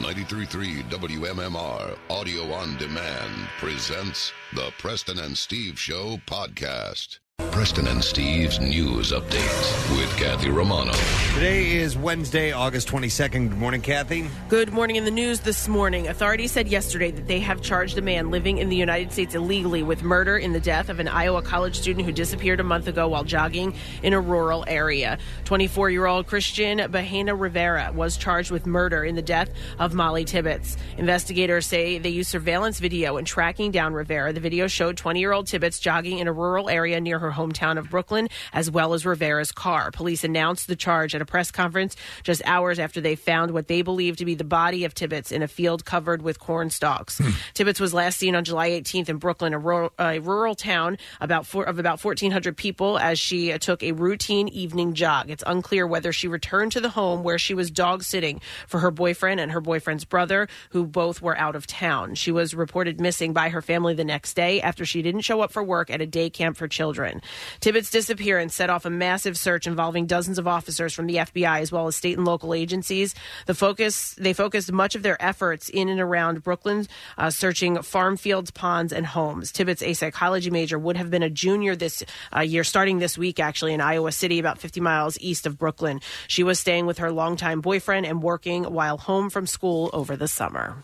933 WMMR Audio on Demand presents the Preston and Steve Show podcast. Preston and Steve's news updates with Kathy Romano. Today is Wednesday, August 22nd. Good morning, Kathy. Good morning. In the news this morning, authorities said yesterday that they have charged a man living in the United States illegally with murder in the death of an Iowa college student who disappeared a month ago while jogging in a rural area. 24 year old Christian Bahena Rivera was charged with murder in the death of Molly Tibbets. Investigators say they used surveillance video in tracking down Rivera. The video showed 20 year old Tibbets jogging in a rural area near her hometown of Brooklyn, as well as Rivera's car. Police announced the charge at a press conference just hours after they found what they believe to be the body of Tibbets in a field covered with corn stalks. Tibbets was last seen on July 18th in Brooklyn, a rural, a rural town about four, of about 1,400 people, as she uh, took a routine evening jog. It's unclear whether she returned to the home where she was dog sitting for her boyfriend and her boyfriend's brother, who both were out of town. She was reported missing by her family the next day after she didn't show up for work at a day camp for children. Tibbetts' disappearance set off a massive search involving dozens of officers from the FBI as well as state and local agencies. The focus they focused much of their efforts in and around Brooklyn, uh, searching farm fields, ponds, and homes. Tibbetts, a psychology major, would have been a junior this uh, year, starting this week actually in Iowa City, about 50 miles east of Brooklyn. She was staying with her longtime boyfriend and working while home from school over the summer.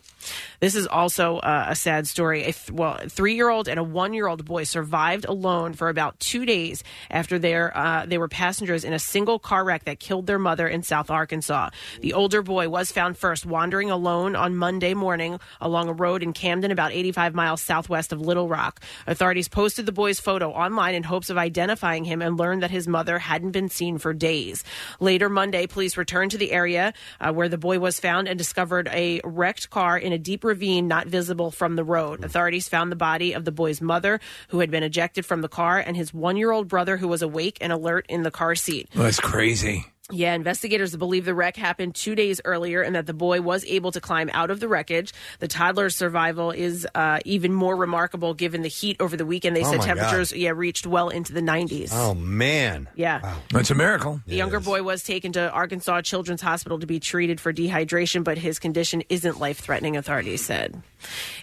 This is also uh, a sad story. A th- well, three year old and a one year old boy survived alone for about two days after their, uh, they were passengers in a single car wreck that killed their mother in South Arkansas. The older boy was found first wandering alone on Monday morning along a road in Camden, about 85 miles southwest of Little Rock. Authorities posted the boy's photo online in hopes of identifying him and learned that his mother hadn't been seen for days. Later Monday, police returned to the area uh, where the boy was found and discovered a wrecked car in a deep ravine not visible from the road. Authorities found the body of the boy's mother, who had been ejected from the car, and his one year old brother, who was awake and alert in the car seat. That's crazy. Yeah, investigators believe the wreck happened two days earlier and that the boy was able to climb out of the wreckage. The toddler's survival is uh, even more remarkable given the heat over the weekend. Oh They said my God. temperatures yeah, reached well into the 90s. Oh, man. Uh, Yeah. That's a miracle. The younger boy was taken to Arkansas Children's Hospital to be treated for dehydration, but his condition isn't life threatening, authorities said.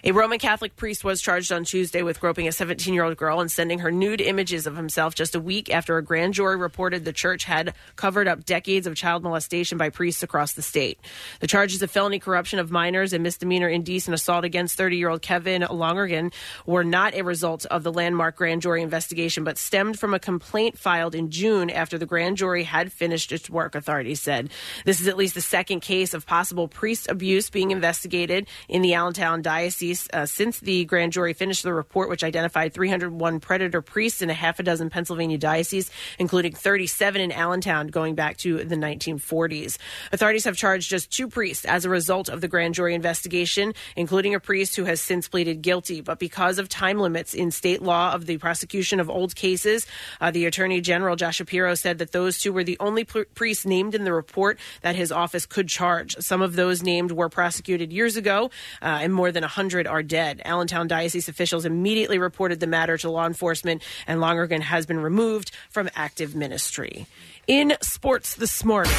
A Roman Catholic priest was charged on Tuesday with groping a 17 year old girl and sending her nude images of himself just a week after a grand jury reported the church had covered up decades of child molestation by priests across the state. The charges of felony corruption of minors and misdemeanor indecent assault against 30 year old Kevin Longergan were not a result of the landmark grand jury investigation, but stemmed from a complaint filed in June after the grand jury had finished its work, authorities said. This is at least the second case of possible priest abuse being investigated in the Allentown Diocese uh, since the grand jury finished the report, which identified 301 predator priests in a half a dozen Pennsylvania dioceses, including 37 in Allentown going back to the 1940s. Authorities have charged just two priests as a result of the grand jury investigation, including a priest who has since pleaded guilty. But because of time limits in state law of the prosecution of old cases, uh, the Attorney General Josh Shapiro said that those two were the only pr- priests named in the report that his office could charge. Some of those named were prosecuted years ago, uh, and more than 100 are dead. Allentown Diocese officials immediately reported the matter to law enforcement, and Longergan has been removed from active ministry. In sports this morning.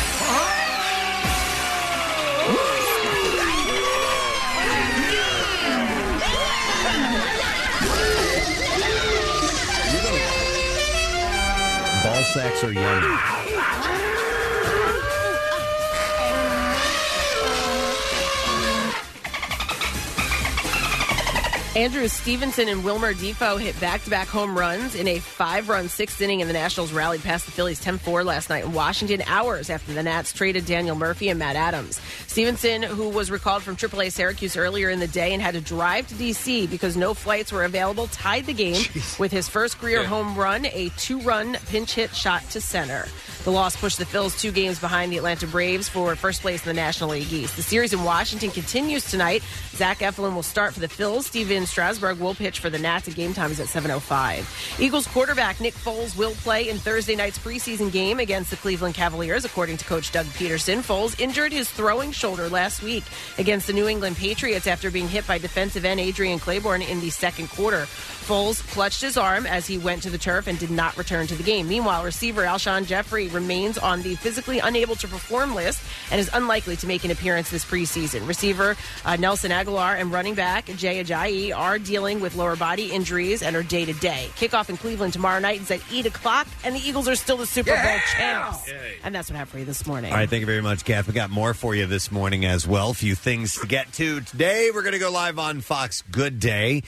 Ball sacks are young. Andrew Stevenson and Wilmer Defoe hit back-to-back home runs in a five-run sixth inning, and the Nationals rallied past the Phillies 10-4 last night in Washington, hours after the Nats traded Daniel Murphy and Matt Adams. Stevenson, who was recalled from AAA Syracuse earlier in the day and had to drive to D.C. because no flights were available, tied the game with his first career home run, a two-run pinch hit shot to center. The loss pushed the Phils two games behind the Atlanta Braves for first place in the National League East. The series in Washington continues tonight. Zach Eflin will start for the Phils. Steven Strasburg will pitch for the Nats. The game time is at 7:05. Eagles quarterback Nick Foles will play in Thursday night's preseason game against the Cleveland Cavaliers, according to coach Doug Peterson. Foles injured his throwing shoulder last week against the New England Patriots after being hit by defensive end Adrian Claiborne in the second quarter. Foles clutched his arm as he went to the turf and did not return to the game. Meanwhile, receiver Alshon Jeffrey remains on the physically unable to perform list and is unlikely to make an appearance this preseason. Receiver uh, Nelson Aguilar and running back Jay Ajayi are dealing with lower body injuries and are day to day. Kickoff in Cleveland tomorrow night is at 8 o'clock, and the Eagles are still the Super Bowl champs. And that's what I have for you this morning. All right, thank you very much, Kath. We got more for you this morning as well. A few things to get to. Today, we're going to go live on Fox Good Day.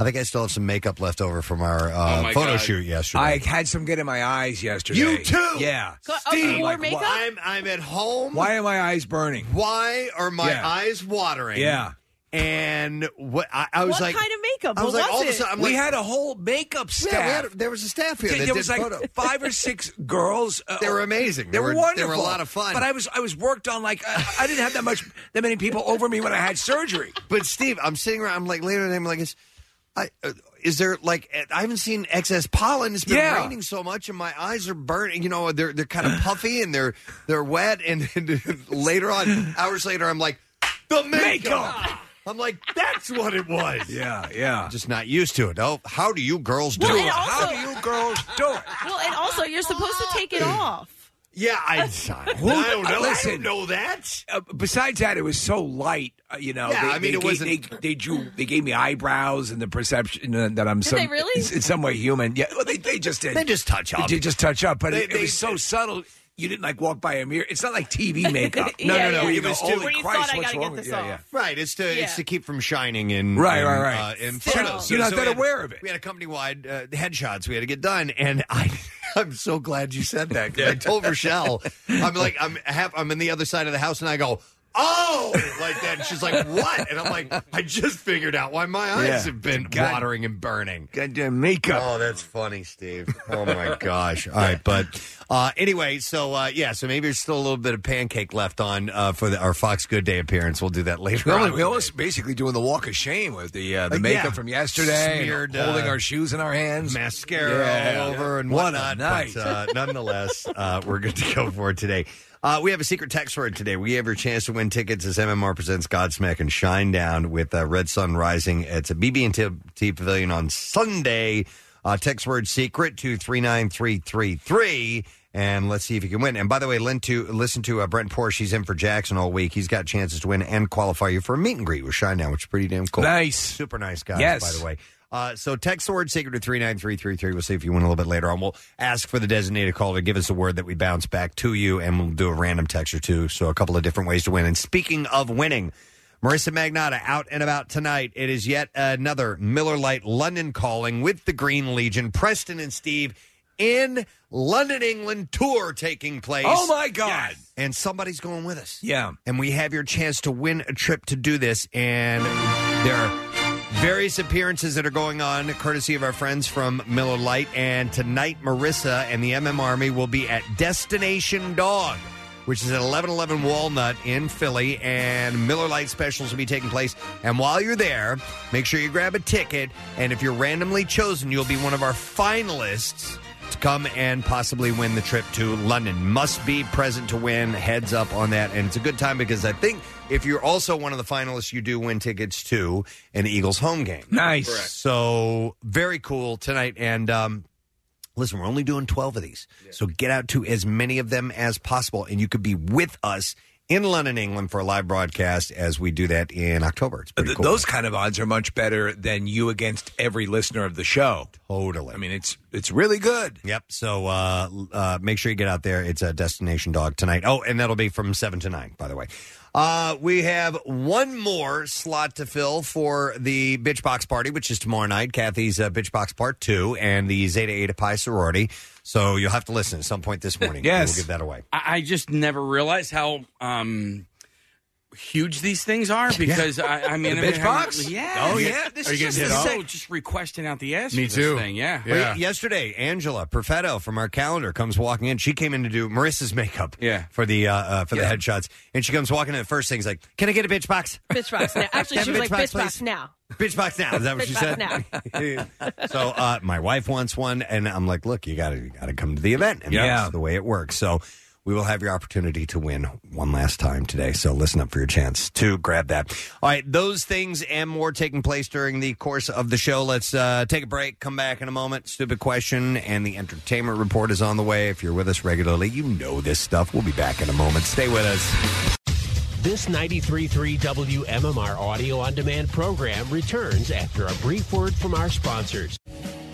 I think I still have some makeup left over from our uh, photo shoot yesterday. Oh I had some get in my eyes yesterday. You too? Yeah. Co- oh, you wore Like, makeup? why- I'm, I'm at home. Why are my eyes burning? Why are my Yeah. eyes watering? Yeah. And what I, I was What like, kind of makeup? I was What like, was all of a it? sudden, I'm we like, had a whole makeup staff. yeah, we had, there was a staff here Dude, that there did was like photo. five or six girls. Uh, They were amazing. They They were, were- they were a wonderful. lot of fun. But I was I was worked on like I, I didn't have that much that many people over me when I had surgery. But Steve, I'm sitting around. I'm like later, and I'm like, is, I, uh, is there like uh, I haven't seen excess pollen. It's been Yeah. raining so much, and my eyes are burning. You know, they're they're kind of puffy and they're they're wet. And, later on, hours later, I'm like, the makeup. I'm like, that's what it was. Yeah, yeah. Just not used to it. Oh, how do you girls do Well, it? and also- How do you girls do it? Well, and also, you're supposed to take it off. yeah, I, I don't know. I don't Listen. know that. Uh, besides that, it was so light. Uh, you know, Yeah, they, I mean, they it gave, wasn't- They, they drew. They gave me eyebrows and the perception uh, that I'm. Did some, they really? In, in some way, human. Yeah. Well, they, they just did. They just touch up. They did just touch up, but They- it, they- it was so subtle. You didn't like walk by a mirror. It's not like TV makeup. No, Yeah, no, no, Where it you go, was too- "Holy Where you Christ, thought, "I what's gotta get wrong with-" this yeah, off. yeah. Right, it's to Yeah. it's to keep from shining in Right, in, right, right. Uh, in Still, photos. you're not that we had- aware of it. We had a company wide uh, headshots we had to get done, and I I'm so glad you said that. 'cause I told Rochelle, I'm like I'm half, I'm in the other side of the house, and I go. Oh, like that. And she's like, "What?" And I'm like, "I just figured out why my eyes Yeah. have been God. watering and burning." Goddamn makeup. Oh, that's funny, Steve. Oh my gosh. All right, but uh, anyway, so uh, yeah, so maybe there's still a little bit of pancake left on uh, for the, our Fox Good Day appearance. We'll do that later. We're, on only, we're today. almost basically doing the walk of shame with the uh, the Uh, makeup yeah. from yesterday, and Smeared, holding uh, our shoes in our hands, mascara Yeah. all over and What a whatnot. night. But uh, nonetheless, uh, we're good to go for it today. Uh, we have a secret text word today. We have your chance to win tickets as MMR presents Godsmack and Shine Down with uh, Red Sun Rising. It's a BB&T Pavilion on Sunday. Uh, text word secret to three nine three three three. And let's see if you can win. And by the way, listen to, listen to uh, Brent Porsche. He's in for Jackson all week. He's got chances to win and qualify you for a meet and greet with Shine Down, which is pretty damn cool. Nice. Super nice guy, Yes. by the way. Uh, so text the word sacred to 39333. We'll see if you win a little bit later on. We'll ask for the designated caller. Give us a word that we bounce back to you, and we'll do a random text or two. So a couple of different ways to win. And speaking of winning, Marissa Magnata out and about tonight. It is yet another Miller Lite London calling with the Green Legion. Preston and Steve in London, England tour taking place. Oh my God! And somebody's going with us Yeah, and we have your chance to win a trip to do this. And there are various appearances that are going on, courtesy of our friends from Miller Lite. And tonight, Marissa and the MM Army will be at Destination Dog. Which is at 1111 Walnut in Philly, and Miller Lite specials will be taking place. And while you're there, make sure you grab a ticket. And if you're randomly chosen, you'll be one of our finalists to come and possibly win the trip to London. Must be present to win. Heads up on that. And it's a good time because I think if you're also one of the finalists, you do win tickets to an Eagles home game. nice. So very cool tonight. And um, listen, we're only doing 12 of these. So get out to as many of them as possible. And you could be with us in London, England for a live broadcast as we do that in October. It's pretty Th- cool. Those kind of odds are much better than you against every listener of the show. totally. I mean, it's it's really good. Yep. So uh, uh, make sure you get out there. It's a destination dog tonight. Oh, and that'll be from seven to nine, by the way. Uh, we have one more slot to fill for the Bitch Box Party, which is tomorrow night. Kathy's uh, Bitch Box Part Two and the Zeta Eta Pi sorority. So you'll have to listen at some point this morning. Yes. we'll give that away. I, I just never realized how um, huge these things are? Because I, I mean, The I've been bitch having- box? Yeah. Oh, yeah. This Are is you just getting the hit sec- up? just requesting out the ass. Me for this too. Thing. Yeah. Well, y- yesterday, Angela Perfetto from our calendar comes walking in. She came in to do Marissa's makeup. Yeah. For the uh, uh, for the headshots, and she comes walking in. The first thing's like, "Can I get a bitch box? Bitch box now. Actually, Can she I was like, bitch box, bitch box please? now. Bitch box now." Is that what Bitch she box said? now. so uh, my wife wants one, and I'm like, "Look, you got to you got to come to the event." And Yeah. that's the way it works. So. We will have your opportunity to win one last time today. So listen up for your chance to grab that. All right, those things and more taking place during the course of the show. Let's uh, take a break, come back in a moment. Stupid question and the entertainment report is on the way. If you're with us regularly, you know this stuff. We'll be back in a moment. Stay with us. This 93.3 WMMR audio on demand program returns after a brief word from our sponsors.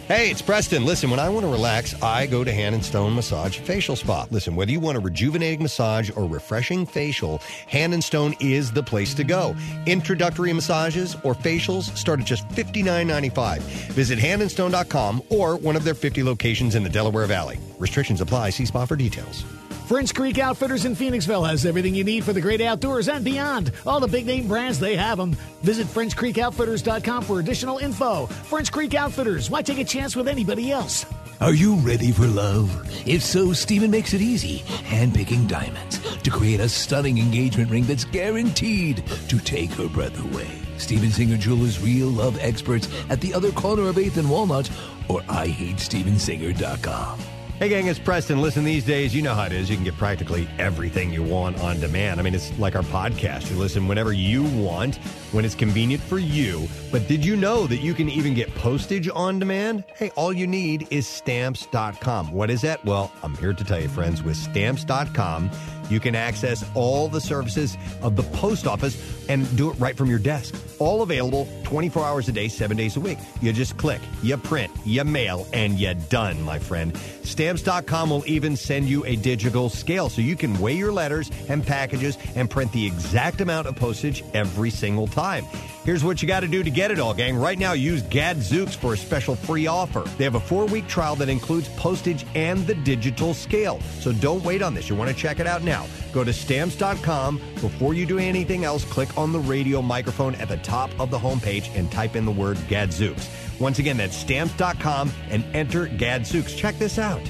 Hey, it's Preston. Listen, when I want to relax, I go to Hand and Stone Massage and Facial Spa. Listen, whether you want a rejuvenating massage or refreshing facial, Hand and Stone is the place to go. Introductory massages or facials start at just $59.95. Visit handandstone.com or one of their 50 locations in the Delaware Valley. Restrictions apply. See spa for details. French Creek Outfitters in Phoenixville has everything you need for the great outdoors and beyond. All the big name brands, they have them. Visit FrenchCreekOutfitters.com for additional info. French Creek Outfitters, why take a chance with anybody else? Are you ready for love? If so, Steven makes it easy, handpicking diamonds to create a stunning engagement ring that's guaranteed to take her breath away. Steven Singer Jewelers real love experts at the other corner of 8th and Walnut or IHateStevenSinger.com. Hey, gang, it's Preston. Listen, these days, you know how it is. You can get practically everything you want on demand. I mean, it's like our podcast. You listen whenever you want, when it's convenient for you. But did you know that you can even get postage on demand? Hey, all you need is stamps.com. What is that? Well, I'm here to tell you, friends, with stamps.com, you can access all the services of the post office and do it right from your desk. All available 24 hours a day, seven days a week. You just click, you print, you mail, and you're done, my friend. Stamps.com will even send you a digital scale so you can weigh your letters and packages and print the exact amount of postage every single time. Here's what you got to do to get it all, gang. Right now, use Gadzooks for a special free offer. They have a four week trial that includes postage and the digital scale. So don't wait on this. You want to check it out now. Go to stamps.com. Before you do anything else, click on the radio microphone at the top of the homepage and type in the word Gadzooks. Once again, that's stamps.com and enter Gadzooks. Check this out.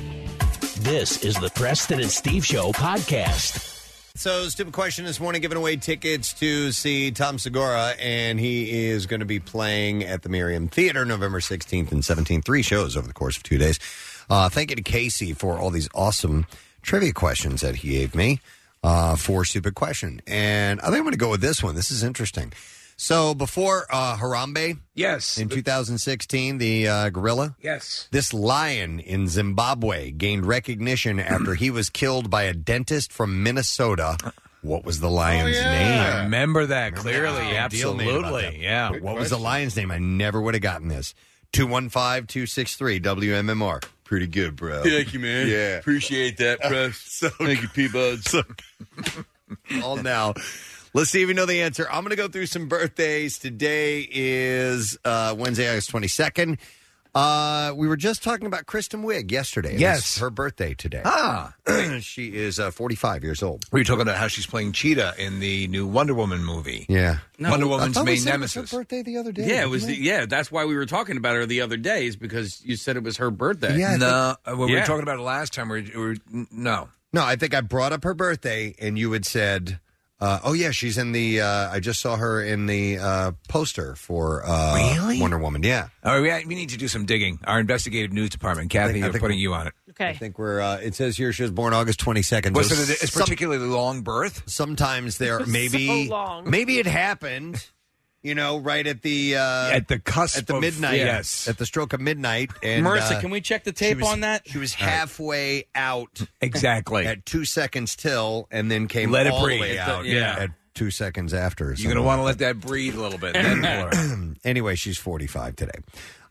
This is the Preston and Steve Show podcast. So, stupid question this morning giving away tickets to see Tom Segura, and he is going to be playing at the Miriam Theater November 16th and 17th. Three shows over the course of two days. Uh, thank you to Casey for all these awesome trivia questions that he gave me uh, for Stupid Question. And I think I'm going to go with this one. This is interesting. So, before uh, Harambe. Yes. In 2016, the uh, gorilla. Yes. This lion in Zimbabwe gained recognition after he was killed by a dentist from Minnesota. What was the lion's I name? remember that clearly. Big deal made about Absolutely. that. Yeah. What was the lion's name? I never would have gotten this. 215 263 WMMR. Pretty good, bro. Thank you, man. Yeah. Uh, Appreciate that, press. Thank you, P-Buds. all now. Let's see if you know the answer. I'm going to go through some birthdays. Today is uh, Wednesday, August 22nd. Uh, we were just talking about Kristen Wiig yesterday. It was Yes. her birthday today. Ah. she is uh, 45 years old. We were talking about how she's playing Cheetah in the new Wonder Woman movie. Yeah. Wonder I Woman's thought we main said it was nemesis. her birthday the other Yeah, it was. The, yeah, that's why we were talking about her the other day is because you said it was her birthday. no. uh, when We Yeah. were talking about it last time. We were, we were- n- no. No, I think I brought up her birthday, and you had said, uh, "Oh yeah, she's in the." Uh, I just saw her in the uh, poster for uh, Really? Wonder Woman. Yeah, Oh, we, we need to do some digging. Our investigative news department, I Kathy, think- I are think- putting you on it. Okay. I think we're. Uh, it says here she was born August twenty second. Was it a, a particularly long birth? Sometimes there So maybe long. maybe it happened. You know, right at the uh, At the cusp at the of- midnight, yes. at the stroke of midnight. And Marissa, uh, can we check the she tape was- on that? She was halfway out, exactly at two seconds till, and then came Let it all the breathe. way At the- out yeah. at two seconds after. or You're going to something want like to let that breathe a little bit. Then pour it. anyway, she's 45 today.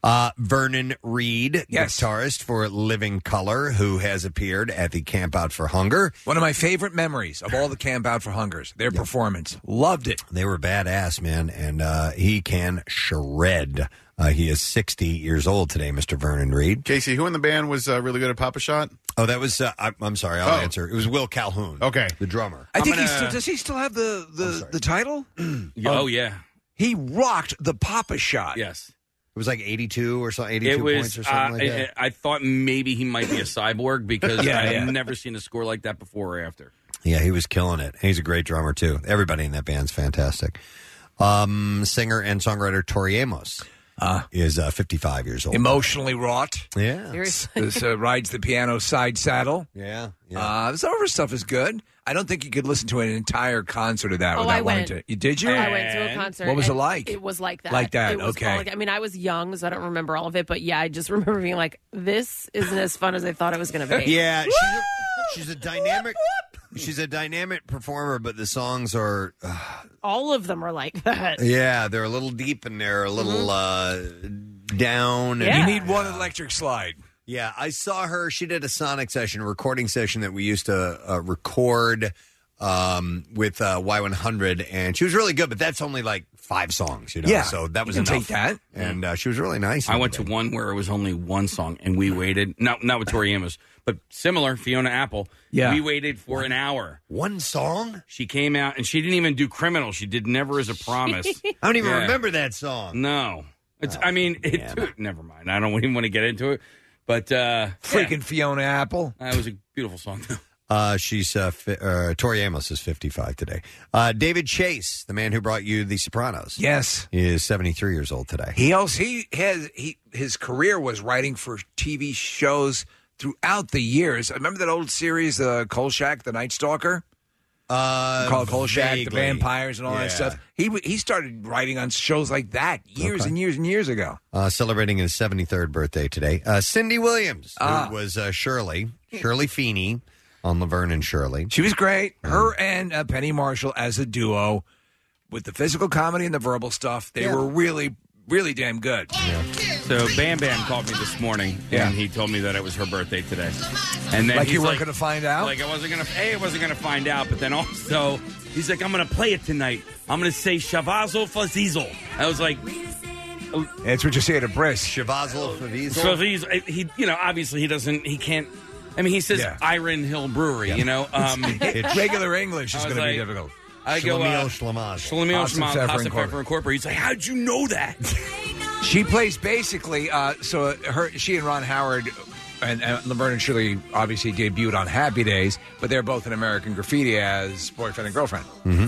Uh, Vernon Reed, guitarist for Living Color, who has appeared at the Camp Out for Hunger. One of my favorite memories of all the Camp Out for Hungers, their performance. Loved it. They were badass, man, and uh, he can shred. Uh, he is 60 years old today, Mr. Vernon Reed. Casey, who in the band was uh, really good at Papa Shot? Oh, that was, uh, I, I'm sorry, I'll Oh. answer. It was Will Calhoun. Okay. The drummer. I think he still does. He still have the the, the title. oh yeah, he rocked the Papa Shot. Yes, It was like 82 or so, 82 it was. points or something like uh, that. I, I thought maybe he might be a cyborg because Yeah, I've yeah. never seen a score like that before or after. Yeah, he was killing it. He's a great drummer too. Everybody in that band's fantastic. Um, singer and songwriter Tori Amos Ah. is uh, 55 years old. Emotionally wrought. Yeah. This, uh, rides the piano side saddle. Yeah. Uh, some of her stuff is good. I don't think you could listen to an entire concert of that Oh, without I wanting went. Oh, to. You did you? I went to a concert. What was it and like? It was like that. Like that, It was okay. all like- I mean, I was young, so I don't remember all of it, but yeah, I just remember being like, "This isn't as fun as I thought it was going to be." Yeah, she's a, she's a dynamic. She's a dynamic performer, but the songs are uh, all of them are like that. yeah, they're a little deep and they're a little uh, down. and- Mm-hmm. You need one electric slide. Yeah, I saw her. She did a sonic session, a recording session that we used to uh, record um, with uh, Y100, and she was really good. But that's only like five songs, you know. Yeah, so that you was can enough. take that. and uh, she was really nice. I went to one where it was only one song, and we waited. Not not with Tori Amos, but similar Fiona Apple. Yeah. we waited for an hour. One song. She came out, and she didn't even do "Criminal." She did "Never Is a Promise." I don't even Yeah. remember Oh, that song. No, it's. I mean, it, dude, never mind. I don't even want to get into it. But uh freaking Fiona Apple. That was a beautiful song. though. Uh, she's uh, fi- uh, Tori Amos is 55 today. Uh, David Chase, the man who brought you The Sopranos, Yes. is 73 years old today. He also he has he his career was writing for TV shows throughout the years. I remember that old series, uh, Kolchak, the Night Stalker. Uh, called Kolchak, the vaguely. vampires, and all Yeah. that stuff. He w- he started writing on shows like that years Okay. and years and years ago. uh, celebrating his 73rd birthday today. Uh, Cindy Williams, Ah. who was uh, Shirley, Shirley Feeney on Laverne and Shirley. She was great. Mm-hmm. Her and uh, Penny Marshall as a duo, with the physical comedy and the verbal stuff, they were really really damn good. So Bam Bam called me this morning, Yeah. and he told me that it was her birthday today. And then like he's you weren't like, going to find out. Like I wasn't gonna. A, I wasn't gonna find out. But then also, he's like, I'm gonna play it tonight. I'm gonna say Shavazel Fazizel. I was like, That's what you say at a bris. Shavazel Favizel. so he's he. You know, obviously he doesn't. He can't. I mean, he says Yeah. Iron Hill Brewery. You know, um, regular English is I was going to be like- difficult. I go. Uh, Shlemiel Awesome Shmam, pepper Pasta and Pepper corn. and Corporate. He's like, how'd you know that? She plays basically. Uh, so her, she and Ron Howard, and, and Laverne and Shirley obviously debuted on Happy Days, but they're both in American Graffiti as boyfriend and girlfriend. hmm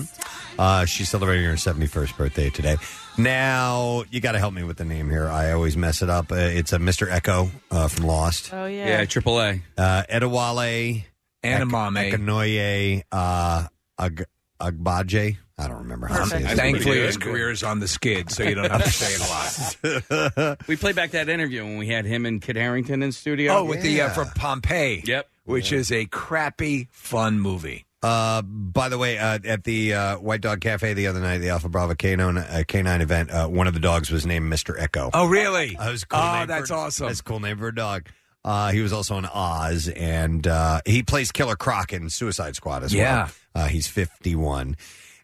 Uh, she's celebrating her 71st birthday today. Now, you got to help me with the name here. I always mess it up. Uh, it's a Mr. Echo uh, from Lost. Oh Yeah, Triple A. Uh, Edawale. Ek- Anamame. Ekinoye. Uh, Ag- Agbaje. I don't remember how to say his Thankfully, name. his career is on the skid, so you don't have to say it a lot. we played back that interview when we had him and Kid Harrington in studio. Oh, with the uh, for Pompeii. Yep. Which is a crappy fun movie. Uh, by the way, uh, at the uh, White Dog Cafe the other night, the Alpha Bravo Canine uh, Canine event, uh, one of the dogs was named Mister Echo. Oh, really? That was a cool Oh, name for- that's awesome. That's a cool name for a dog. Uh, he was also in Oz, and uh, he plays Killer Croc in Suicide Squad as Yeah. well. Uh, he's fifty-one.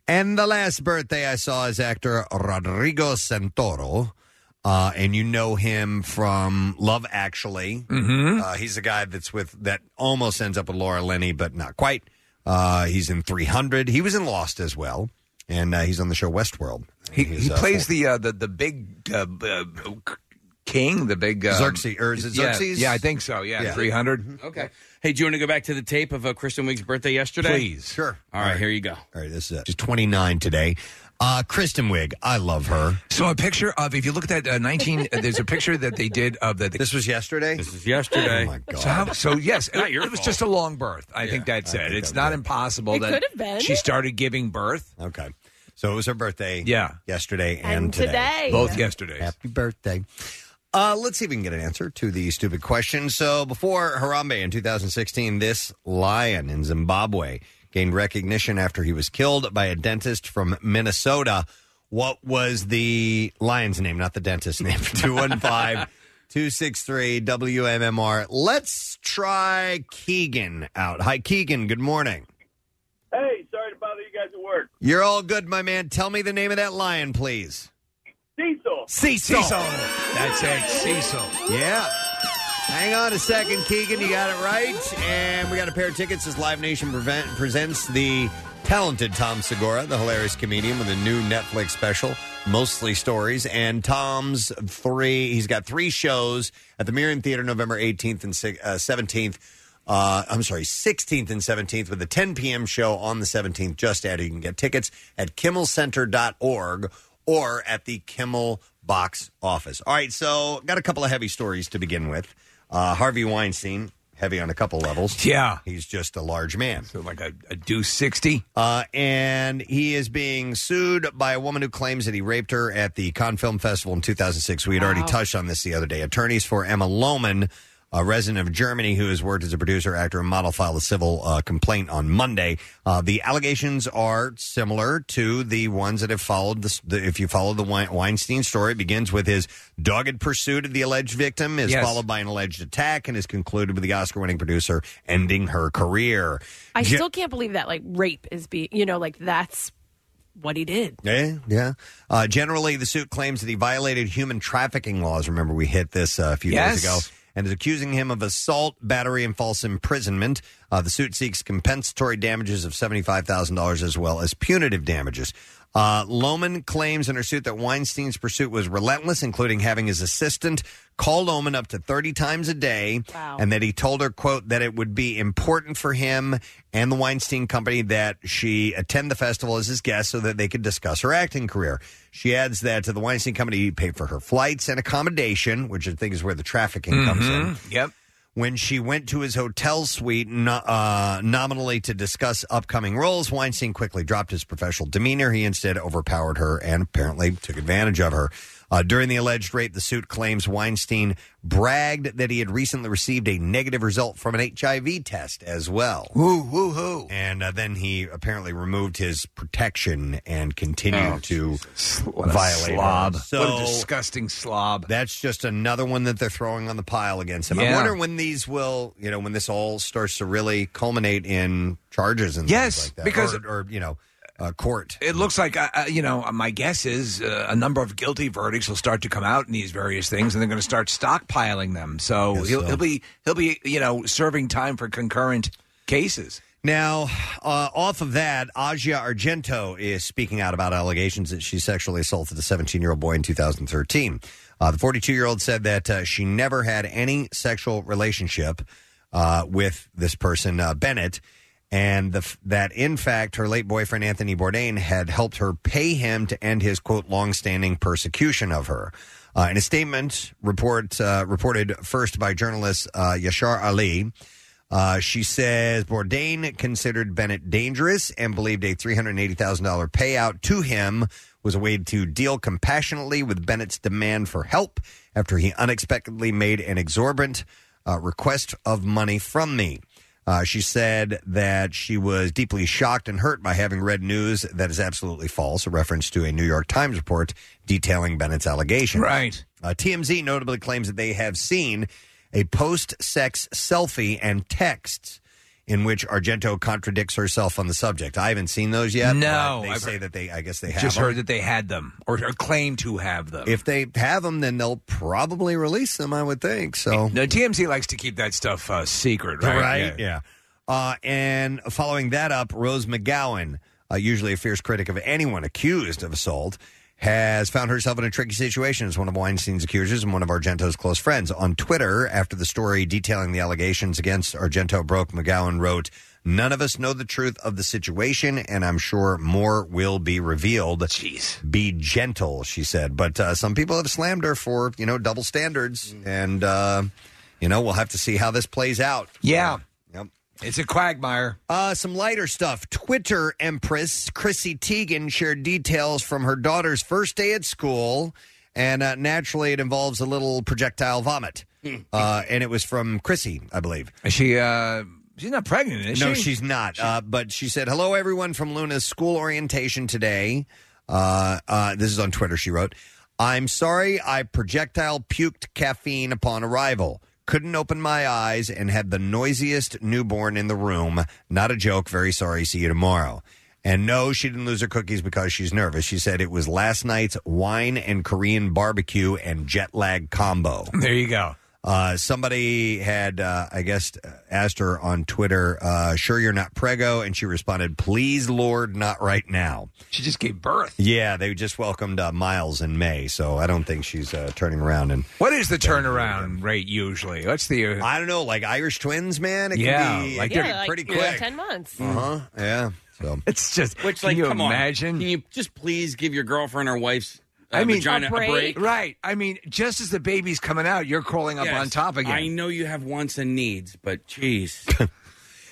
And the last birthday I saw is actor Rodrigo Santoro. Uh, and you know him from Love Actually. Mhm. Uh, he's the guy that's with that almost ends up with Laura Linney, but not quite. Uh, he's in 300. He was in Lost as well, and uh, he's on the show Westworld. He, he plays the, uh, the the big uh, uh, king, the big um, Xerxes, or is it yeah, Xerxes? Yeah, I think so. Yeah, Yeah. Mm-hmm. three hundred. Okay. Hey, do you want to go back to the tape of uh, Kristen Wiig's birthday yesterday? Please. Sure. All right, here you go. All right, this is it. She's 29 today. Uh, Kristen Wiig, I love her. So Oh, a picture of if you look at that uh, nineteen, uh, there's a picture that they did of the. This was yesterday. This is yesterday. Oh my god! So, how- so yes, it, Not your it was fault. just a long birth. I think that's it. It's not impossible. It that could have been. She started giving birth. Okay, so it was her birthday. Yeah, yesterday and, And today. today. Both yesterdays. Happy birthday. Uh, let's see if we can get an answer to the stupid question. So before Harambe in 2016, this lion in Zimbabwe gained recognition after he was killed by a dentist from Minnesota. What was the lion's name, not the dentist's name? 215 263 WMMR. Let's try Keegan out. Hi, Keegan. Good morning. Hey, sorry to bother you guys at work. You're all good, my man. Tell me the name of that lion, please. Diesel. Cecil. That's it, Cecil. Yeah. Hang on a second, Keegan. You got it right. And we got a pair of tickets as Live Nation prevent, presents the talented Tom Segura, the hilarious comedian, with a new Netflix special, mostly stories. And Tom's three, he's got three shows at the Miriam Theater November 18th and si- uh, 17th. Uh, I'm sorry, 16th and 17th with a 10 p.m. show on the 17th. Just added. You can get tickets at kimmelcenter.org or at the Kimmel box office. All right, so got a couple of heavy stories to begin with. Uh, Harvey Weinstein, heavy on a couple levels. Yeah. He's just a large man. So, like a, a do 60. Uh, and he is being sued by a woman who claims that he raped her at the Cannes Film Festival in 2006. We had already Wow. touched on this the other day. Attorneys for Emma Lohman, a resident of Germany who has worked as a producer, actor, and model, filed a civil uh, complaint on Monday. Uh, the allegations are similar to the ones that have followed this. The, if you follow the Wein- Weinstein story, it begins with his dogged pursuit of the alleged victim, is Yes. followed by an alleged attack, and is concluded with the Oscar winning producer ending her career. I Je- still can't believe that like rape is be you know like that's what he did. Yeah, yeah. Uh, generally, the suit claims that he violated human trafficking laws. Remember, we hit this uh, a few Yes. days ago. And is accusing him of assault, battery, and false imprisonment. Uh, the suit seeks compensatory damages of $75,000 as well as punitive damages. Uh, Lohman claims in her suit that Weinstein's pursuit was relentless, including having his assistant call Lohman up to 30 times a day, and that he told her, quote, that it would be important for him and the Weinstein Company that she attend the festival as his guest so that they could discuss her acting career. She adds that to the Weinstein Company paid for her flights and accommodation, which I think is where the trafficking comes Mm-hmm. in. Mm-hmm. Yep. When she went to his hotel suite no- uh, nominally to discuss upcoming roles, Weinstein quickly dropped his professional demeanor. He instead overpowered her and apparently took advantage of her. Uh, during the alleged rape, the suit claims Weinstein bragged that he had recently received a negative result from an HIV test as well. Woo, woo, hoo. And uh, then he apparently removed his protection and continued Oh, to What a violate her. slob. So- what a disgusting slob. That's just another one that they're throwing on the pile against him. I'm Yeah. wondering when these will, you know, when this all starts to really culminate in charges and Yes, things like that. because- or, or, you know, uh, court. It looks like, uh, uh, you know, my guess is uh, a number of guilty verdicts will start to come out in these various things, and they're going to start stockpiling them. So Guess he'll, so. he'll be he'll be you know serving time for concurrent cases. Now, uh, off of that, Agia Argento is speaking out about allegations that she sexually assaulted a 17 year old boy in 2013. Uh, the 42 year old said that uh, she never had any sexual relationship uh, with this person, uh, Bennett, and the, f- that in fact her late boyfriend, Anthony Bourdain, had helped her pay him to end his, quote, longstanding persecution of her. Uh, in a statement report uh, reported first by journalist uh, Yashar Ali, uh, she says Bourdain considered Bennett dangerous and believed a $380,000 payout to him was a way to deal compassionately with Bennett's demand for help after he unexpectedly made an exorbitant uh, request of money from me. Uh, she said that she was deeply shocked and hurt by having read news that is absolutely false, a reference to a New York Times report detailing Bennett's allegations. Right. Uh, TMZ notably claims that they have seen a post sex selfie and texts in which Argento contradicts herself on the subject. I haven't seen those yet. No, but They I've say heard- that they, I guess they have. Just them. heard that they had them or, or claim to have them. If they have them, then they'll probably release them, I would think. So. No, TMZ likes to keep that stuff uh, secret, right? right? Yeah. Uh, and following that up, Rose McGowan, uh, usually a fierce critic of anyone accused of assault, has found herself in a tricky situation as one of Weinstein's accusers and one of Argento's close friends. On Twitter, after the story detailing the allegations against Argento broke, McGowan wrote, None of us know the truth of the situation, and I'm sure more will be revealed. Jeez. Be gentle, she said. But uh, some people have slammed her for, you know, double standards. And, uh, you know, we'll have to see how this plays out. Yeah. Yep. It's a quagmire. Uh, some lighter stuff. Twitter empress Chrissy Teigen shared details from her daughter's first day at school, and uh, naturally, it involves a little projectile vomit. Uh, and it was from Chrissy, I believe. She uh, she's not pregnant, is no, she? she's not. Uh, but she said, "Hello, everyone from Luna's school orientation today. Uh, uh, this is on Twitter, she wrote I'm sorry I projectile puked caffeine upon arrival. Couldn't open my eyes and had the noisiest newborn in the room. Not a joke. Very sorry. See you tomorrow. And no, she didn't lose her cookies because she's nervous. She said it was last night's wine and Korean barbecue and jet lag combo. There you go. Uh, somebody had, uh, I guess, uh, asked her on Twitter, uh, sure you're not prego? And she responded, please, Lord, not right now. She just gave birth. Yeah, they just welcomed uh, Miles in May, so I don't think she's uh, turning around. And What is the turnaround rate usually? What's the? uh, I don't know, like Irish twins, man. It yeah, can be, like it can they're be pretty yeah, quick. Ten months. Uh huh. Yeah. So it's just which, like, come on, can you just please give your girlfriend or wife's? Uh, I mean, vagina a break. right? I mean, just as the baby's coming out, you're crawling up Yes, on top again. I know you have wants and needs, but jeez.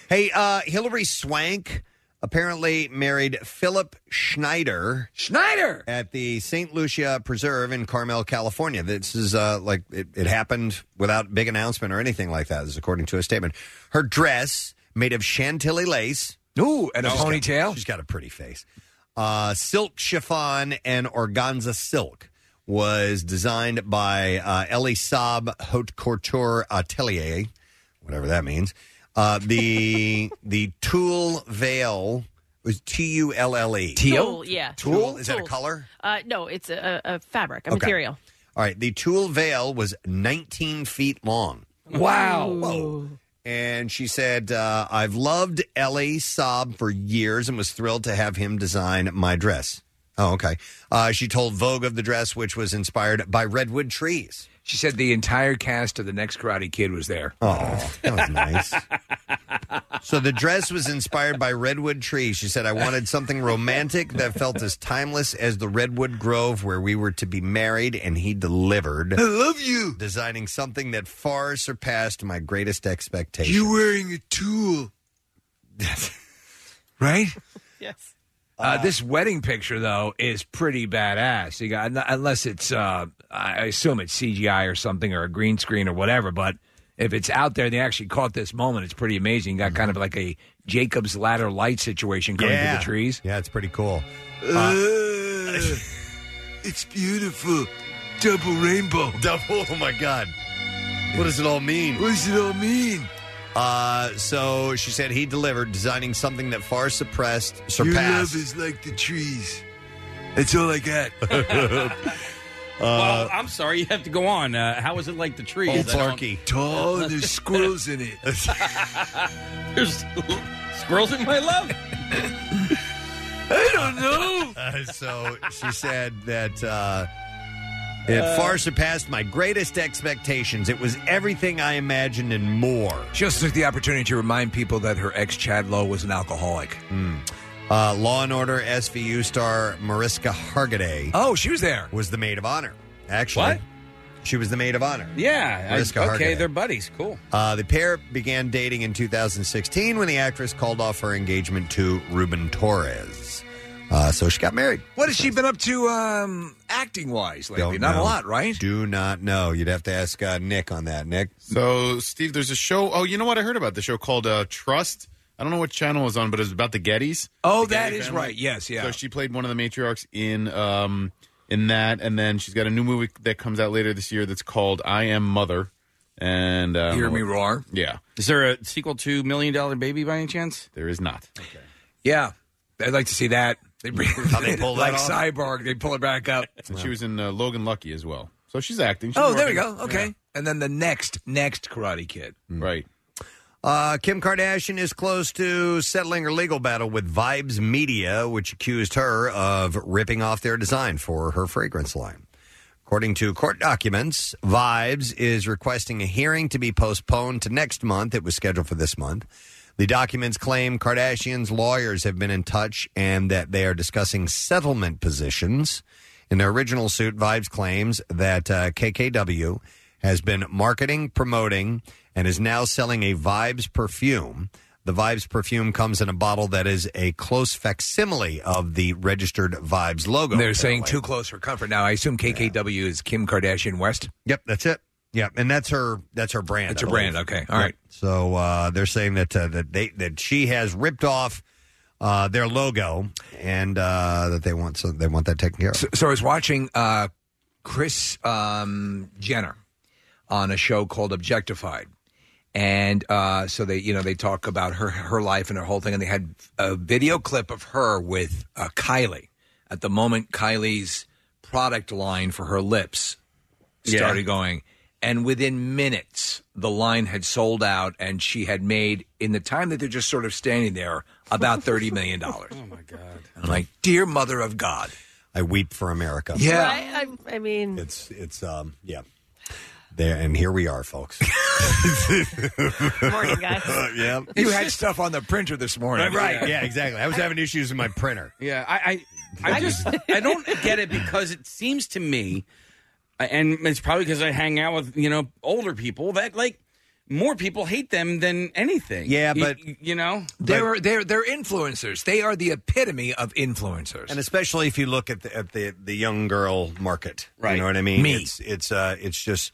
Hey, uh, Hillary Swank apparently married Philip Schneider. Schneider at the St. Lucia Preserve in Carmel, California. This is uh, like it, it happened without big announcement or anything like that. This is according to a statement. Her dress made of chantilly lace. Ooh, and a ponytail. she's got a pretty face. Uh, silk chiffon and organza silk was designed by uh, Elie Saab Haute Couture Atelier, whatever that means. Uh, the the tulle veil was T U L L E. Tulle, yeah. Tulle is that a Tulle. color? Uh, no, it's a, a fabric, a Okay. material. All right, the tulle veil was 19 feet long. Wow. Whoa. And she said, uh, I've loved Ellie Saab for years and was thrilled to have him design my dress. Oh, okay. Uh, she told Vogue of the dress, which was inspired by redwood trees. She said the entire cast of the next Karate Kid was there. Oh, that was nice. so the dress was inspired by redwood trees. She said, I wanted something romantic that felt as timeless as the redwood grove where we were to be married, and he delivered. I love you. Designing something that far surpassed my greatest expectations. You wearing a tool, right? yes. Uh, this wedding picture though is pretty badass. You got unless it's uh, I assume it's CGI or something or a green screen or whatever. But if it's out there, and they actually caught this moment. It's pretty amazing. You got kind of like a Jacob's ladder light situation going through Mm-hmm. Yeah. the trees. Yeah, it's pretty cool. Uh, it's beautiful. Double rainbow. Double. Oh my God. What does it all mean? What does it all mean? Uh, so she said he delivered, designing something that far suppressed surpassed. is like the trees. That's all I got. Uh, Uh, well, I'm sorry, you have to go on. Uh, how is it like the tree? Old Barky. Tall and Oh, there's squirrels in it. There's squirrels in my love. I don't know. Uh, so she said that uh, it Uh. far surpassed my greatest expectations. It was everything I imagined and more. She also took the opportunity to remind people that her ex Chad Lowe was an alcoholic. Uh, Law and Order SVU star Mariska Hargitay. Oh, she was there. Was the maid of honor actually? What? She was the maid of honor. Yeah. I- Mariska okay, Hargitay. they're buddies. Cool. Uh, the pair began dating in 2016 when the actress called off her engagement to Ruben Torres. Uh, so she got married. What has she been up to um, acting wise lately? Don't Not know. a lot, right? Do not know. You'd have to ask uh, Nick on that. Nick, So, Steve, there's a show. Oh, you know what? I heard about the show called uh, Trust. I don't know what channel it was on, but it was about the Gettys. Oh, The that Getty is family. right. Yes, yeah. So she played one of the matriarchs in um, in that, and then she's got a new movie that comes out later this year that's called I Am Mother. And uh, Hear me roar. Yeah, Is there a sequel to Million Dollar Baby by any chance? there is not. Yeah, I'd like to see that. They bring How they pull that like off? cyborg. They pull it back up. And she was in uh, Logan Lucky as well. So she's acting. She's oh, there we go. working. Okay, and then the next next Karate Kid. Yeah. Right. Hmm. Uh, Kim Kardashian is close to settling her legal battle with Vibes Media, which accused her of ripping off their design for her fragrance line. According to court documents, Vibes is requesting a hearing to be postponed to next month. It was scheduled for this month. The documents claim Kardashian's lawyers have been in touch and that they are discussing settlement positions. In their original suit, Vibes claims that uh, KKW has been marketing, promoting, and is now selling a Vibes perfume. The Vibes perfume comes in a bottle that is a close facsimile of the registered Vibes logo. They're saying apparently. too close for comfort. Now I assume KKW is Kim Kardashian West. Yep, that's it. Yep, and that's her. That's her brand. That's I her brand. believe. Okay, all Yep. right. So uh, they're saying that uh, that they that she has ripped off uh, their logo, and uh, that they want so they want that taken care of. So, so I was watching uh, Chris um, Jenner on a show called Objectified, and uh, so they you know they talk about her her life and her whole thing, and they had a video clip of her with uh, Kylie at the moment Kylie's product line for her lips started Yeah. going. And within minutes, the line had sold out, and she had made, in the time that they're just sort of standing there, about $30 million. oh, my God. I'm like, dear mother of God. I weep for America. I, I, I mean, It's it's um yeah. There and here we are, folks. Morning, guys. yeah. You had stuff on the printer this morning. Right. Yeah, exactly. I was having issues with my printer. Yeah, I, I, I just I don't get it because it seems to me, and it's probably because I hang out with you know older people that like more people hate them than anything. Yeah, You- but- you, know They're, they're, they're influencers. They are the epitome of influencers. And especially if you look at the, at the the young girl market, Right. You know what I mean? Me. It's it's uh it's just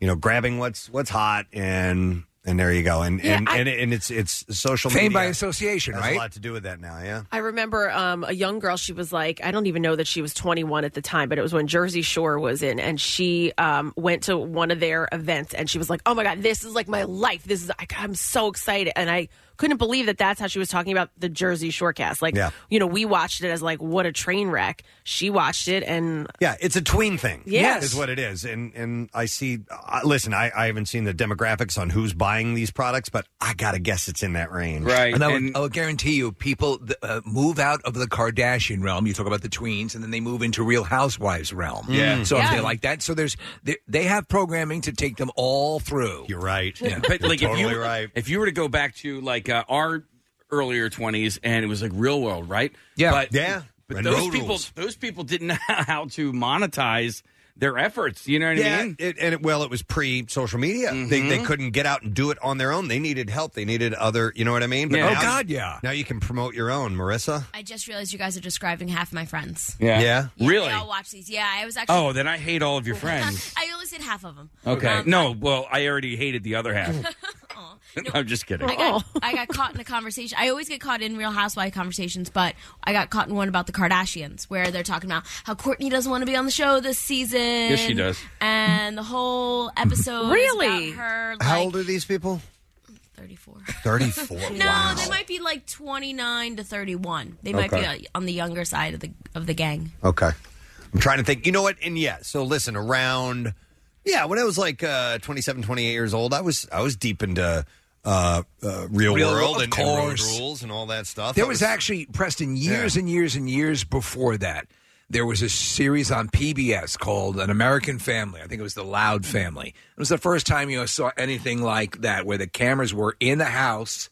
you know grabbing what's what's hot and and there you go and Yeah, and, I- and and it's it's social Fame media by association, has right? A lot to do with that now, yeah. I remember um, a young girl. She was like, I don't even know that she was 21 at the time, but it was when Jersey Shore was in, and she um, went to one of their events, and she was like, Oh my god, this is like my life. This is I, I'm so excited, and I couldn't believe that that's how she was talking about the Jersey Shore cast. Like, Yeah. you know, we watched it as like what a train wreck. She watched it, and Yeah, it's a tween thing. Yes. is what it is. And and I see. Uh, listen, I, I haven't seen the demographics on who's buying these products, but I gotta guess it's in that range, And I would, I would guarantee you, people th- uh, move out of the Kardashian realm. You talk about the tweens, and then they move into Real Housewives realm. Yeah. So Yeah. if they like that, so there's they, they have programming to take them all through. You're right. Yeah. but like if you right. if you were to go back to like uh, our earlier twenties and it was like real world, right? Yeah. but Yeah. But And those road people, rules. those people didn't know how to monetize their efforts. You know what I Yeah, mean? it, and it, well, it was pre social media. They, Mm-hmm. they couldn't get out and do it on their own. They needed help. They needed other. You know what I mean? Yeah. Oh, now- God, yeah. Now you can promote your own, Marissa. I just realized you guys are describing half my friends. Yeah. Really? They all watch these. Yeah, I was actually. Oh, then I hate all of your friends. I only said half of them. Okay. no, well, I already hated the other half. I'm just kidding. I got, I got caught in a conversation. I always get caught in Real Housewife conversations, but I got caught in one about the Kardashians, where they're talking about how Courtney doesn't want to be on the show this season. Yes, she does. And the whole episode is Really? about her. Like, How old are these people? Thirty four. Thirty four. No, wow. they might be like twenty nine to thirty one. They might Okay. be uh, on the younger side of the of the gang. Okay. I'm trying to think. You know what? And yeah, so listen, around yeah, when I was like uh 27, 28 years old, I was I was deep into uh, uh real, Real World, world of and, and road course. rules and all that stuff. There That was, actually Preston years Yeah. and years and years before that. There was a series on PBS called An American Family. I think it was The Loud Family. It was the first time you know, saw anything like that, where the cameras were in the house.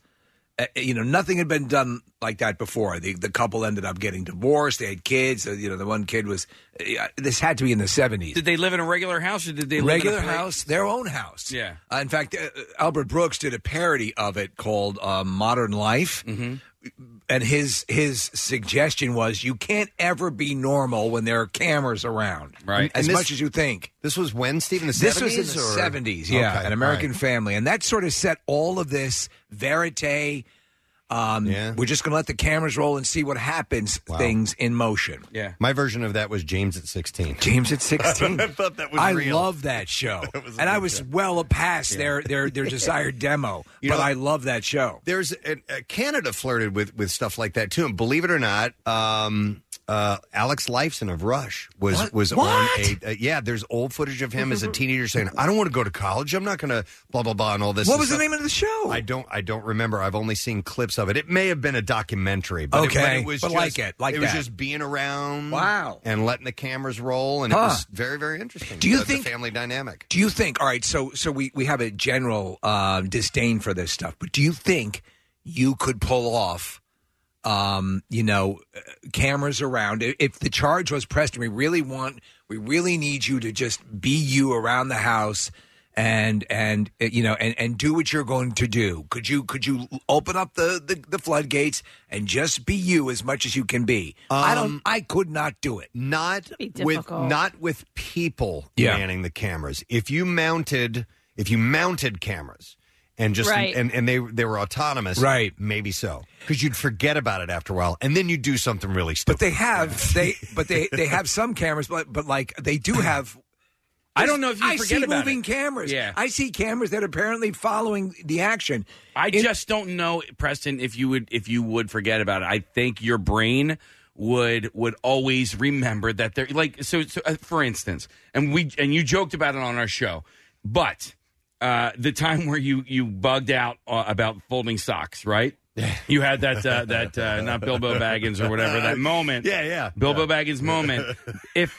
Uh, you know, nothing had been done like that before. The the couple ended up getting divorced. They had kids. Uh, you know, the one kid was. Uh, this had to be in the seventies. Did they live in a regular house or did they Regular live in a house, their own house. Yeah. Uh, in fact, uh, Albert Brooks did a parody of it called uh, Modern Life, and his his suggestion was you can't ever be normal when there are cameras around, Right. As And this- much as you think. This was when Steve in the This was in the 70s or- seventies, yeah, Okay, an American all right. Family, and that sort of set all of this verite. Um, We're just going to let the cameras roll and see what happens. Things in motion. Yeah. My version of that was James at 16. James at 16. I thought that was I real. love that show, That was a and I good was show. well past Yeah. their their their desired demo. You but know- I love that show. There's uh, uh, Canada flirted with with stuff like that too, and believe it or not, um, uh, Alex Lifeson of Rush was What? was on What? a uh, yeah. There's old footage of him as a teenager saying, "I don't want to go to college. I'm not going to blah blah blah," and all this. What and was the stuff. name of the show? I don't I don't remember. I've only seen clips of it. It may have been a documentary, but it- Okay, but it, was but just, like it, like it was that. just being around. Wow. and letting the cameras roll, and it Huh. was very very interesting. Do you the- the think- family dynamic? Do you think? All right, so so we we have a general uh, disdain for this stuff, but do you think you could pull off? Um, you know, uh, cameras around. I- If the charge was Preston, we really want, we really need you to just be you around the house, and and uh, you know, and and do what you're going to do. Could you could you open up the the, the floodgates and just be you as much as you can be? I don't. Um, I could not do it. Not with difficult. not with people Yeah. manning the cameras. If you mounted if you mounted cameras and just Right. and, and they they were autonomous, right? Maybe so, because you'd forget about it after a while, and then you do something really stupid. But they have they but they they have some cameras, but but like they do have. I don't know if you I forget see about moving it. cameras. Yeah. I see cameras that are apparently following the action. I just don't know, Preston, if you would if you would forget about it. I think your brain would would always remember that they're like so. so uh, for instance, and we and you joked about it on our show, but uh, the time where you you bugged out uh, about folding socks, right? You had that uh, that uh, not Bilbo Baggins or whatever that moment. Yeah, yeah. Bilbo Baggins moment. If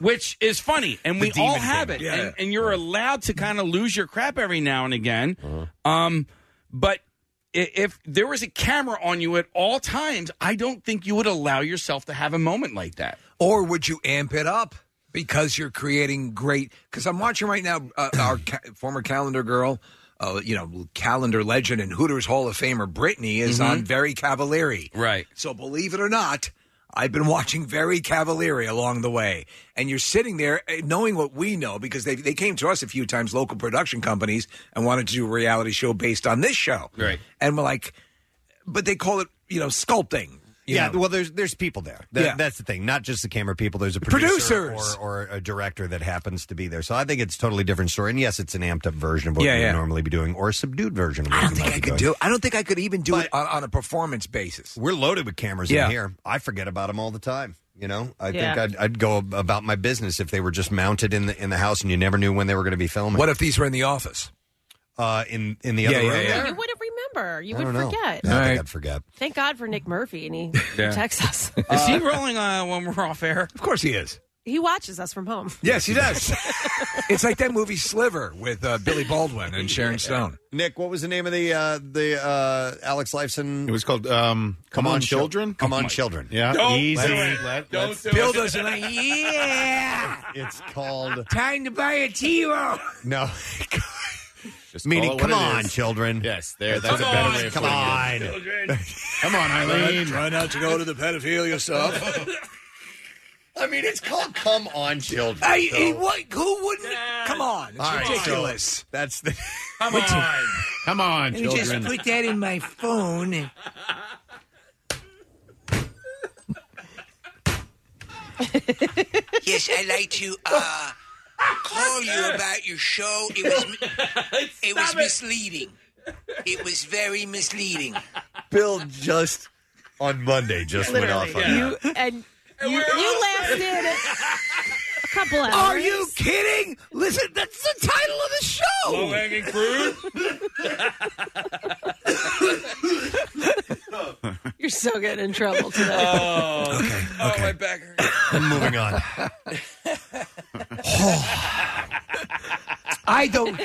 which is funny, and The we all demon have thing. it, Yeah. and, and you're allowed to kind of lose your crap every now and again. Um, but i- if there was a camera on you at all times, I don't think you would allow yourself to have a moment like that. Or would you amp it up because you're creating great? Because I'm watching right now uh, our ca- former calendar girl, uh, you know, calendar legend and Hooters Hall of Famer Brittany is Mhm. on Very Cavalieri. Right. So believe it or not, I've been watching Very Cavalieri along the way, and you're sitting there eh, knowing what we know because they they came to us a few times, local production companies, and wanted to do a reality show based on this show, Right. and we're like, but they call it you know sculpting. you yeah, know. well, there's there's people there. That, Yeah. that's the thing. Not just the camera people. There's a producer Producers. or, or a director that happens to be there. So I think it's a totally different story. And yes, it's an amped up version of what Yeah, you yeah. would normally be doing, or a subdued version. Of what I don't think I could do. I don't think I could even do it on, on a performance basis. We're loaded with cameras Yeah. in here. I forget about them all the time. You know, I think Yeah. I'd, I'd go ab- about my business if they were just mounted in the in the house and you never knew when they were going to be filming. What if these were in the office? Uh, in in the Yeah, other yeah, room. yeah. You wouldn't remember. You I would don't know. forget. Yeah, I think I'd forget. Thank God for Nick Murphy, and he Yeah. texts us. Is he rolling uh, when we're off air? Of course he is. He watches us from home. Yes, he does. it's like that movie Sliver with uh, Billy Baldwin and Sharon Stone. Nick, what was the name of the uh, the uh, Alex Lifeson? It was called um, Come, on, Chil- Children. Come on, Children. Yeah. Don't Easy. do it. Don't let's- do Bill it. doesn't like, yeah. It's called Time to buy a TiVo. No. Just Meaning, call it come what it on, is. children. Yes, there. Come That's a better on, way of come putting on. it. Come on, Eileen. Try not to go to the pedophilia stuff. I mean, it's called "Come On, Children." Hey, so- he- what, who wouldn't? Come on. It's All right, so ridiculous. that's the. Come on. Come on, Let me just children. put that in my phone. yes, I'd like to uh, call you about your show. It was it was misleading. It was very misleading. Bill just on Monday just went off on that. You and you, you lasted a couple hours. Are you kidding? Listen, that's the title of the show. Low hanging fruit. You're so getting in trouble today. okay. Oh, my back hurts. I'm moving on. I don't.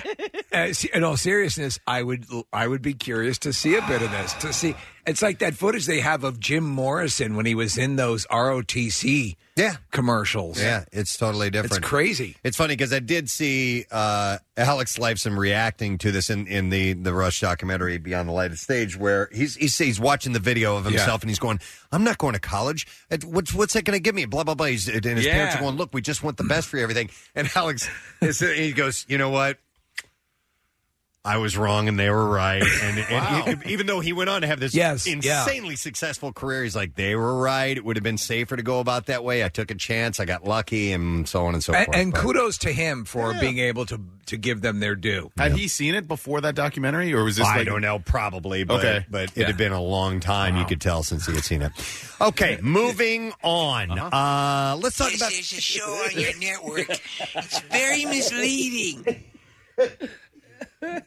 Uh, se- in all seriousness, I would I would be curious to see a bit of this. To see, it's like that footage they have of Jim Morrison when he was in those ROTC yeah commercials. Yeah, it's totally different. It's crazy. It's funny because I did see uh, Alex Lifeson reacting to this in, in the the Rush documentary Beyond the Light of Stage, where he's he's, he's watching the video of himself and he's going, "I'm not going to college. Uh, What's what's that going to give me?" Blah blah blah. He's, and his Yeah. parents are going, "Look, we just want the best for you, everything." And Alex, is, he goes, "You know what? I was wrong and they were right." And, and he- even though he went on to have this Yes, yeah. insanely successful career, he's like, "They were right. It would have been safer to go about that way. I took a chance. I got lucky, and so on and so and, forth." and But- kudos to him for being able to to give them their due. Had he seen it before that documentary, or was this? I like, don't know, probably, but Okay. but it Yeah. had been a long time. You could tell since he had seen it. Okay, moving on. uh Uh-huh. let's talk about a show on your network. It's very misleading.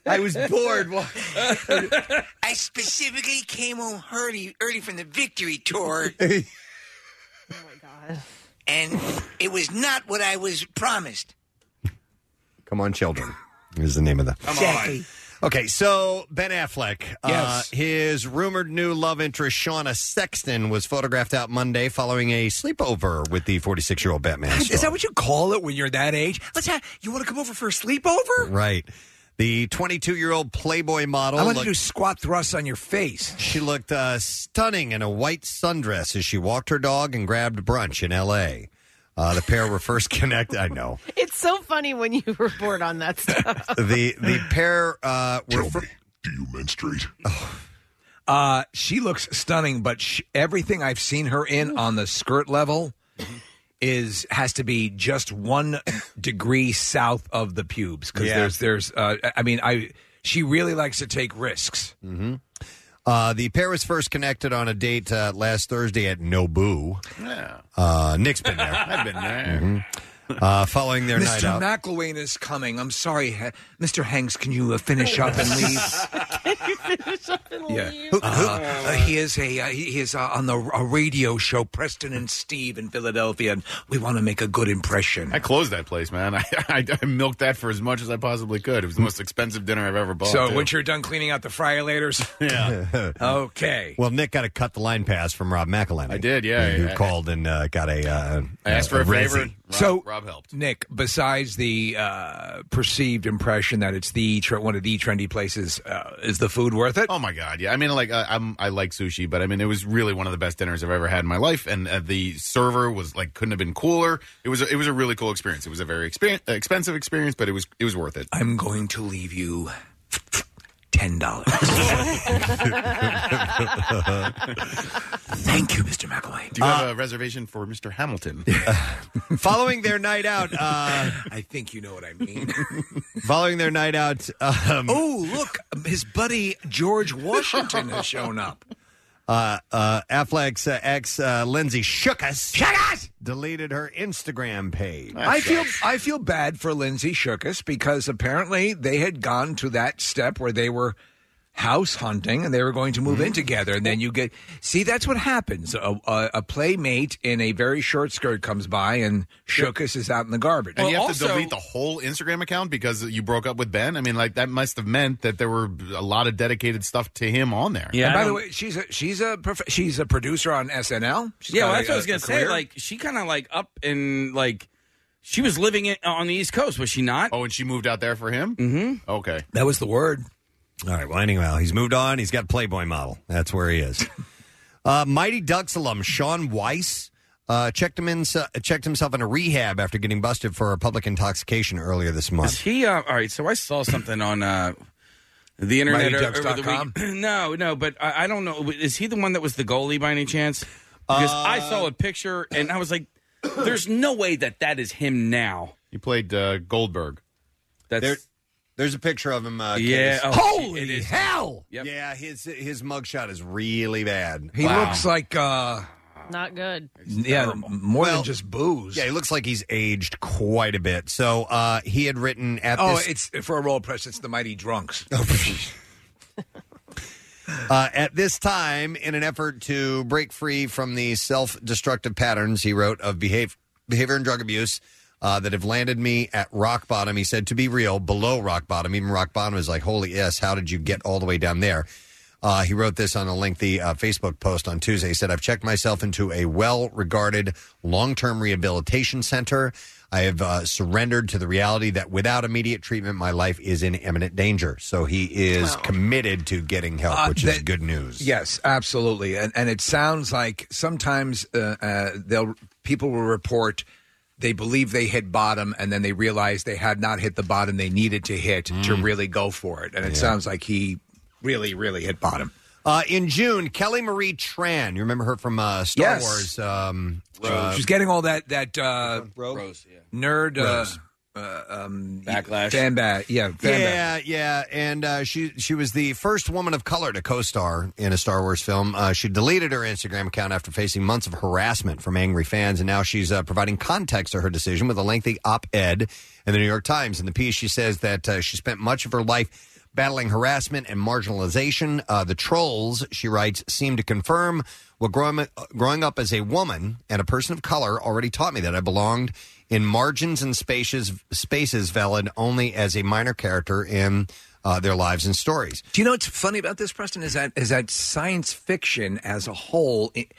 I was bored. wa- I specifically came home early, early from the victory tour. oh my god! And it was not what I was promised. Come on, children. Is the name of the. Exactly. Okay, so Ben Affleck, uh, Yes. his rumored new love interest Shauna Sexton was photographed out Monday following a sleepover with the 46 year old Batman. Is that what you call it when you're that age? Let's have. You want to come over for a sleepover? Right. The 22 year old Playboy model. I want looked- to do squat thrusts on your face. She looked uh, stunning in a white sundress as she walked her dog and grabbed brunch in L.A. Uh, the pair were first connected. I know. It's so funny when you report on that stuff. The the pair uh, were. fir- menstruate. Uh, she looks stunning, but sh everything I've seen her in on the skirt level is has to be just one degree south of the pubes because Yeah. there's there's uh, I mean I she really likes to take risks. Mm-hmm. Uh, the pair was first connected on a date uh, last Thursday at Nobu. Yeah. Uh, Nick's been there. I've been there. Mhm. Uh, following their night Mr. out. McElwain is coming. I'm sorry, ha- Mr. Hanks. Can you uh, finish up and leave? yeah. Uh, uh, he is a uh, he he is uh, on the a radio show Preston and Steve in Philadelphia, and we want to make a good impression. I closed that place, man. I, I, I milked that for as much as I possibly could. It was the most expensive dinner I've ever bought. so too. once you're done cleaning out the fryer laters, yeah. okay. Well, Nick got a cut the line pass from Rob McElhenney. I did, yeah. Who I- called and uh, got a. Uh, a resi. so Rob helped. Nick, besides the uh, perceived impression that it's the tre- one of the trendy places, uh, is the food worth it? Oh my god, yeah. I mean, like I, I'm, I like sushi, but I mean, it was really one of the best dinners I've ever had in my life, and uh, the server was like couldn't have been cooler. It was, a, it was a really cool experience. It was a very exper- expensive experience, but it was, it was worth it. I'm going to leave you ten dollars. Thank you, Mr. McElwain. Do you have a reservation for Mr. Hamilton? Following their night out, uh, I think you know what I mean. following their night out, um, oh, look, his buddy George Washington has shown up. uh, uh, Affleck's uh, ex uh, Lindsay Shookus deleted her Instagram page. I feel I feel bad for Lindsay Shookus because apparently they had gone to that step where they were house hunting and they were going to move Mm-hmm. in together, and then you get see that's what happens. A, a, a playmate in a very short skirt comes by and Shookus is out in the garbage. And you have to delete the whole Instagram account because you broke up with Ben. I mean, like that must have meant that there were a lot of dedicated stuff to him on there. And by the way, she's a she's a prof- she's a producer on SNL. She's yeah, got well, a- that's what I was a- gonna a say. career. Like she kind of like up and like she was living in, on the East Coast, was she not? Oh, and she moved out there for him. Mm-hmm. Okay, that was the word. All right. Well, anyhow, he's moved on. He's got Playboy model. That's where he is. uh, Mighty Ducks alum Sean Weiss uh, checked him in, checked himself into rehab after getting busted for public intoxication earlier this month. Is he? Uh, all right. So I saw something on uh, the internet o- over the MightyDucks.com? week. no, no, but I, I don't know. Is he the one that was the goalie by any chance? Because I Uh, saw a picture and I was like, "There's no way that that is him now." He played uh, Goldberg. That's there's a picture of him. Uh, yeah. Candace. Oh, Holy hell! Yeah, his his mugshot is really bad. He looks like uh, Not good. yeah, more than just booze. Yeah, he looks like he's aged quite a bit. So uh, he had written at oh, this it's for a roll press. It's the mighty drunks. uh, at this time in an effort to break free from the self-destructive patterns he wrote of behave, behavior and drug abuse. Uh, that have landed me at rock bottom. He said, to be real, below rock bottom. Even rock bottom is like, holy yes, how did you get all the way down there? Uh, he wrote this on a lengthy uh, Facebook post on Tuesday. He said, I've checked myself into a well regarded long term rehabilitation center. I have uh, surrendered to the reality that without immediate treatment, my life is in imminent danger. So he is committed to getting help, Uh, which is that- good news. Yes, absolutely, and and it sounds like sometimes uh, uh, they'll people will report they believe they hit bottom, and then they realize they had not hit the bottom they needed to hit to really go for it. And it Mm. Yeah. sounds like he really, really hit bottom. Uh, in June, Kelly Marie Tran, you remember her from uh, Star Yes. Wars? Um, uh, She's getting all that that uh, nerd. Rose. Uh, uh, um, Backlash. fan ba- yeah, fan ba- yeah, yeah, and uh, she she was the first woman of color to co-star in a Star Wars film. Uh, she deleted her Instagram account after facing months of harassment from angry fans, and now she's uh, providing context to her decision with a lengthy op-ed in the New York Times. In the piece, she says that uh, she spent much of her life battling harassment and marginalization. Uh, the trolls, she writes, seem to confirm what growing, growing up as a woman and a person of color already taught me that I belonged in margins and spaces, spaces valid only as a minor character in uh, their lives and stories. Do you know what's funny about this, Preston? Is that is that science fiction as a whole it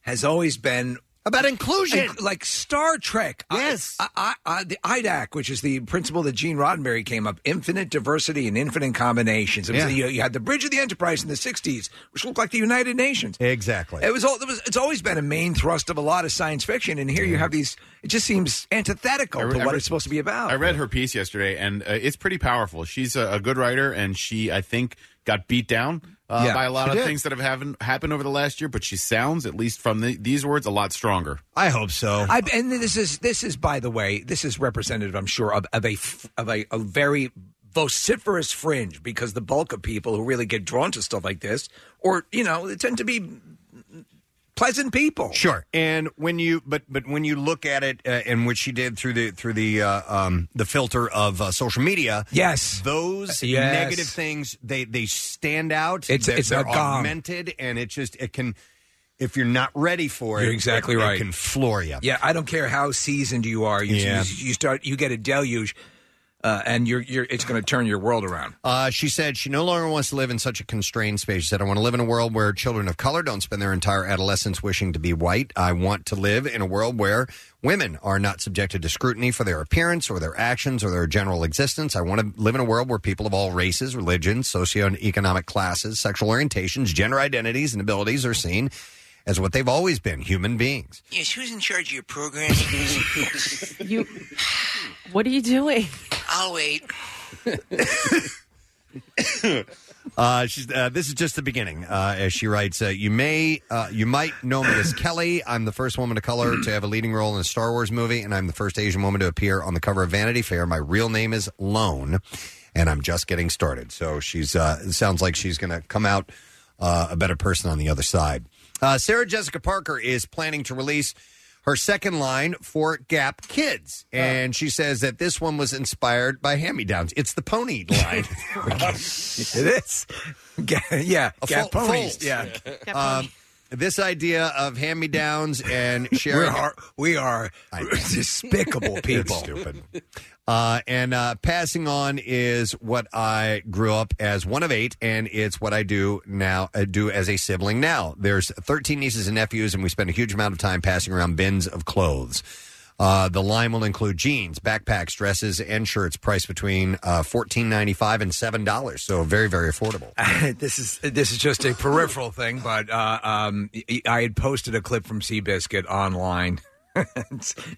has always been about inclusion, like Star Trek. Yes, I, I, I, the IDAC, which is the principle that Gene Roddenberry came up, infinite diversity and infinite combinations. It was Yeah. the- you, you had the Bridge of the Enterprise in the '60s, which looked like the United Nations. Exactly. It was all. It was, it's always been a main thrust of a lot of science fiction, and here you have these. It just seems antithetical to I what re- it's supposed to be Oh. about. I read her piece yesterday, and uh, it's pretty powerful. She's a, a good writer, and she, I think, got beat down uh, Yeah, by a lot she of did. things that have happened, happened over the last year. But she sounds, at least from the, these words, a lot stronger. I hope so. I, and this is this is by the way, this is representative, I'm sure, of, of a f- of a, a very vociferous fringe because the bulk of people who really get drawn to stuff like this, or you know, they tend to be pleasant people. Sure, and when you but but when you look at it, uh, and which she did through the through the uh, um, the filter of uh, social media, Yes. those Yes. negative things they they stand out. It's- they're, it's they're a gong. augmented, and it just it can if you're not ready for it, You're exactly it- right. It can floor you. Yeah, I don't care how seasoned you are. You Yeah. you, you start you get a deluge, uh, and you're you're it's going to turn your world around. Uh, she said she no longer wants to live in such a constrained space. She said, I want to live in a world where children of color don't spend their entire adolescence wishing to be white. I want to live in a world where women are not subjected to scrutiny for their appearance or their actions or their general existence. I want to live in a world where people of all races, religions, socioeconomic classes, sexual orientations, gender identities, and abilities are seen as what they've always been human beings. Yes, who's in charge of your program? you. What are you doing? I'll wait. Uh, she's, uh, this is just the beginning. Uh, as she writes, uh, you may, uh, you might know me as Kelly. I'm the first woman of color to have a leading role in a Star Wars movie, and I'm the first Asian woman to appear on the cover of Vanity Fair. My real name is Lone, and I'm just getting started. So she's, uh, it sounds like she's going to come out uh, a better person on the other side. Uh, Sarah Jessica Parker is planning to release her second line for Gap Kids, Oh. and she says that this one was inspired by hand-me-downs. It's the pony line. it is. yeah, A Gap full- ponies, full. yeah. Gap Um, this idea of hand me downs and sharing. We're har- we are despicable people. stupid. Uh, and uh, passing on is what I grew up as one of eight, and it's what I do now. Uh, do as a sibling now. There's 13 nieces and nephews, and we spend a huge amount of time passing around bins of clothes. Uh, the line will include jeans, backpacks, dresses, and shirts, priced between uh, $14.95 and seven dollars. So very, very affordable. this is this is just a peripheral thing, but uh, um, I- I had posted a clip from Seabiscuit online.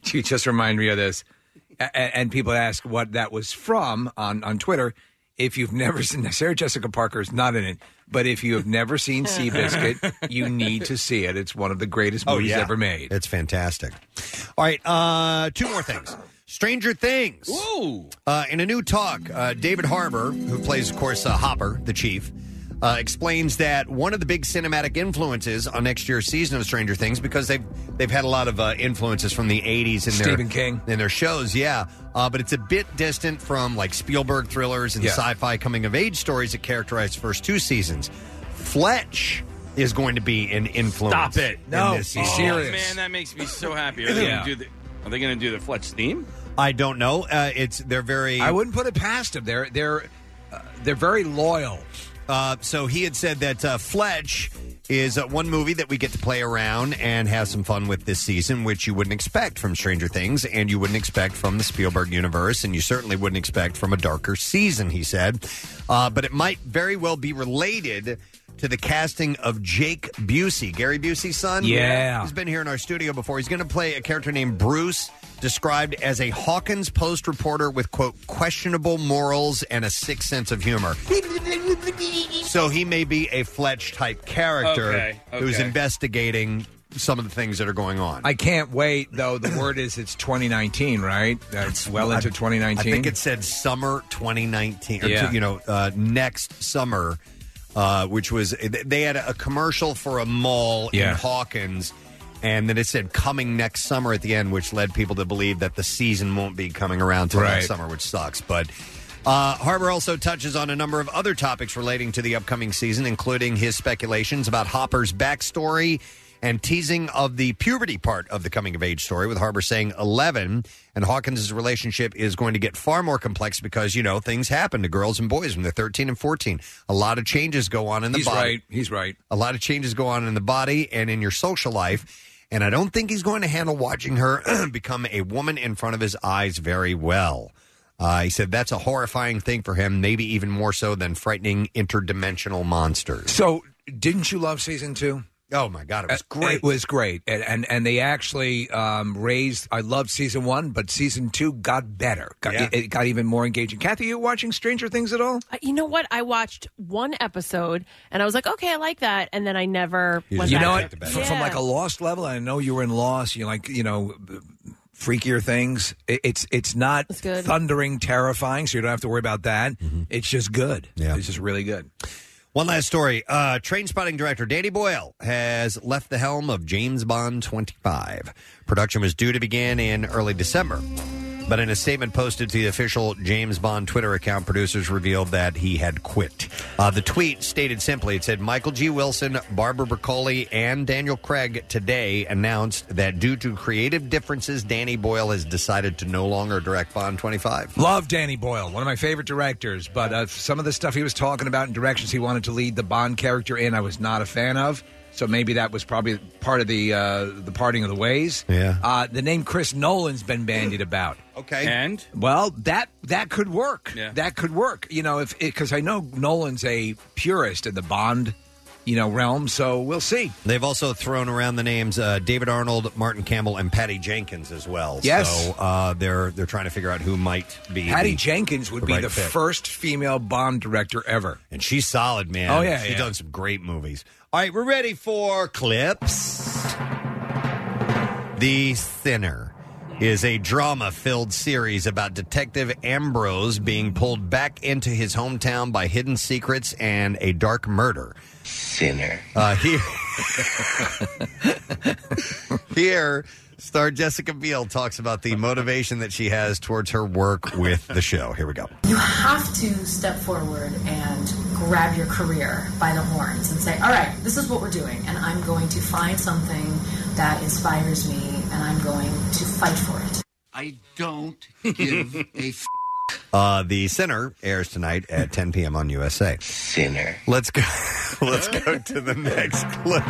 she just reminded me of this, A- a- and people ask what that was from on on Twitter. If you've never seen Sarah Jessica Parker is not in it, but if you have never seen Seabiscuit, you need to see it. It's one of the greatest Oh, movies ever made. It's fantastic. All right, uh, two more things. Stranger Things. Whoa! Uh, in a new talk, uh, David Harbour, who plays, of course, uh, Hopper, the chief, uh, explains that one of the big cinematic influences on next year's season of Stranger Things, because they've they've had a lot of uh, influences from the '80s in Stephen their King in their shows, yeah. Uh, but it's a bit distant from like Spielberg thrillers and Yeah. sci-fi coming of age stories that characterized the first two seasons. Fletch is going to be an influence. Stop it! in this season. Oh, man, that makes me so happy. Are they Yeah. going to do the? Are they going to do the Fletch theme? I don't know. Uh, it's they're very. I wouldn't put it past them. They're they're uh, they're very loyal. Uh, so he had said that uh, Fletch is uh, one movie that we get to play around and have some fun with this season, which you wouldn't expect from Stranger Things, and you wouldn't expect from the Spielberg universe, and you certainly wouldn't expect from a darker season. He said, uh, but it might very well be related. To the casting of Jake Busey, Gary Busey's son. Yeah. He's been here in our studio before. He's going to play a character named Bruce, described as a Hawkins Post reporter with, quote, questionable morals and a sick sense of humor. So he may be a Fletch type character Okay, who's okay. investigating some of the things that are going on. I can't wait though. The word is it's 2019, right? That's well into I- 2019. I think it said summer 2019, or Yeah. you know, uh, next summer, uh, which was they had a commercial for a mall Yeah. in Hawkins. And then it said coming next summer at the end, which led people to believe that the season won't be coming around till Right. next summer, which sucks. But uh, Harbour also touches on a number of other topics relating to the upcoming season, including his speculations about Hopper's backstory and teasing of the puberty part of the coming of age story, with Harbour saying 11. And Hawkins' relationship is going to get far more complex because, you know, things happen to girls and boys when they're 13 and 14. A lot of changes go on in the He's body. right. He's right. A lot of changes go on in the body and in your social life. and I don't think he's going to handle watching her become a woman in front of his eyes very well. Uh, he said that's a horrifying thing for him, maybe even more so than frightening interdimensional monsters. So, didn't you love season two? Oh my God, it was great. Uh, It was great, and and, and they actually um, raised. I loved season one, but season two got better. Got, Yeah. it, it got even more engaging. Kathy, you watching Stranger Things at all? Uh, You know what? I watched one episode and I was like, okay, I like that, and then I never. went you back know to what? it. From, from Yeah. like a lost level, I know you were in loss. You like you know. Freakier things. It- It's it's not good. thundering, terrifying, so you don't have to worry about that. Mm-hmm. It's just good. Yeah, it's just really good. One last story. Uh, train spotting director Danny Boyle has left the helm of James Bond 25. Production was due to begin in early December. But in a statement posted to the official James Bond Twitter account, producers revealed that he had quit. Uh, the tweet stated simply it said, Michael G. Wilson, Barbara Broccoli, and Daniel Craig today announced that due to creative differences, Danny Boyle has decided to no longer direct Bond 25. Love Danny Boyle, one of my favorite directors. But uh, some of the stuff he was talking about and directions he wanted to lead the Bond character in, I was not a fan of. So maybe that was probably part of the uh, the parting of the ways. Yeah. Uh, the name Chris Nolan's been bandied about. Okay. And well, that that could work. Yeah. That could work. You know, if because I know Nolan's a purist in the Bond, you know, realm. So we'll see. They've also thrown around the names uh, David Arnold, Martin Campbell, and Patty Jenkins as well. Yes. so uh, they're they're trying to figure out who might be. Patty the- Jenkins would the be right the fit. first female Bond director ever, and she's solid, man. Oh yeah, she's yeah. done some great movies. All right, we're ready for clips. The Sinner is a drama filled series about Detective Ambrose being pulled back into his hometown by hidden secrets and a dark murder. Sinner. Uh, here, here, star Jessica Biel talks about the motivation that she has towards her work with the show. Here we go. You have to step forward and grab your career by the horns and say, all right, this is what we're doing, and I'm going to find something that inspires me, and I'm going to fight for it. I don't give a f- Uh, the Sinner airs tonight at 10 p.m. on USA. Sinner. Let's go. Let's go to the next clip.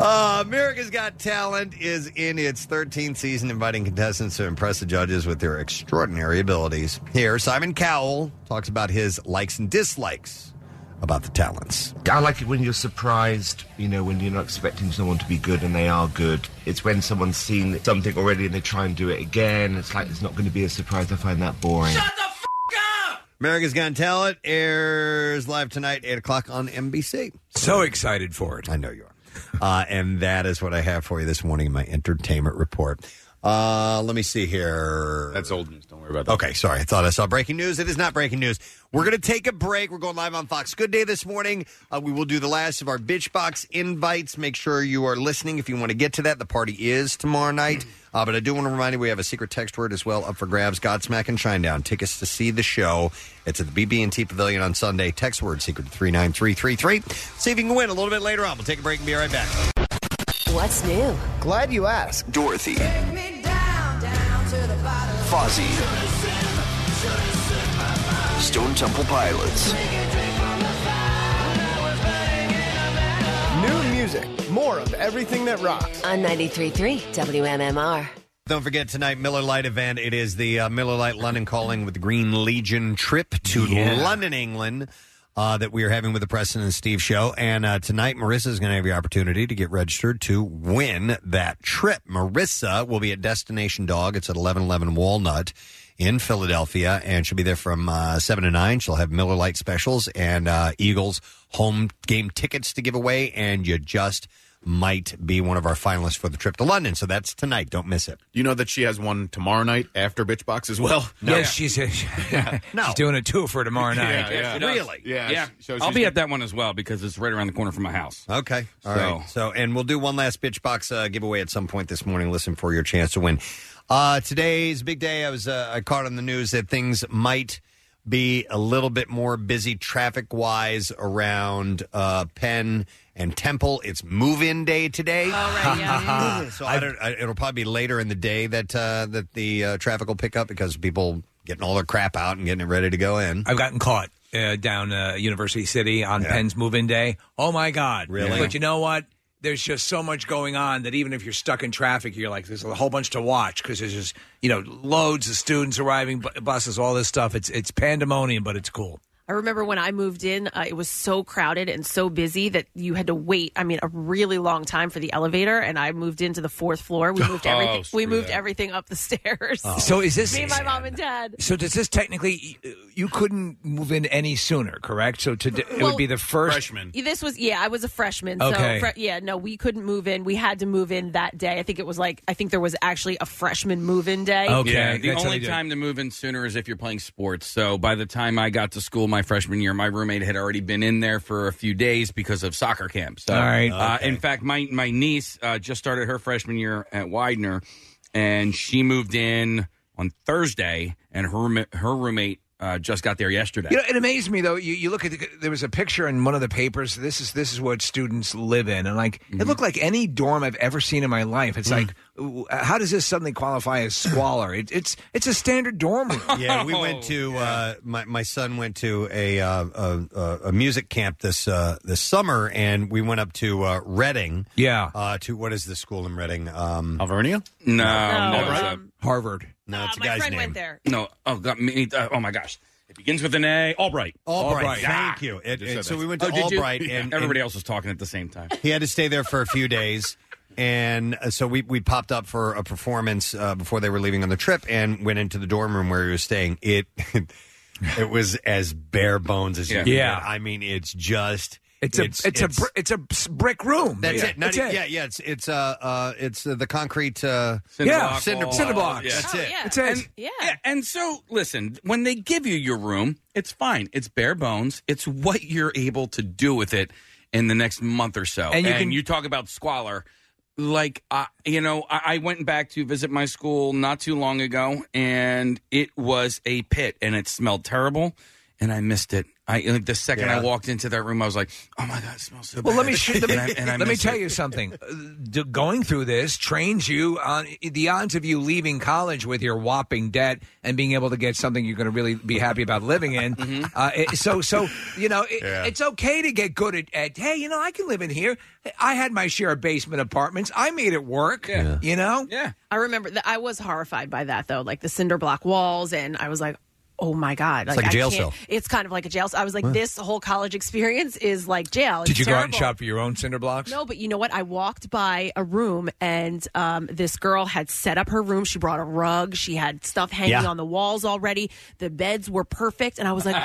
Uh, America's Got Talent is in its 13th season, inviting contestants to impress the judges with their extraordinary abilities. Here, Simon Cowell talks about his likes and dislikes about the talents. I like it when you're surprised, you know, when you're not expecting someone to be good and they are good. It's when someone's seen something already and they try and do it again. It's like it's not going to be a surprise. I find that boring. America's Got Talent airs live tonight, 8 o'clock on NBC. So excited for it. I know you are. Uh, and that is what I have for you this morning in my entertainment report. Uh, let me see here. That's old news. Don't worry about that. Okay, sorry. I thought I saw breaking news. It is not breaking news. We're going to take a break. We're going live on Fox Good Day this morning. Uh, we will do the last of our Bitch Box invites. Make sure you are listening if you want to get to that. The party is tomorrow night. Uh, but I do want to remind you we have a secret text word as well up for grabs. Godsmack and Shinedown. Tickets to see the show. It's at the BB&T Pavilion on Sunday. Text word secret to 39333. See if you can win a little bit later on. We'll take a break and be right back. What's new? Glad you asked. Dorothy. Fozzie. Stone Temple Pilots. New music. More of everything that rocks. On 93.3 WMMR. Don't forget tonight, Miller Lite event. It is the uh, Miller Lite London Calling with the Green Legion trip to Yeah. London, England. Uh, that we are having with the Preston and Steve show. And uh, tonight, Marissa is going to have your opportunity to get registered to win that trip. Marissa will be at Destination Dog. It's at 1111 Walnut in Philadelphia. And she'll be there from uh, 7 to 9. She'll have Miller Lite specials and uh, Eagles home game tickets to give away. And you just might be one of our finalists for the trip to London. So that's tonight. Don't miss it. You know that she has one tomorrow night after Bitch Box as well. Yeah, she's a, she's doing a two for tomorrow night. Yeah. Yeah. So I'll she's be at that one as well because it's right around the corner from my house. Okay. All So- right. so. and we'll do one last bitch box uh, giveaway at some point this morning. Listen for your chance to win. Uh, today's big day. I was uh, I caught on the news that things might be a little bit more busy traffic wise around uh, Penn and Temple. It's move-in day today. right, yeah. so I don't. I, it'll probably be later in the day that uh, that the uh, traffic will pick up because people getting all their crap out and getting it ready to go in. I've gotten caught. uh, down uh, University City on Penn's move-in day. Oh my God! Really? But you know what? There's just so much going on that even if you're stuck in traffic, you're like, there's a whole bunch to watch because there's just you know loads of students arriving, bu- buses, all this stuff. It's it's pandemonium, but it's cool. I remember when I moved in, uh, it was so crowded and so busy that you had to wait. I mean, a really long time for the elevator. And I moved into the fourth floor. We moved Oh, everything. we screw moved that. everything up the stairs. Oh. So is this- me, and my mom, and dad? So does this technically you couldn't move in any sooner, correct? So to, it would be the first freshman. This was yeah. I was a freshman. Okay. So fre- yeah, no, we couldn't move in. We had to move in that day. I think it was like I think there was actually a freshman move-in day. Yeah, the only time to move in sooner is if you're playing sports. So by the time I got to school my freshman year, my roommate had already been in there for a few days because of soccer camp. So, All right. Uh, Okay. In fact, my my niece uh, just started her freshman year at Widener, and she moved in on Thursday, and her room- her roommate uh, just got there yesterday. You know, it amazed me though. You, you look at the, there was a picture in one of the papers. This is this is what students live in, and like it looked like any dorm I've ever seen in my life. It's like, w- how does this suddenly qualify as squalor? It, it's it's a standard dorm. room. Yeah, we went to uh, my my son went to a uh, a, a- a music camp this uh, this summer, and we went up to uh, Reading. Yeah, uh, to what is the school in Reading? Um, Alvernia? no, No, no, it's, it's, uh, uh, Harvard. No, it's a my guy's friend name. went there. No, oh god, me, uh, oh my gosh, it begins with an A. Albright, Albright, Ah. thank you. It- Just it- said so that. we went to Oh, did you? Albright, Yeah. and- everybody and- else was talking at the same time. He had to stay there for a few days. And uh, so we, we popped up for a performance uh, before they were leaving on the trip and went into the dorm room where he was staying. It it was as bare bones as you Yeah. can Yeah. get. I mean, it's just It's a it's, a br- it's a brick room. that's Yeah. it. Not That's e- it. Yeah, yeah. It's it's uh, uh it's uh, the concrete uh, Cinderblock cinder, wall. blocks. Yeah. That's Oh, it. yeah. That's it. And, yeah. And so, listen, when they give you your room, it's fine. It's bare bones. It's what you're able to do with it in the next month or so. And you can- you talk about squalor. Like, uh, you know, I, I went back to visit my school not too long ago, and it was a pit, and it smelled terrible, and I missed it. I like the second I Yeah. walked into that room, I was like, "Oh my god, it smells so Well, bad." let me sh- let me, And I- and I let me miss tell it. you something. Uh, d- Going through this trains you on the odds of you leaving college with your whopping debt and being able to get something you're going to really be happy about living in. Mm-hmm. Uh, it- so, so you know, it, it's okay to get good at, at. Hey, you know, I can live in here. I had my share of basement apartments. I made it work. You know. Yeah. I remember that I was horrified by that though, like the cinder block walls, and I was like, "Oh my god!" It's like a I jail can't- cell. It's kind of like a jail. cell. I was like, Wow. "This whole college experience is like jail." It's Did you go out and terrible. shop for your own cinder blocks? No, but you know what? I walked by a room and um, this girl had set up her room. She brought a rug. She had stuff hanging Yeah. on the walls already. The beds were perfect. And I was like,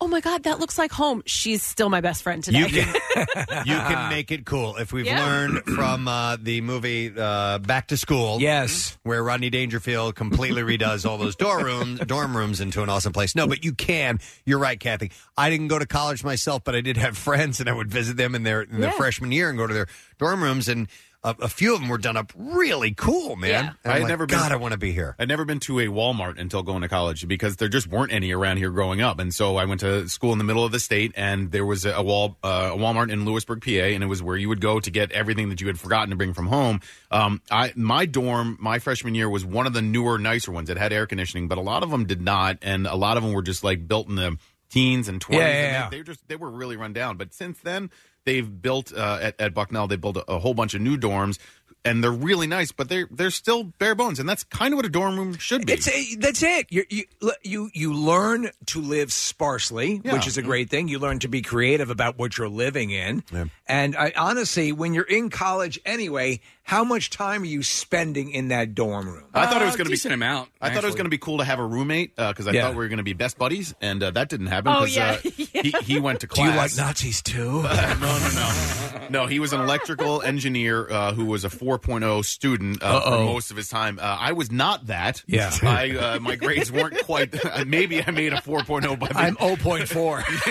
oh my God, that looks like home. She's still my best friend today. You can, you can make it cool. If we've Yeah. learned from uh, the movie uh, Back to School, yes, where Rodney Dangerfield completely redoes all those dorm rooms, dorm rooms into an awesome place. No, but you can. You're right, Kathy. I didn't go to college myself, but I did have friends, and I would visit them in their in their Yeah. freshman year and go to their dorm rooms, and a, a few of them were done up really cool, man. And I'm I had like, never been. God, I want to be here. I'd never been to a Walmart until going to college because there just weren't any around here growing up, and so I went to school in the middle of the state, and there was a, a wall uh, a Walmart in Lewisburg, PA, and it was where you would go to get everything that you had forgotten to bring from home. Um, I my dorm my freshman year was one of the newer, nicer ones. It had air conditioning, but a lot of them did not, and a lot of them were just like built in the teens and twenties. Yeah, yeah, yeah. they, they just they were really run down. But since then, they've built uh, at, at Bucknell. They built a, a whole bunch of new dorms, and they're really nice. But they're they're still bare bones, and that's kind of what a dorm room should be. It's a, that's it. You're, you you you learn to live sparsely, Yeah. which is a great thing. You learn to be creative about what you're living in. And I, honestly, when you're in college anyway, how much time are you spending in that dorm room? I thought it was going to be decent amount. Uh, I thought it was actually. going to be cool to have a roommate because I Yeah. thought we were going to be best buddies, and uh, that didn't happen. Oh, 'cause, yeah. uh, he, he went to Do class. you like Nazis too? No, he was an electrical engineer uh, who was a 4.0 student uh, for Uh-oh. most of his time. Uh, I was not that. Yeah. I, uh, my grades weren't quite. uh, maybe I made a 4.0 by the I'm 0.4.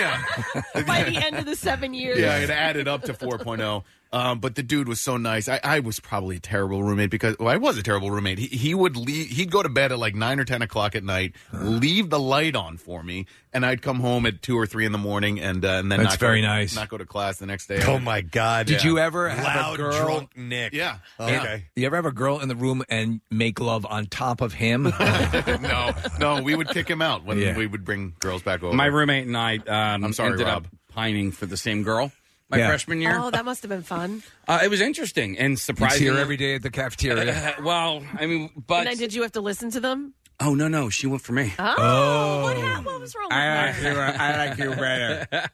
yeah. By the end of the seven years. Yeah, it added up to 4.0. Um, but the dude was so nice. I, I was probably a terrible roommate because well, I was a terrible roommate. He, he would leave. He'd go to bed at like nine or ten o'clock at night, leave the light on for me, and I'd come home at two or three in the morning, and uh, and then That's not go- very nice. Not go to class the next day. Oh, my God. Did you ever have a Loud, girl- drunk Nick? Yeah. Yeah. You ever have a girl in the room and make love on top of him? Yeah. no, no, we would kick him out when Yeah. we would bring girls back over. My roommate and I. Um, I'm sorry, ended Rob. Up pining for the same girl my Yeah. freshman year. Oh, that must have been fun. Uh, it was interesting and surprising. her every day at the cafeteria. well, I mean, and but then did you have to listen to them? oh no, no, she went for me. Oh, Oh. What, ha- what was wrong? I with like you. I like you better.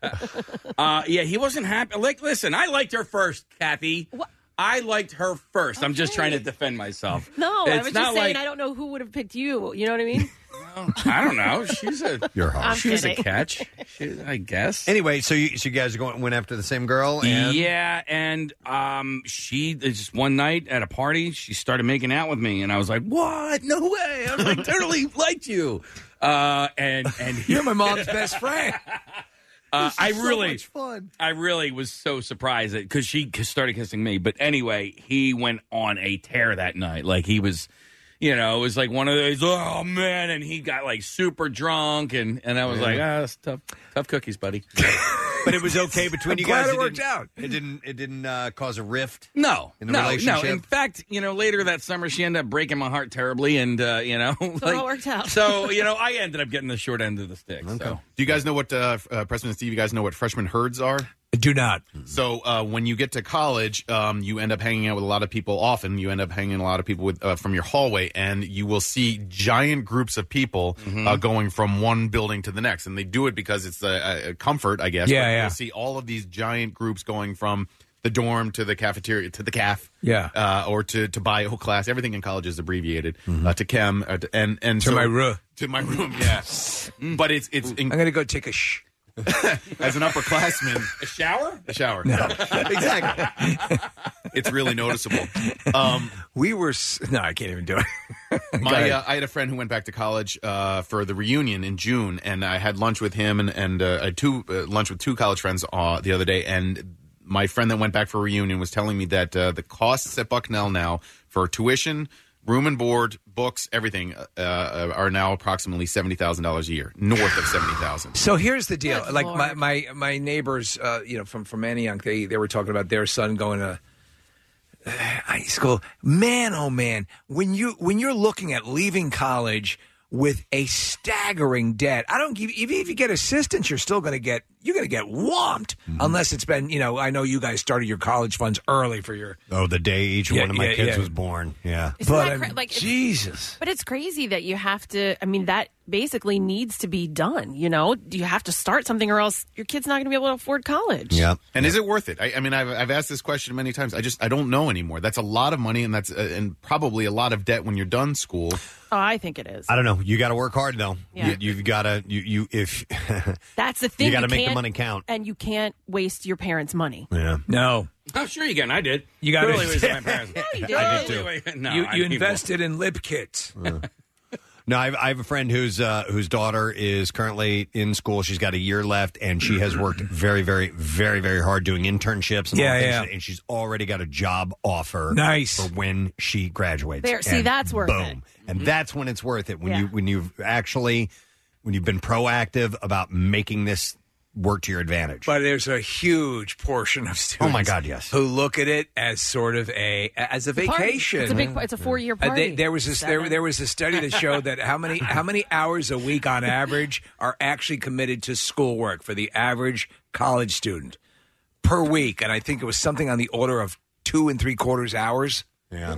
uh, yeah, he wasn't happy. Like, listen, I liked her first, Kathy. I liked her first. I'm just trying to defend myself. that? No, I It's was not just saying like- I don't know who would have picked you. You know what I mean? I don't know. She's a You're harsh. I'm She's a kidding. catch. She, I guess. Anyway, so you, so you guys are going went after the same girl. And Yeah, and um, she just one night at a party, she started making out with me, and I was like, "What? No way!" I was like, "Totally liked you." Uh, and and you're my mom's best friend. Uh, This is I so really, much fun. I really was so surprised because she k- started kissing me. But anyway, he went on a tear that night. Like he was, you know, it was like one of those. Oh man! And he got like super drunk, and and I was Yeah. like, ah, that's tough, tough cookies, buddy. but it was okay between I'm you glad guys. it worked didn't- out. It didn't. It didn't uh, cause a rift. No, in the no, relationship. no. In fact, you know, later that summer, she ended up breaking my heart terribly, and uh, you know, so it all worked out. So you know, I ended up getting the short end of the stick. So. Do you guys know what uh, f- uh, Pressman and Steve? You guys know what freshman herds are? Do not. So uh, when you get to college, um, you end up hanging out with a lot of people. Often you end up hanging a lot of people with uh, from your hallway, and you will see giant groups of people Mm-hmm. uh, going from one building to the next. And they do it because it's a, a comfort, I guess. Yeah, But yeah. You'll see all of these giant groups going from the dorm to the cafeteria to the caf. Yeah. Uh, or to, to bio class. Everything in college is abbreviated uh, to chem uh, to, and and Mm-hmm. To so- my room. Mm. to my room. Yeah. but it's it's. I'm gonna go take a sh. As an upperclassman, a shower, a shower. exactly. it's really noticeable. Um, we were s- no, I can't even do it. Go My, ahead. uh, I had a friend who went back to college uh, for the reunion in June, and I had lunch with him and and uh, I had two uh, lunch with two college friends uh, the other day, and my friend that went back for a reunion was telling me that uh, the costs at Bucknell now for tuition, room and board, books, everything uh, uh, are now approximately seventy thousand dollars a year, north of seventy thousand. So here's the deal. like my, my my neighbors, uh, you know, from from Antioch, they they were talking about their son going to uh, high school. Man, oh man, when you when you're looking at leaving college with a staggering debt, I don't give. Even if you get assistance, you're still going to get you're going to get whomped unless it's been. You know, I know you guys started your college funds early for your. Oh, the day each Yeah, one of my yeah, kids yeah. was born. Yeah. Isn't But, that I cra- mean, like, it's- Jesus. But it's crazy that you have to. I mean, that basically needs to be done. You know, you have to start something, or else your kid's not going to be able to afford college. And is it worth it? I, I mean, I've, I've asked this question many times. I just I don't know anymore. That's a lot of money, and that's uh, and probably a lot of debt when you're done school. Oh, I think it is. I don't know. You got to work hard though. Yeah. You, you've got to you you if That's the thing. You gotta make the can't- money count. and you can't waste your parents' money. yeah. No. Oh, sure you can. I did. You got Clearly it was my parents. No, you I didn't. did too. No, you I you mean, invested in lip kits. No, I've, I have a friend whose uh, whose daughter is currently in school. She's got a year left, and she has worked very, very, very, very hard doing internships. And all Yeah, things, yeah. And she's already got a job offer. Nice. for when she graduates. There- see, And that's worth boom. it. and that's when it's worth it when Yeah. you when you've actually when you've been proactive about making this work to your advantage. But there's a huge portion of students. Oh my God, yes. Who look at it as sort of a as a It's a party. vacation. It's a big. It's a four-year Uh, party. they- there was this, there, there was a study that showed that how many how many hours a week on average are actually committed to schoolwork for the average college student per week, and I think it was something on the order of two and three quarters hours. Yeah.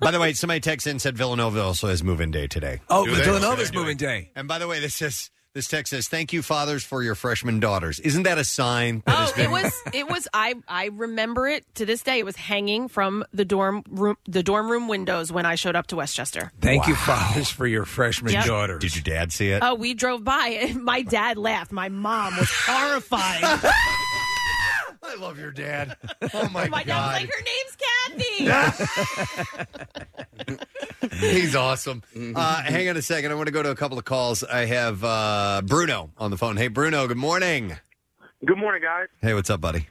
By the way, somebody texts in and said Villanova also has move-in day today. Oh, but Villanova's moving day. And by the way, this is this text says, "Thank you, fathers, for your freshman daughters." Isn't that a sign? That Oh, it was it was I I remember it to this day. It was hanging from the dorm room the dorm room windows when I showed up to Westchester. Thank you, fathers, for your freshman Yep. daughters. Did your dad see it? Oh, we drove by and my dad laughed. My mom was horrified. I love your dad. Oh my, dad's God. like, her name's Kathy. He's awesome. Mm-hmm. Uh, hang on a second. I want to go to a couple of calls. I have uh, Bruno on the phone. Hey, Bruno. Good morning. Good morning, guys. Hey, what's up, buddy?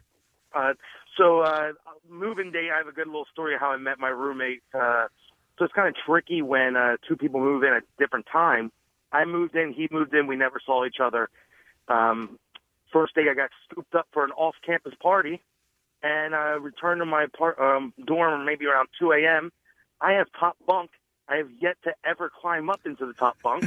Uh, it's So uh, moving day, I have a good little story of how I met my roommate. Uh, so it's kind of tricky when uh, two people move in at different time. I moved in, he moved in, we never saw each other. Um, first day, I got scooped up for an off-campus party, and I returned to my par- um, dorm maybe around 2 a.m. I have top bunk. I have yet to ever climb up into the top bunk,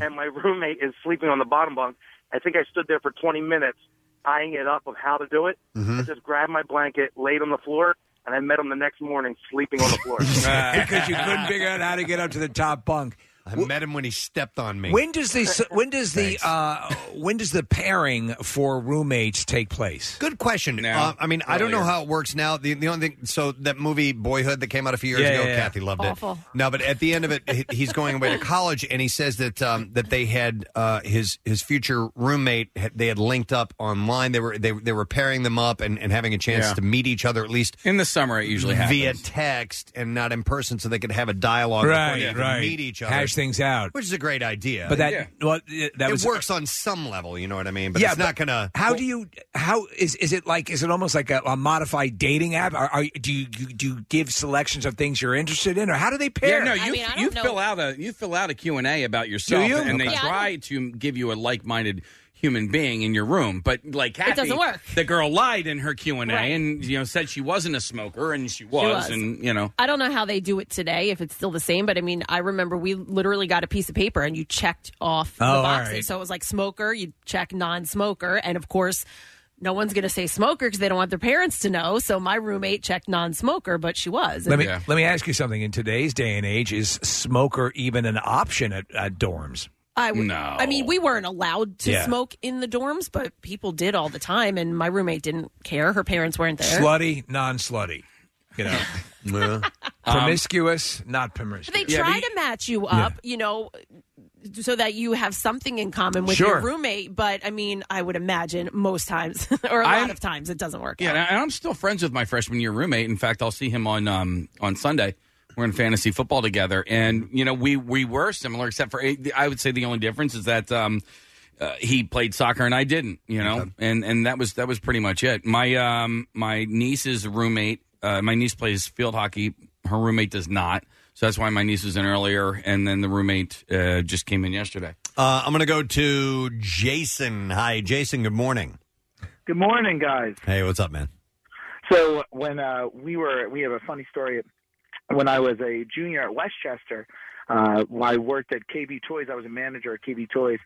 and my roommate is sleeping on the bottom bunk. I think I stood there for 20 minutes eyeing it up of how to do it. I just grabbed my blanket, laid on the floor, and I met him the next morning sleeping on the floor. because you couldn't figure out how to get up to the top bunk. I met him when he stepped on me. When does the when does the uh, when does the pairing for roommates take place? Good question. Uh, I mean, I don't know Earlier. how it works now. The, the only thing, so that movie Boyhood that came out a few years Yeah, ago, yeah, yeah. Kathy loved Awful. it. No, but at the end of it, he- he's going away to college, and he says that um, that they had uh, his his future roommate. had- They had linked up online. They were they, they were pairing them up and, and having a chance Yeah. to meet each other at least in the summer. It usually happens. via text and not in person, so they could have a dialogue before Right, they even right. meet each other, Hash things out. which is a great idea. But that well, that it was works on some level, you know what I mean? But it's not going to. How do you? How is? Is it like? Is it almost like a, a modified dating app? Are, are do you, you do you give selections of things you're interested in, or how do they pair? Yeah, no, you you fill out a you fill out a Q and A about yourself, Do you? and they Okay. Yeah, I try to give you a like minded human being in your room, but like Kathy, doesn't work. The girl lied in her Q and A, Right. and you know said she wasn't a smoker, and she was, was. and you know. I don't know how they do it today, if it's still the same, but I mean, I remember we literally got a piece of paper and you checked off Oh, the all boxes. right. So it was like smoker, you check non smoker. And of course, no one's going to say smoker because they don't want their parents to know. So my roommate checked non smoker, but she was. Let me And- let me ask you something. In today's day and age, is smoker even an option at, at dorms? I w- I mean, we weren't allowed to Yeah. smoke in the dorms, but people did all the time. And my roommate didn't care. Her parents weren't there. slutty, non-slutty. You know, promiscuous, not But promiscuous. they try to match you up, you know, so that you have something in common with Sure. your roommate. But I mean, I would imagine most times or a lot I'm- of times it doesn't work. Yeah, out. and I- and I'm still friends with my freshman year roommate. In fact, I'll see him on um, on Sunday. We're in fantasy football together, and you know we we were similar, except for eh, I would say the only difference is that um, uh, he played soccer and I didn't. You know, and and that was that was pretty much it. My um my niece's roommate, uh, my niece plays field hockey. Her roommate does not, so that's why my niece was in earlier, and then the roommate uh, just came in yesterday. Uh, I'm going to go to Jason. Hi, Jason. Good morning. Good morning, guys. Hey, what's up, man? So when uh, we were, we have a funny story. When I was a junior at Westchester, uh, I worked at KB Toys. I was a manager at KB Toys.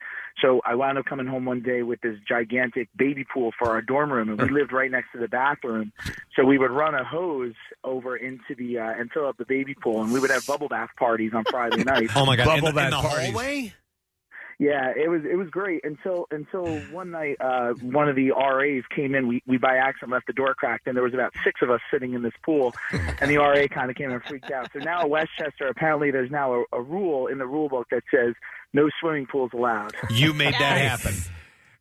So I wound up coming home one day with this gigantic baby pool for our dorm room, and we lived right next to the bathroom. So we would run a hose over into the uh, and fill up the baby pool, and we would have bubble bath parties on Friday nights. Oh my God! in the, in the hallway. Yeah, it was it was great until until one night uh, one of the RAs came in. We we by accident left the door cracked, and there was about six of us sitting in this pool, and the RA kind of came and freaked out. So now at Westchester, apparently there's now a, a rule in the rule book that says no swimming pools allowed. You made that happen.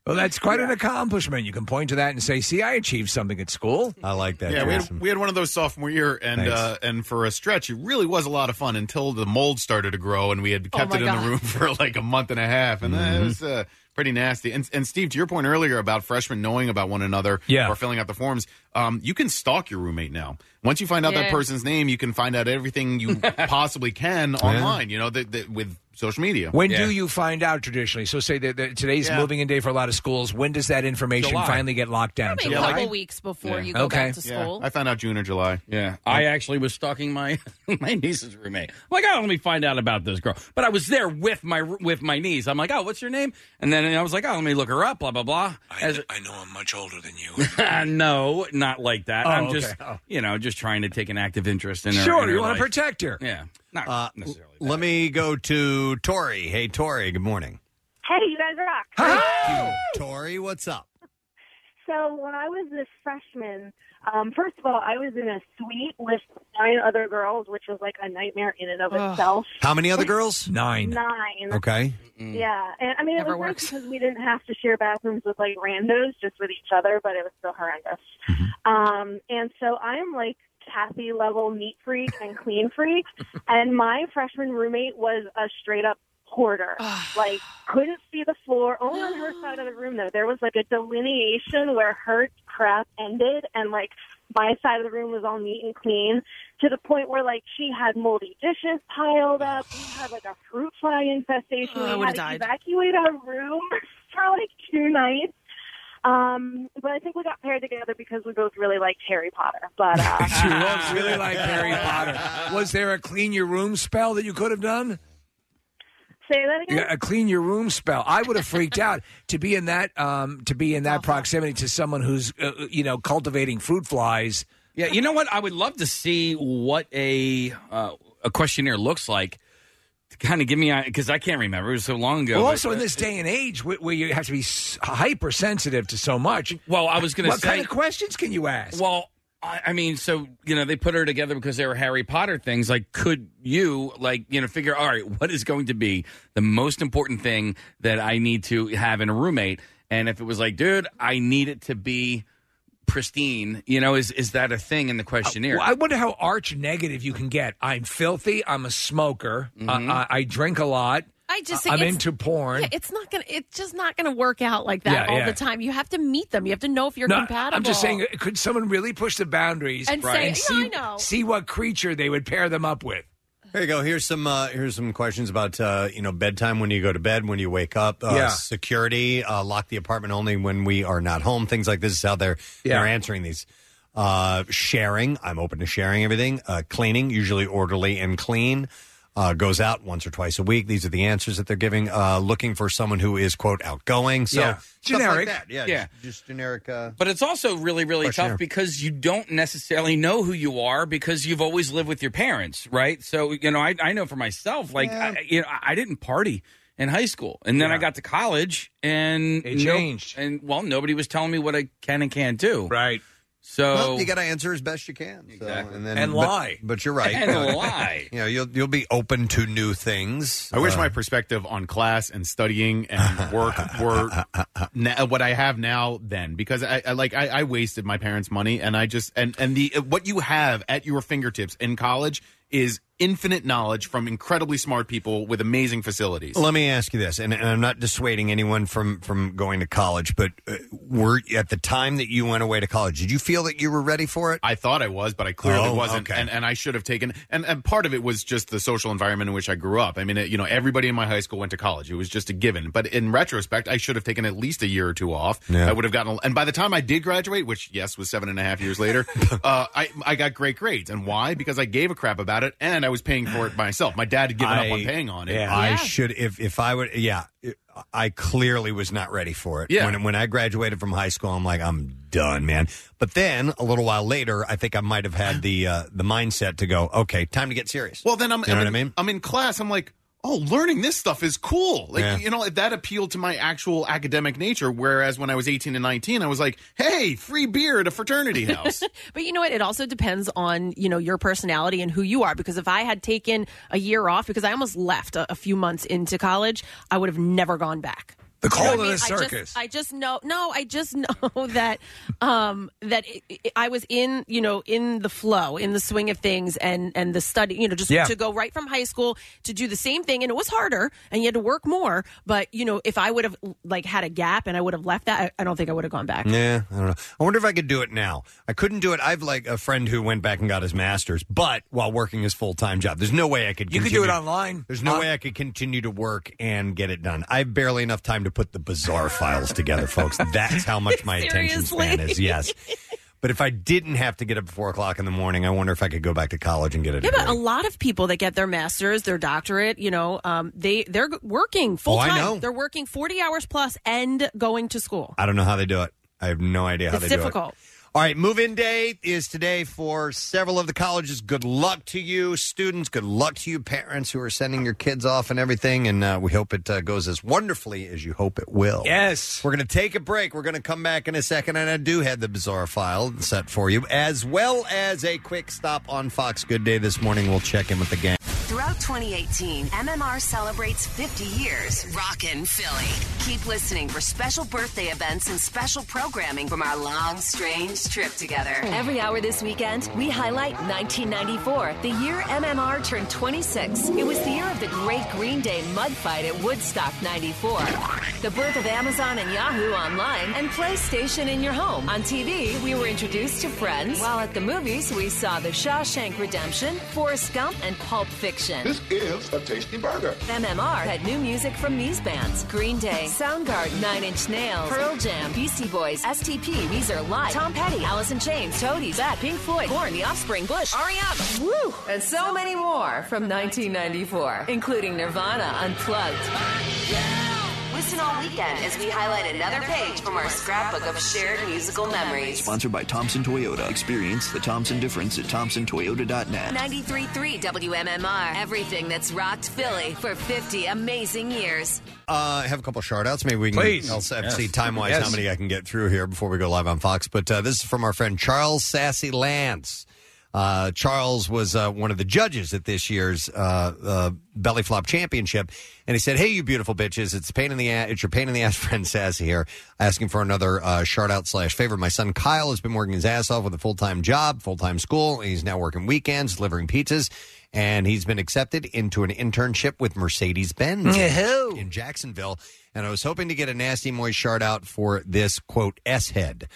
Well, that's quite an accomplishment. You can point to that and say, "See, I achieved something at school." I like that. yeah, we had, we had one of those sophomore year, and Thanks. uh, and for a stretch, it really was a lot of fun until the mold started to grow, and we had Oh, kept my it in God. the room for like a month and a half, and that Mhm. was uh, pretty nasty. And, and Steve, to your point earlier about freshmen knowing about one another Yeah. or filling out the forms, um, you can stalk your roommate now. Once you find out Yeah. that person's name, you can find out everything you possibly can online. You know, that that with social media. When do you find out traditionally? So, say that, that today's Yeah. moving in day for a lot of schools. When does that information July. finally get locked down? Probably a couple weeks before you go back to school. I found out June or July. Yeah, I actually was stalking my my niece's roommate. I'm like, oh, let me find out about this girl. But I was there with my with my niece. I'm like, oh, what's your name? And then I was like, oh, let me look her up. Blah blah blah. As, I know I'm much older than you. no, not like that. Oh, I'm okay. just Oh. you know just trying to take an active interest in her. Sure, in her you life. want to protect her. Yeah, not Uh, necessarily. Let me go to Tori. Hey, Tori. Good morning. Hey, you guys rock. Tori, what's up? So when I was a freshman, um, first of all, I was in a suite with nine other girls, which was like a nightmare in and of itself. How many other girls? Nine. Nine. Okay. Yeah, and I mean it Mm. Never was nice works. because we didn't have to share bathrooms with like randos, just with each other, but it was still horrendous. Um, and so I'm like Kathy level neat freak and clean freak, and my freshman roommate was a straight up hoarder. like couldn't see the floor. Only on her side of the room though, there was like a delineation where her crap ended, and like my side of the room was all neat and clean to the point where like she had moldy dishes piled up. We had like a fruit fly infestation. Oh, I we would've had to died. evacuate our room for like two nights. Um, but I think we got paired together because we both really liked Harry Potter. But uh, She was really like Harry Potter. Was there a clean your room spell that you could have done? say that again. Yeah, a clean your room spell. I would have freaked out to be in that um, to be in Uh-huh. that proximity to someone who's uh, you know cultivating fruit flies. Yeah, you know what? I would love to see what a uh, a questionnaire looks like to kind of give me because I can't remember. It was so long ago. well, but- uh, also in this day and age where, where you have to be s- hypersensitive to so much. Well, I was going to what say, kind of questions can you ask? Well, I, I mean, so you know, they put her together because they were Harry Potter things. Like, could you, like, you know, figure, all right, what is going to be the most important thing that I need to have in a roommate? And if it was like, dude, I need it to be pristine, you know, is is that a thing in the questionnaire? Well, I wonder how arch negative you can get. I'm filthy. I'm a smoker. uh, Mhm. I, I drink a lot. I just I'm think it's- into porn. Yeah, it's not gonna. It's just not gonna work out like that Yeah, all yeah. the time. You have to meet them. You have to know if you're No, compatible. I'm just saying, could someone really push the boundaries And say, see, "Yeah, I know." see what creature they would pair them up with? There you go. Here's some uh, here's some questions about uh, you know bedtime when you go to bed, when you wake up, uh, Yeah. security, uh, lock the apartment only when we are not home, things like this is how they're Yeah. they're answering these. Uh, sharing, I'm open to sharing everything. Uh, cleaning, usually orderly and clean. Uh, goes out once or twice a week. These are the answers that they're giving. Uh, looking for someone who is quote outgoing. So Yeah. stuff like Generic. that. Yeah, Yeah. Just, just generic. Uh, But it's also really, really Questionnaire. tough because you don't necessarily know who you are because you've always lived with your parents, right? So you know, I, I know for myself, like Yeah. I, you know, I didn't party in high school, and then I got to college, and It no- changed. and well, nobody was telling me what I can and can't do, right? So Well, you got to answer as best you can. So, and then And but- lie. But, you're right. And Uh, lie. You know, you'll you'll be open to new things. I wish Uh, my perspective on class and studying and work were na- what I have now then, because I, I like I, I wasted my parents' money and I just and and the what you have at your fingertips in college is infinite knowledge from incredibly smart people with amazing facilities. Let me ask you this, and, and I'm not dissuading anyone from from going to college, but uh, were at the time that you went away to college, did you feel that you were ready for it? I thought I was, but I clearly Oh, wasn't, okay. and, and I should have taken. And, and part of it was just the social environment in which I grew up. I mean, it, you know, everybody in my high school went to college; it was just a given. But in retrospect, I should have taken at least a year or two off. Yeah. I would have gotten, and by the time I did graduate, which yes was seven and a half years later, uh, I I got great grades. And why? Because I gave a crap about it, and I was paying for it myself. My dad had given up on paying on it. I should if if I would yeah, it- I clearly was not ready for it. Yeah. When when I graduated from high school, I'm like I'm done, man. But then a little while later, I think I might have had the uh, the mindset to go, okay, time to get serious. Well, then I'm, you know I'm what in, I mean. am in class. I'm like, oh, learning this stuff is cool. Like, Yeah. you know, that appealed to my actual academic nature. Whereas when I was 18 and 19, I was like, hey, free beer at a fraternity house. but you know what? It also depends on you know your personality and who you are. Because if I had taken a year off, because I almost left a, a few months into college, I would have never gone back. The You know call what of the I mean? I just- circus. I just, know. No, I just know that um, that it, it- I was in, you know, in the flow, in the swing of things, and and the study, you know, just Yeah. to go right from high school to do the same thing, and it was harder, and you had to work more. But you know, if I would have like had a gap and I would have left that, I, I don't think I would have gone back. Yeah, I don't know. I wonder if I could do it now. I couldn't do it. I've like a friend who went back and got his master's, but while working his full time job, there's no way I could. You could do continue- it online. There's no Uh, way I could continue to work and get it done. I have barely enough time to put the bizarre files together, folks. That's how much my attention span Seriously? is. Yes. But if I didn't have to get up at four o'clock in the morning, I wonder if I could go back to college and get it. Yeah, but a lot of people that get their masters, their doctorate, you know, um, they they're g- working full Oh, I time. know. They're working forty hours plus and going to school. I don't know how they do it. I have no idea how it's they do it. difficult. All right, move in day is today for several of the colleges. Good luck to you, students. Good luck to you, parents who are sending your kids off and everything. And uh, we hope it uh, goes as wonderfully as you hope it will. Yes. We're going to take a break. We're going to come back in a second. And I do have the bizarre file set for you, as well as a quick stop on Fox Good Day this morning. We'll check in with the gang. Throughout Throughout 2018, MMR celebrates 50 years rockin' Philly. Keep listening for special birthday events and special programming from our long, strange trip together. Every hour this weekend, we highlight 1994, the year MMR turned 26. It was the year of the great Green Day mud fight at Woodstock 94, the birth of Amazon and Yahoo online, and PlayStation in your home. On TV, we were introduced to friends, while at the movies, we saw The Shawshank Redemption, Forrest Gump, and Pulp Fiction. This is a tasty burger. MMR had new music from these bands Green Day, Soundgarden, Nine Inch Nails, Pearl Jam, Beastie Boys, STP, Weezer Live, Tom Petty, Alice in Chains, Toadies, Bat, Pink Floyd, Korn, The Offspring, Bush, E R.E.M., Woo! And so many more from 1994, including Nirvana Unplugged. Listen all weekend as we highlight another page from our scrapbook of shared musical memories. Sponsored by Thompson Toyota. Experience the Thompson difference at thompsontoyota.net. 93.3 WMMR. Everything that's rocked Philly for 50 amazing years. Uh, I have a couple shout outs. Maybe we can Please. I'll s- Yes. see time wise how Yes. many I can get through here before we go live on Fox. But uh, this is from our friend Charles Sassy Lance. Uh, Charles was uh, one of the judges at this year's uh, uh, Belly Flop Championship, and he said, "Hey, you beautiful bitches! It's a pain in the ass. It's your pain in the ass friend Sassy here, asking for another uh, shout out slash favor. My son Kyle has been working his ass off with a full time job, full time school. and He's now working weekends, delivering pizzas, and he's been accepted into an internship with Mercedes Benz Yahoo. in Jacksonville, and I was hoping to get a nasty moist shout out for this quote s head,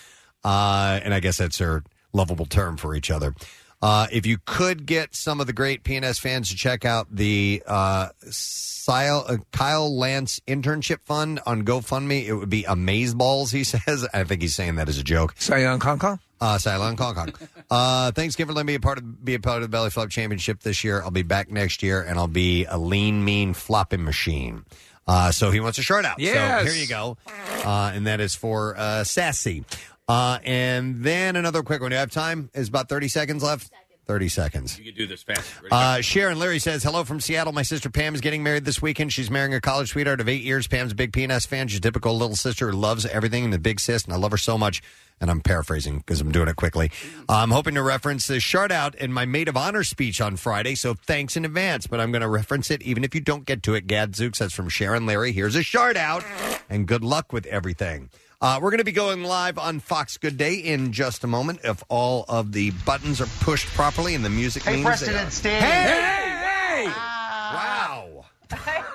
uh, and I guess that's their lovable term for each other. Uh, if you could get some of the great PNS fans to check out the uh, Sil- uh, Kyle Lance internship fund on GoFundMe, it would be amazeballs. He says, I think he's saying that as a joke. Sayon Kong Kong. Uh, Cylon Kong Kong. uh, thanks again for letting me be a part of be a part of the Belly Flop Championship this year. I'll be back next year, and I'll be a lean, mean flopping machine. Uh, so he wants a shirt out. Yes. So here you go, uh, and that is for uh, Sassy. Uh, and then another quick one. Do you have time? Is about thirty seconds left. Thirty seconds. You can do this fast. Uh, Sharon Leary says, Hello from Seattle. My sister Pam is getting married this weekend. She's marrying a college sweetheart of eight years. Pam's a big PNS fan. She's a typical little sister who loves everything and the big sis, and I love her so much. And I'm paraphrasing because I'm doing it quickly. I'm hoping to reference this shout out in my maid of honor speech on Friday, so thanks in advance. But I'm going to reference it even if you don't get to it. Gadzooks, that's from Sharon Leary. Here's a shout out, and good luck with everything. Uh, we're going to be going live on Fox Good Day in just a moment if all of the buttons are pushed properly and the music Hey, means Preston they are. and Steve. Hey! Wow.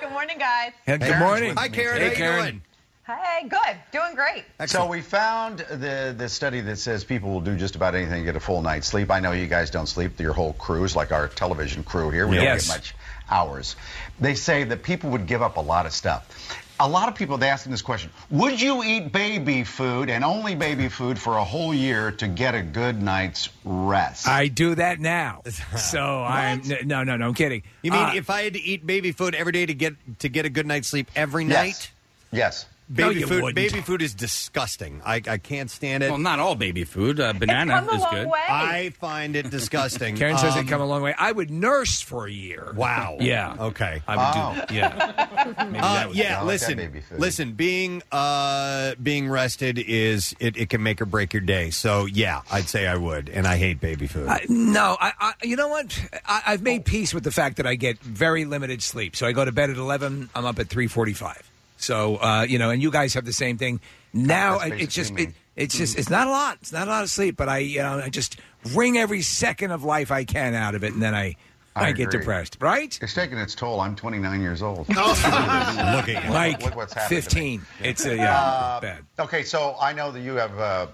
Good morning, guys. Hey, good Karen's morning. with Hi, me Karen. today. How you doing? Hey, good. Doing great. So we found the the study that says people will do just about anything to get a full night's sleep. I know you guys don't sleep. Your whole crews, like our television crew here, we Yes. don't get much hours. They say that people would give up a lot of stuff. A lot of people they ask them this question: Would you eat baby food and only baby food for a whole year to get a good night's rest? I do that now. So I'm n- no, no, no. I'm kidding. You mean Uh, if I had to eat baby food every day to get to get a good night's sleep every night? Yes. Baby No, you food. wouldn't. Baby food is disgusting. I, I can't stand it. Well, not all baby food. Uh, banana come a is long good. way. I find it disgusting. Karen says Um, it come a long way. I would nurse for a year. Wow. Yeah. Okay. I would do. Yeah. Maybe Uh, that would- yeah, I Oh. like listen, that baby food. listen. Being uh, being rested is it, it can make or break your day. So yeah, I'd say I would, and I hate baby food. I, no, I, I. You know what? I, I've made peace with the fact that I get very limited sleep. So I go to bed at eleven. I'm up at three forty-five. So uh, you know, and you guys have the same thing. Now That's I- it's basically just me. it, it's just it's not a lot. It's not a lot of sleep, but I you know I just wring every second of life I can out of it, and then I I, get agree. depressed. Right? It's taking its toll. I'm 29 years old. Look at you. Like Look what's happened to me. 15. It's a- yeah, Uh, bad. Okay, so I know that you have. Uh,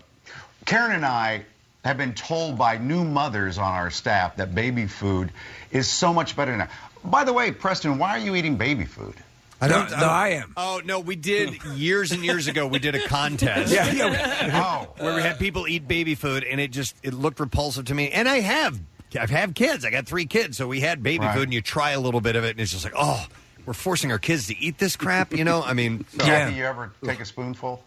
Karen and I have been told by new mothers on our staff that baby food is so much better now. By the way, Preston, why are you eating baby food? I don't. No, I am. Oh no, we did years and years ago. We did a contest. Yeah, yeah. where we had people eat baby food, and it just it looked repulsive to me. And I have I've have kids. I got three kids, so we had baby Right. food, and you try a little bit of it, and it's just like, oh, we're forcing our kids to eat this crap. You know, I mean, So have you ever take a spoonful?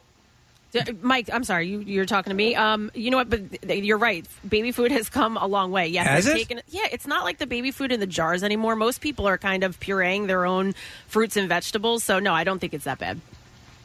D- Mike, I'm sorry, you, you're talking to me. Um, you know what? But th- you're right. Baby food has come a long way. Yes, Has it's it? taken- yeah, it's not like the baby food in the jars anymore. Most people are kind of pureeing their own fruits and vegetables. So no, I don't think it's that bad.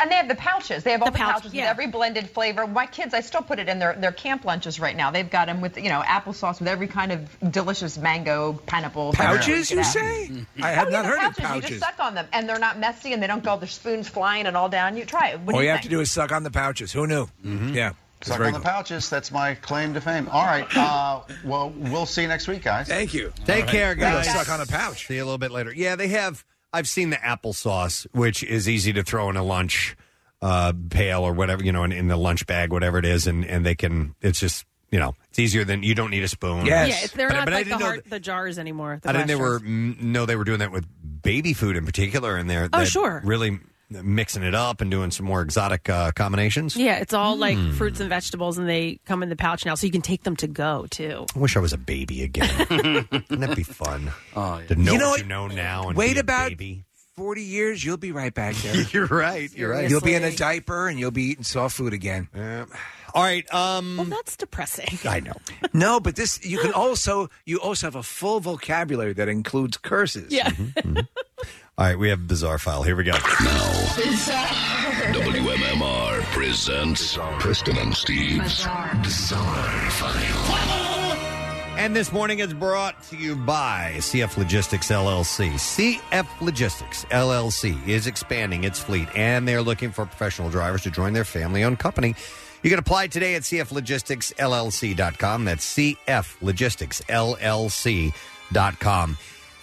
And they have the pouches. They have all the, pouch- pouches with every blended flavor. My kids, I still put it in their, their camp lunches right now. They've got them with, you know, applesauce with every kind of delicious mango, pineapple. Pouches, you Yeah. say? I have not Oh, yeah, the heard of pouches. You pouches. just suck on them, and they're not messy, and they don't go their spoons flying and all down. You try it. What All do you you have to think? do is suck on the pouches. Who knew? Yeah. It's Mm-hmm. Suck very on the pouches. That's my claim to fame. All right. Uh, well, we'll see you next week, guys. Thank you. Take care, guys. a pouch. See you a little bit later. Yeah, they have. I've seen the applesauce, which is easy to throw in a lunch uh, pail or whatever, you know, in, in the lunch bag, whatever it is, and and they can. It's just you know, it's easier than you don't need a spoon. Yeah, it's, they're But- not but I like the, didn't know hard, the jars anymore. The I didn't glass they were jars. m- know they were doing that with baby food in particular, and they're Oh, they're sure. really mixing it up and doing some more exotic uh, combinations. Yeah, it's all like Hmm. fruits and vegetables, and they come in the pouch now, so you can take them to go too. I wish I was a baby again. Wouldn't that be fun? Oh, To know You know what what? you know now and Wait be a about baby. 40 years, you'll be right back there. you're right. You're right. You'll be in a diaper and you'll be eating soft food again. All right. Um, well, that's depressing. I know. no, but this you can also you also have a full vocabulary that includes curses. Yeah. Mm-hmm. All right, we have bizarre file. Here we go. WMMR presents Kristen and Steve's Bizarre, File. And this morning is brought to you by CF Logistics LLC. CF Logistics LLC is expanding its fleet and they're looking for professional drivers to join their family owned company. You can apply today at cflogisticsllc.com. That's cflogisticsllc.com.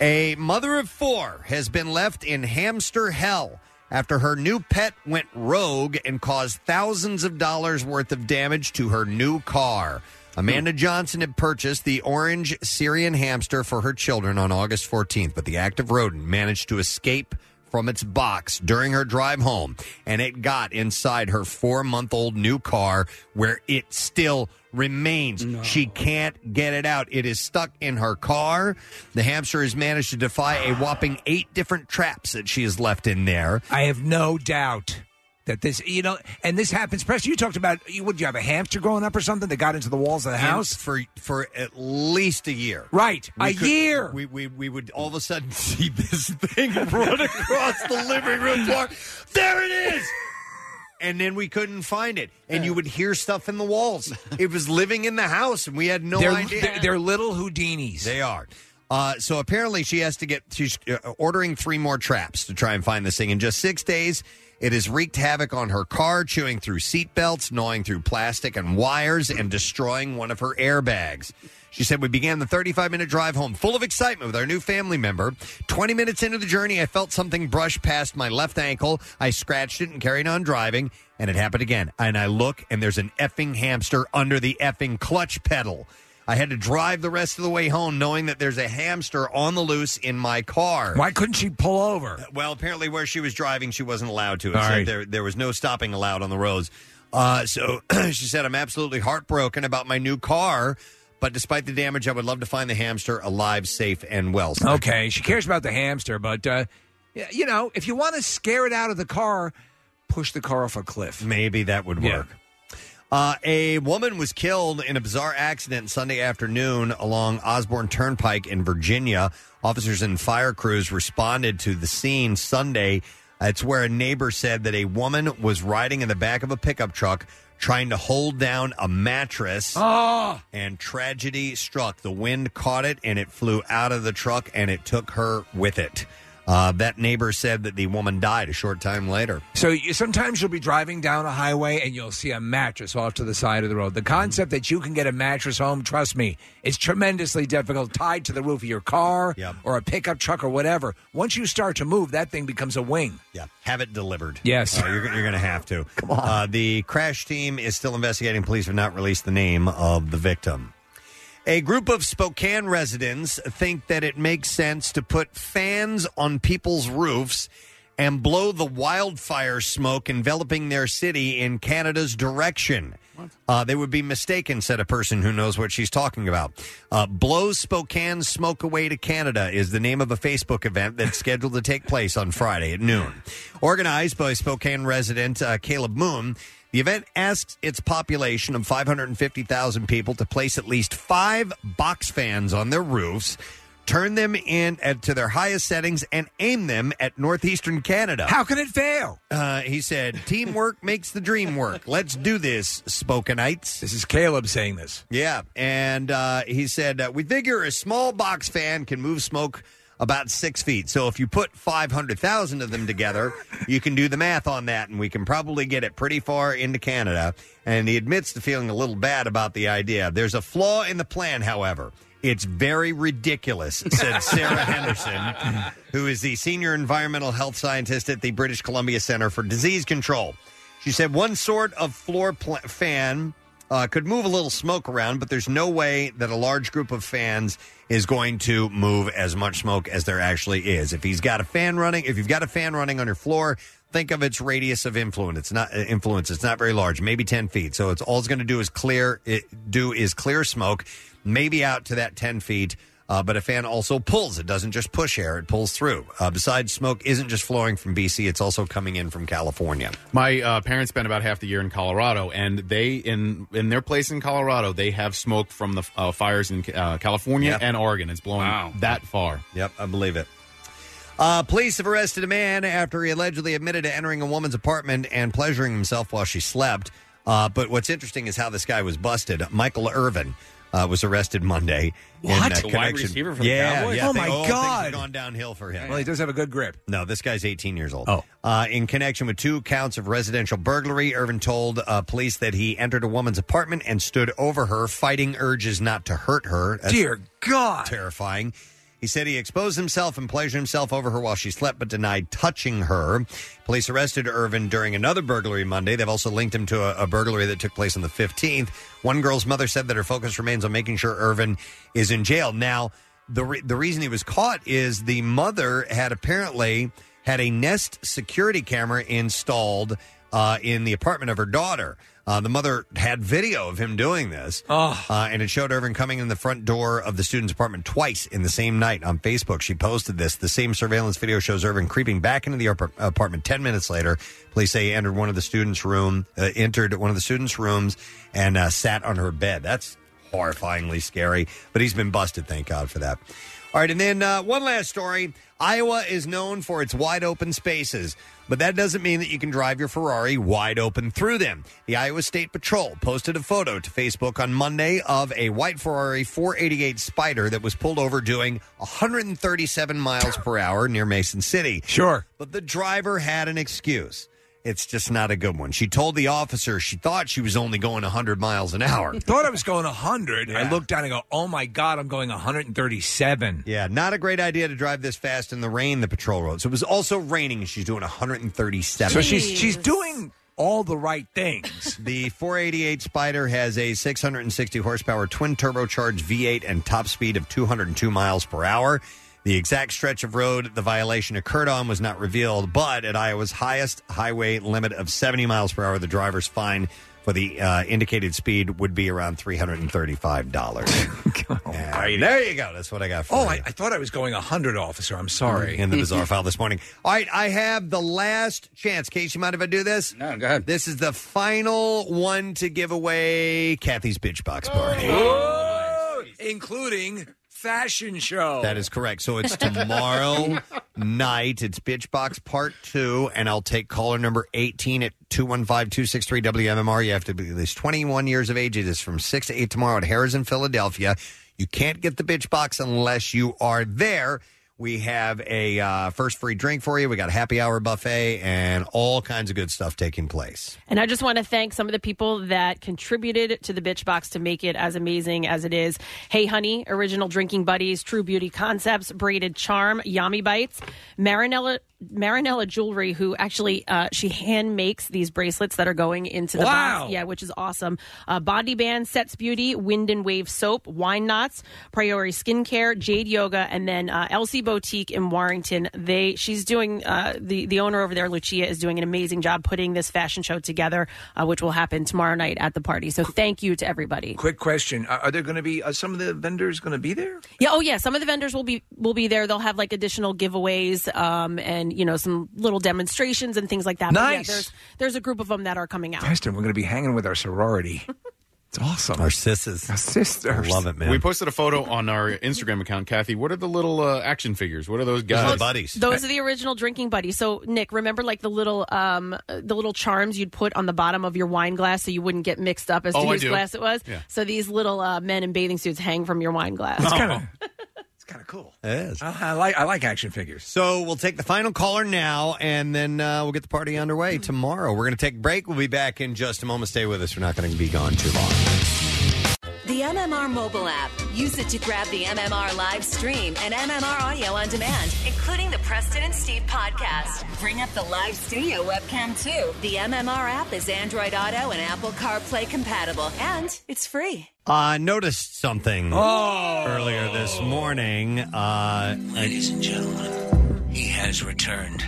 A mother of four has been left in hamster hell after her new pet went rogue and caused thousands of dollars worth of damage to her new car. Amanda Johnson had purchased the orange Syrian hamster for her children on August 14th, but the active rodent managed to escape from its box during her drive home, and it got inside her four month old new car where it still remains. She can't get it out. It is stuck in her car. The hamster has managed to defy a whopping eight different traps that she has left in there. I have no doubt that this you know and this happens. Preston, you talked about you would you have a hamster growing up or something that got into the walls of the And house for for at least a year. Right, We a could- year. We, we we would all of a sudden see this thing run across the living room floor. There it is. And then we couldn't find it, and you would hear stuff in the walls. It was living in the house, and we had no They're- idea. they're- they're little Houdinis. They are. Uh, so apparently, she has to get. She's uh, ordering three more traps to try and find this thing. In just six days, it has wreaked havoc on her car, chewing through seatbelts, gnawing through plastic and wires, and destroying one of her airbags. She said, We began the 35 minute drive home full of excitement with our new family member. 20 minutes into the journey, I felt something brush past my left ankle. I scratched it and carried on driving, and it happened again. And I look, and there's an effing hamster under the effing clutch pedal. I had to drive the rest of the way home knowing that there's a hamster on the loose in my car. Uh, Why couldn't she pull over? Well, apparently where she was driving, she wasn't allowed to. It All said right. there, there was no stopping allowed on the roads. Uh, so she said, I'm absolutely heartbroken about my new car, but despite the damage, I would love to find the hamster alive, safe, and well. So Okay, she cares about the hamster, but uh, y- you know, if you want to scare it out of the car, push the car off a cliff. Maybe that would work. Uh, a woman was killed in a bizarre accident Sunday afternoon along Osborne Turnpike in Virginia. Officers and fire crews responded to the scene Sunday. It's where a neighbor said that a woman was riding in the back of a pickup truck trying to hold down a mattress. And tragedy struck. The wind caught it and it flew out of the truck and it took her with it. Uh, that neighbor said that the woman died a short time later. So you, sometimes you'll be driving down a highway and you'll see a mattress off to the side of the road. The concept that you can get a mattress home, trust me, is tremendously difficult. Tied to the roof of your car or a pickup truck or whatever. Once you start to move, that thing becomes a wing. Yeah, have it delivered. Yes. Uh, you're you're going to have to. Come on. Uh, the crash team is still investigating. Police have not released the name of the victim. A group of Spokane residents think that it makes sense to put fans on people's roofs and blow the wildfire smoke enveloping their city in Canada's direction. Uh, they would be mistaken, said a person who knows what she's talking about. Uh, Blow Spokane Smoke Away to Canada is the name of a Facebook event that's scheduled to take place on Friday at noon. Organized by Spokane resident uh, Caleb Moon, the event asks its population of 550,000 people to place at least five box fans on their roofs turn them in at, to their highest settings, and aim them at northeastern Canada. How can it fail? Uh, he said, "Teamwork makes the dream work. Let's do this, Spokanites." This is Caleb saying this. Yeah, and uh, he said, uh, "We figure a small box fan can move smoke." About six feet. So if you put 500,000 of them together, you can do the math on that, and we can probably get it pretty far into Canada. And he admits to feeling a little bad about the idea. There's a flaw in the plan, however. It's very ridiculous, said Sarah Henderson, who is the senior environmental health scientist at the British Columbia Center for Disease Control. She said one sort of floor pl- fan uh, could move a little smoke around, but there's no way that a large group of fans is going to move as much smoke as there actually is. If he's got a fan running, if you've got a fan running on your floor, think of its radius of influence. It's not uh, influence. It's not very large, maybe ten feet. So it's all it's going to do is clear. It do is clear smoke, maybe out to that ten feet. Uh, but a fan also pulls. It doesn't just push air; it pulls through. Uh, besides, smoke isn't just flowing from BC; it's also coming in from California. My uh, parents spent about half the year in Colorado, and they in in their place in Colorado, they have smoke from the uh, fires in uh, California and Oregon. It's blowing that far. Yep, I believe it. Uh, police have arrested a man after he allegedly admitted to entering a woman's apartment and pleasuring himself while she slept. Uh, but what's interesting is how this guy was busted. Michael Irvin uh, was arrested Monday. What? In, uh, The wide connection. receiver for the yeah, Cowboys? yeah, Oh, thi- my things God. have gone downhill for him. Well, he does have a good grip. No, this guy's 18 years old. Oh. Uh, in connection with two counts of residential burglary, Irvin told uh, police that he entered a woman's apartment and stood over her, fighting urges not to hurt her. Dear God. Terrifying. He said he exposed himself and pleasured himself over her while she slept, but denied touching her. Police arrested Irvin during another burglary Monday. They've also linked him to a, a burglary that took place on the 15th. One girl's mother said that her focus remains on making sure Irvin is in jail. Now, the, re- the reason he was caught is the mother had apparently had a Nest security camera installed uh, in the apartment of her daughter. Uh, the mother had video of him doing this, uh, and it showed Irvin coming in the front door of the student's apartment twice in the same night on Facebook. She posted this. The same surveillance video shows Irvin creeping back into the apar- apartment ten minutes later. Police say he entered one of the students' room, uh, entered one of the students' rooms, and uh, sat on her bed. That's horrifyingly scary. But he's been busted, thank God for that. All right, and then uh, one last story. Iowa is known for its wide open spaces, but that doesn't mean that you can drive your Ferrari wide open through them. The Iowa State Patrol posted a photo to Facebook on Monday of a white Ferrari 488 Spider that was pulled over doing 137 miles per hour near Mason City. Sure. But the driver had an excuse. It's just not a good one. She told the officer she thought she was only going 100 miles an hour. Thought I was going 100. Yeah. I looked down and go, oh my God, I'm going 137. Yeah, not a great idea to drive this fast in the rain. The patrol roads. It was also raining, and she's doing 137. So she's she's doing all the right things. the 488 Spider has a 660 horsepower twin turbocharged V8 and top speed of 202 miles per hour. The exact stretch of road the violation occurred on was not revealed, but at Iowa's highest highway limit of 70 miles per hour, the driver's fine for the uh, indicated speed would be around $335. Yeah, there you go. That's what I got for Oh, you. I, I thought I was going 100, officer. I'm sorry. In the bizarre file this morning. All right, I have the last chance. Case, you mind if I do this? No, go ahead. This is the final one to give away Kathy's Bitch Box Party. Oh, including fashion show. That is correct. So it's tomorrow night. It's Bitch Box Part 2, and I'll take caller number 18 at 215-263-WMMR. You have to be at least 21 years of age. It is from 6 to 8 tomorrow at Harris in Philadelphia. You can't get the Bitch Box unless you are there. We have a uh, first free drink for you. We got a happy hour buffet and all kinds of good stuff taking place. And I just want to thank some of the people that contributed to the Bitch Box to make it as amazing as it is. Hey Honey, Original Drinking Buddies, True Beauty Concepts, Braided Charm, Yummy Bites, Marinella Marinella Jewelry, who actually uh, she hand makes these bracelets that are going into the Wow. box. Yeah, which is awesome. Uh, Body Band, Sets Beauty, Wind and Wave Soap, Wine Knots, Priori Skincare, Jade Yoga, and then uh, Elsie Boutique in Warrington. They she's doing uh, the the owner over there, Lucia, is doing an amazing job putting this fashion show together, uh, which will happen tomorrow night at the party. So thank you to everybody. Quick question: Are, are there going to be uh, some of the vendors going to be there? Yeah. Oh, yeah. Some of the vendors will be will be there. They'll have like additional giveaways, um, and you know some little demonstrations and things like that. But, yeah, Nice. there's there's a group of them that are coming out. Preston, we're going to be hanging with our sorority. It's awesome. Narcissus. sisters. Love it, man. We posted a photo on our Instagram account, Kathy. What are the little uh, action figures? What are those guys? Those are the original drinking buddies. So Nick, remember like the little um uh, the little charms you'd put on the bottom of your wine glass so you wouldn't get mixed up as Oh, to I whose do. glass it was. Yeah. So these little uh, men in bathing suits hang from your wine glass. That's kinda- It is. Uh, I, I like I like action figures. So we'll take the final caller now, and then uh, we'll get the party underway tomorrow. We're going to take a break. We'll be back in just a moment. Stay with us. We're not going to be gone too long. The MMR mobile app. Use it to grab the MMR live stream and MMR audio on demand, including the Preston and Steve podcast. Bring up the live studio webcam too. The MMR app is Android Auto and Apple CarPlay compatible, and it's free. I Uh, noticed something Oh. earlier this morning. Uh, Ladies and gentlemen, he has returned.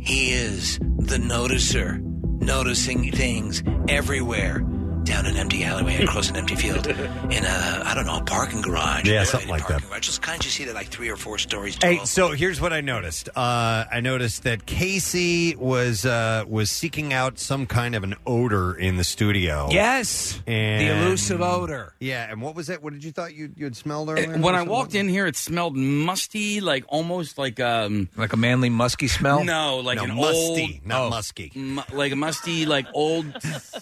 He is the noticer, noticing things everywhere. Down an empty alleyway, across an empty field, in a I don't know a parking garage. Yeah, Elevated something like that. parking Garage. Just kind of you see that like three or four stories. Hey, so here's what I noticed. Uh, I noticed that Casey was uh, was seeking out some kind of an odor in the studio. Yes, and the elusive odor. Yeah, and what was it? What did you thought you you had smelled Uh, earlier? When I walked in here, it smelled musty, like almost like um like a manly musky smell. No, like No, an musty, old, oh, not musky, like a musty, like old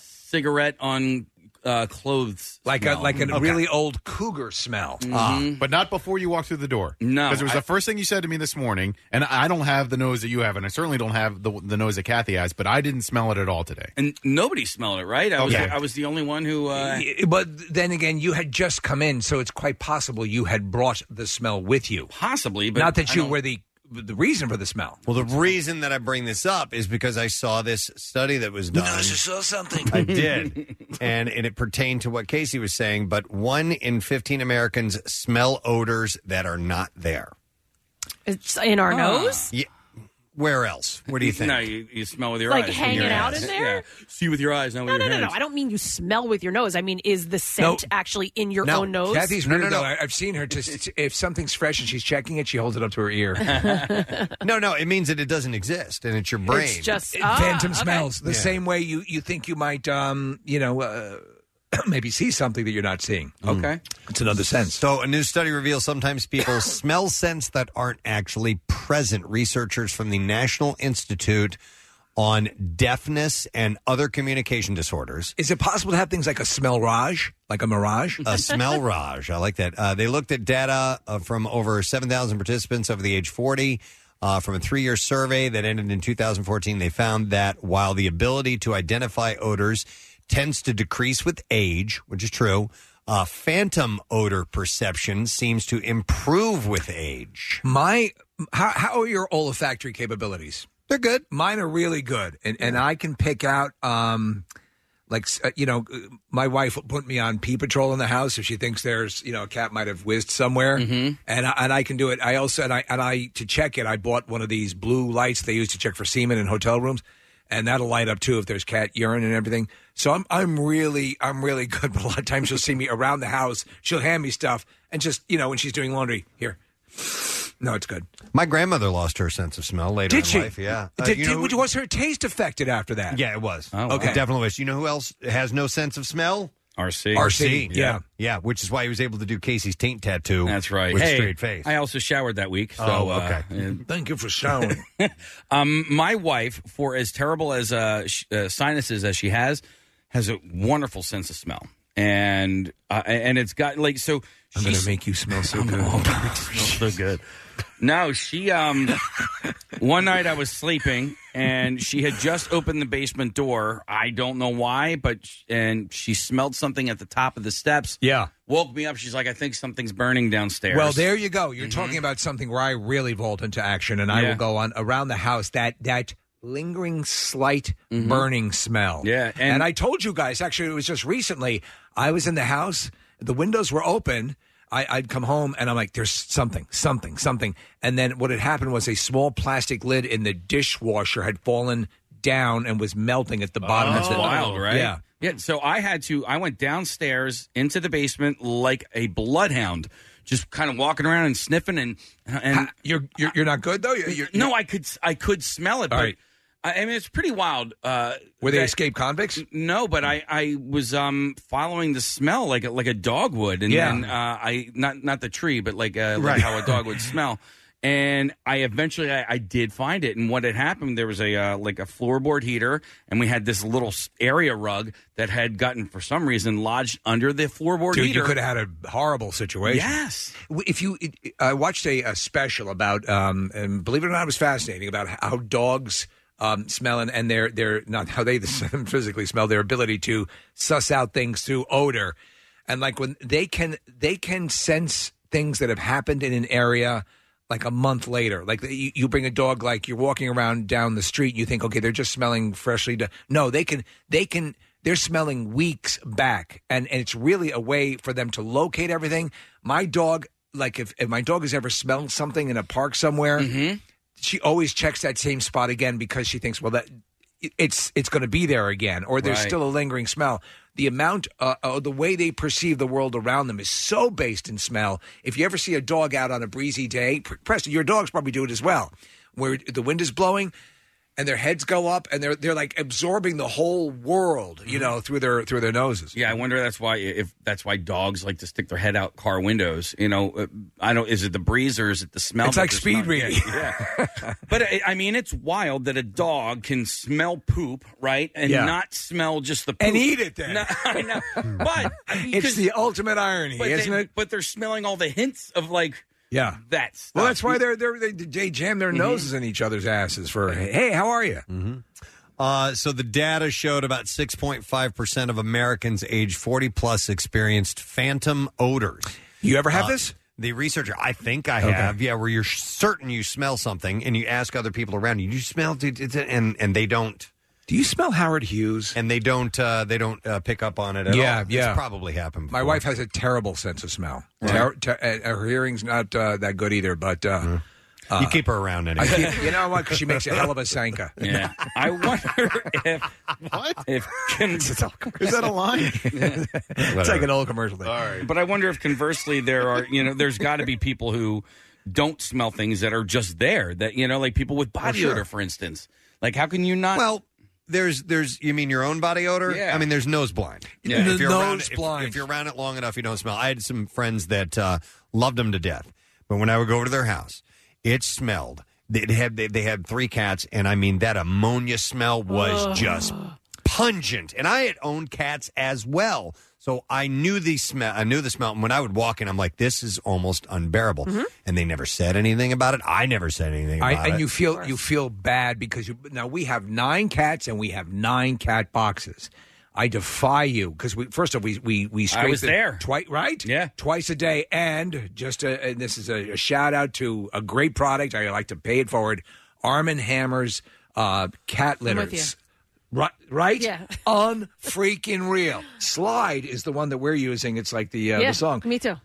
cigarette on uh, clothes, Mm-hmm. like a, like a really old cougar smell. Ah. But not before you walk through the door. No, Because it was I- the first thing you said to me this morning, and I don't have the nose that you have, and I certainly don't have the, the nose that Kathy has, but I didn't smell it at all today. and nobody smelled it, right? I was Okay. I was the only one who. Uh, Y- But then again, you had just come in, so it's quite possible you had brought the smell with you. Possibly, but not that I you don't- were the the reason for the smell. Well, the reason that I bring this up is because I saw this study that was done. saw something. I did. and, and it pertained to what Casey was saying, but one in 15 Americans smell odors that are not there. It's in Ah. our nose. Yeah. Where else? What do you think? No, you, you smell with your Like eyes. hanging Your out eyes. in there? Yeah. See with your Oh, eyes, not No, with no, your no, no. hands. I don't mean you smell with your nose. I mean, is the scent actually in your own nose? Kathy's weird though. I- I've seen her just if something's fresh and she's checking it, she holds it up to her ear. no, no, it means that it doesn't exist and it's your brain. It's just- It- ah, phantom okay. smells. The same way you you think you might um you know uh, maybe see something that you're not seeing. Mm. Okay. It's another sense. So, a new study reveals sometimes people smell scents that aren't actually present. Researchers from the National Institute on Deafness and Other Communication Disorders. Is it possible to have things like a smell rage, like a mirage? A smell rage. I like that. Uh, they looked at data uh, from over 7,000 participants over the age 40. Uh, from a three year survey that ended in 2014, they found that while the ability to identify odors tends to decrease with age, which is true, uh, phantom odor perception seems to improve with age. My how, how are your olfactory capabilities? They're good. Mine are really good, and and I can pick out um. Like s- uh, you know, uh, my wife will put me on pee patrol in the house if she thinks there's you know a cat might have whizzed somewhere, and I, and I can do it. I also and I and I to check it. I bought one of these blue lights they use to check for semen in hotel rooms, and that'll light up too if there's cat urine and everything. So I'm I'm really I'm really good. But a lot of times she'll see me around the house. She'll hand me stuff and just you know when she's doing laundry here. No, it's good. My grandmother lost her sense of smell later in Did she? life. Yeah. Uh, Did, you did- know who- was her taste affected after that? Oh, yeah, it was. wow. It definitely was. You know who else has no sense of smell? RC. RC. Yeah. Yeah. Yeah, which is why he was able to do Casey's taint tattoo. That's right. With a Hey, straight face. I also showered that week. So, Oh, uh, okay. uh, Thank you for showering. um, my wife, for as terrible as uh, sh- uh, sinuses as she has, has a wonderful sense of smell, and uh, and it's got like so. I'm gonna make you smell so good. smell so good. No, she. Um, one night I was sleeping, and she had just opened the basement door. I don't know why, but sh- and she smelled something at the top of the steps. Yeah, woke me up. She's like, "I think something's burning downstairs." Mm-hmm. Well, there you go. You're talking about something where I really vault into action, and I Yeah. will go on around the house that that lingering slight Mm-hmm. burning smell. Yeah, and, I told you guys actually it was just recently. I was in the house, the windows were open. I, I'd come home and I'm like, there's something, something, something. And then what had happened was a small plastic lid in the dishwasher had fallen down and was melting at the bottom That's of the Oh, wild, right? Yeah. Yeah. So I had to. I went downstairs into the basement like a bloodhound, just kind of walking around and sniffing. And and you're you're, you're not good though. You're, no, I could I could smell it, but I I mean, it's pretty wild. Uh, Were they escaped convicts? No, but I, I was um, following the smell like a, like a dog would, and Yeah. then uh, I not not the tree, but like, uh, like Right. how a dog would smell. And I eventually I, I did find it, and what had happened there was a uh, like a floorboard heater, and we had this little s- area rug that had gotten for some reason lodged under the floorboard Dude, heater. you could have had a horrible situation. Yes. W- If you, it- it- I watched a, a special about, um, and believe it or not, it was fascinating about how dogs um, smell and, and their their not how they physically smell, their ability to suss out things through odor, and like when they can they can sense things that have happened in an area like a month later. Like you, you bring a dog, like you're walking around down the street, and you think, okay, they're just smelling freshly. Done. No, they can, they can, they're smelling weeks back, and and it's really a way for them to locate everything. My dog, like if, if my dog has ever smelled something in a park somewhere, she always checks that same spot again because she thinks, well, that it- it's it's going to be there again, or there's Right. still a lingering smell. The amount, uh, uh, the way they perceive the world around them is so based in smell. If you ever see a dog out on a breezy day, Pre- Preston, your dogs probably do it as well, where the wind is blowing and their heads go up and they're they're like absorbing the whole world, Mm-hmm. you know, through their through their noses. Yeah, I wonder that's why if that's why dogs like to stick their head out car windows. You know, uh, I don't. Is it the breeze or is it the smell? It's that like they're speed smelling? reading. Yeah, yeah. but I, I mean, it's wild that a dog can smell poop, right, and Yeah. not smell just the poop. And eat it then. No, I know, but It's the ultimate irony, but isn't they, it? But they're smelling all the hints of like Yeah. that. Stuff. Well, that's why they're, they're they they jam their Mhm. noses in each other's asses for hey, how are you? Mm-hmm. Uh, so the data showed about 6.5% of Americans age 40 plus experienced phantom odors. You ever have Uh, this? The researcher, I think I Okay. have, yeah, where you're certain you smell something and you ask other people around you, "Do you smell, d- d- d-" and and they don't. Do you smell Howard Hughes? And they don't, uh, they don't uh, pick up on it at yeah, all. yeah. it's probably happened. My wife has a terrible sense of smell. Ter- ter- uh, her hearing's not uh, that good either, but. Uh, You keep her around I keep- you know what? 'Cause she makes a hell of a Sanka. Yeah. I wonder if. What? If Is that a line? it's like an old commercial thing. But I wonder if conversely there are you know there's got to be people who don't smell things that are just there that you know like people with body Oh, sure. odor for instance. Like how can you not? Well, there's there's you mean your own body odor? Yeah. I mean there's nose blind. Yeah. The around, nose if- blind. If, you're around it long enough, you don't smell. I had some friends that uh, loved them to death, but when I would go over to their house, it smelled. It had they, they had three cats, and I mean that ammonia smell was Ugh. just pungent. And I had owned cats as well, so I knew the smell. I knew the smell. And when I would walk in, I'm like, this is almost unbearable. And they never said anything about it. Mm-hmm. I never said anything about I, it. and you feel you feel bad because you now we have nine cats and we have nine cat boxes. I defy you because we first of all, we we we I was scraped it there. twice right yeah twice a day and just a, and this is a, a shout out to a great product I like to pay it forward Arm and Hammer's uh, cat I'm with litters. Right, right? Yeah. Unfreaking real. Slide is the one that we're using. It's like the uh, yeah, the song. Me too.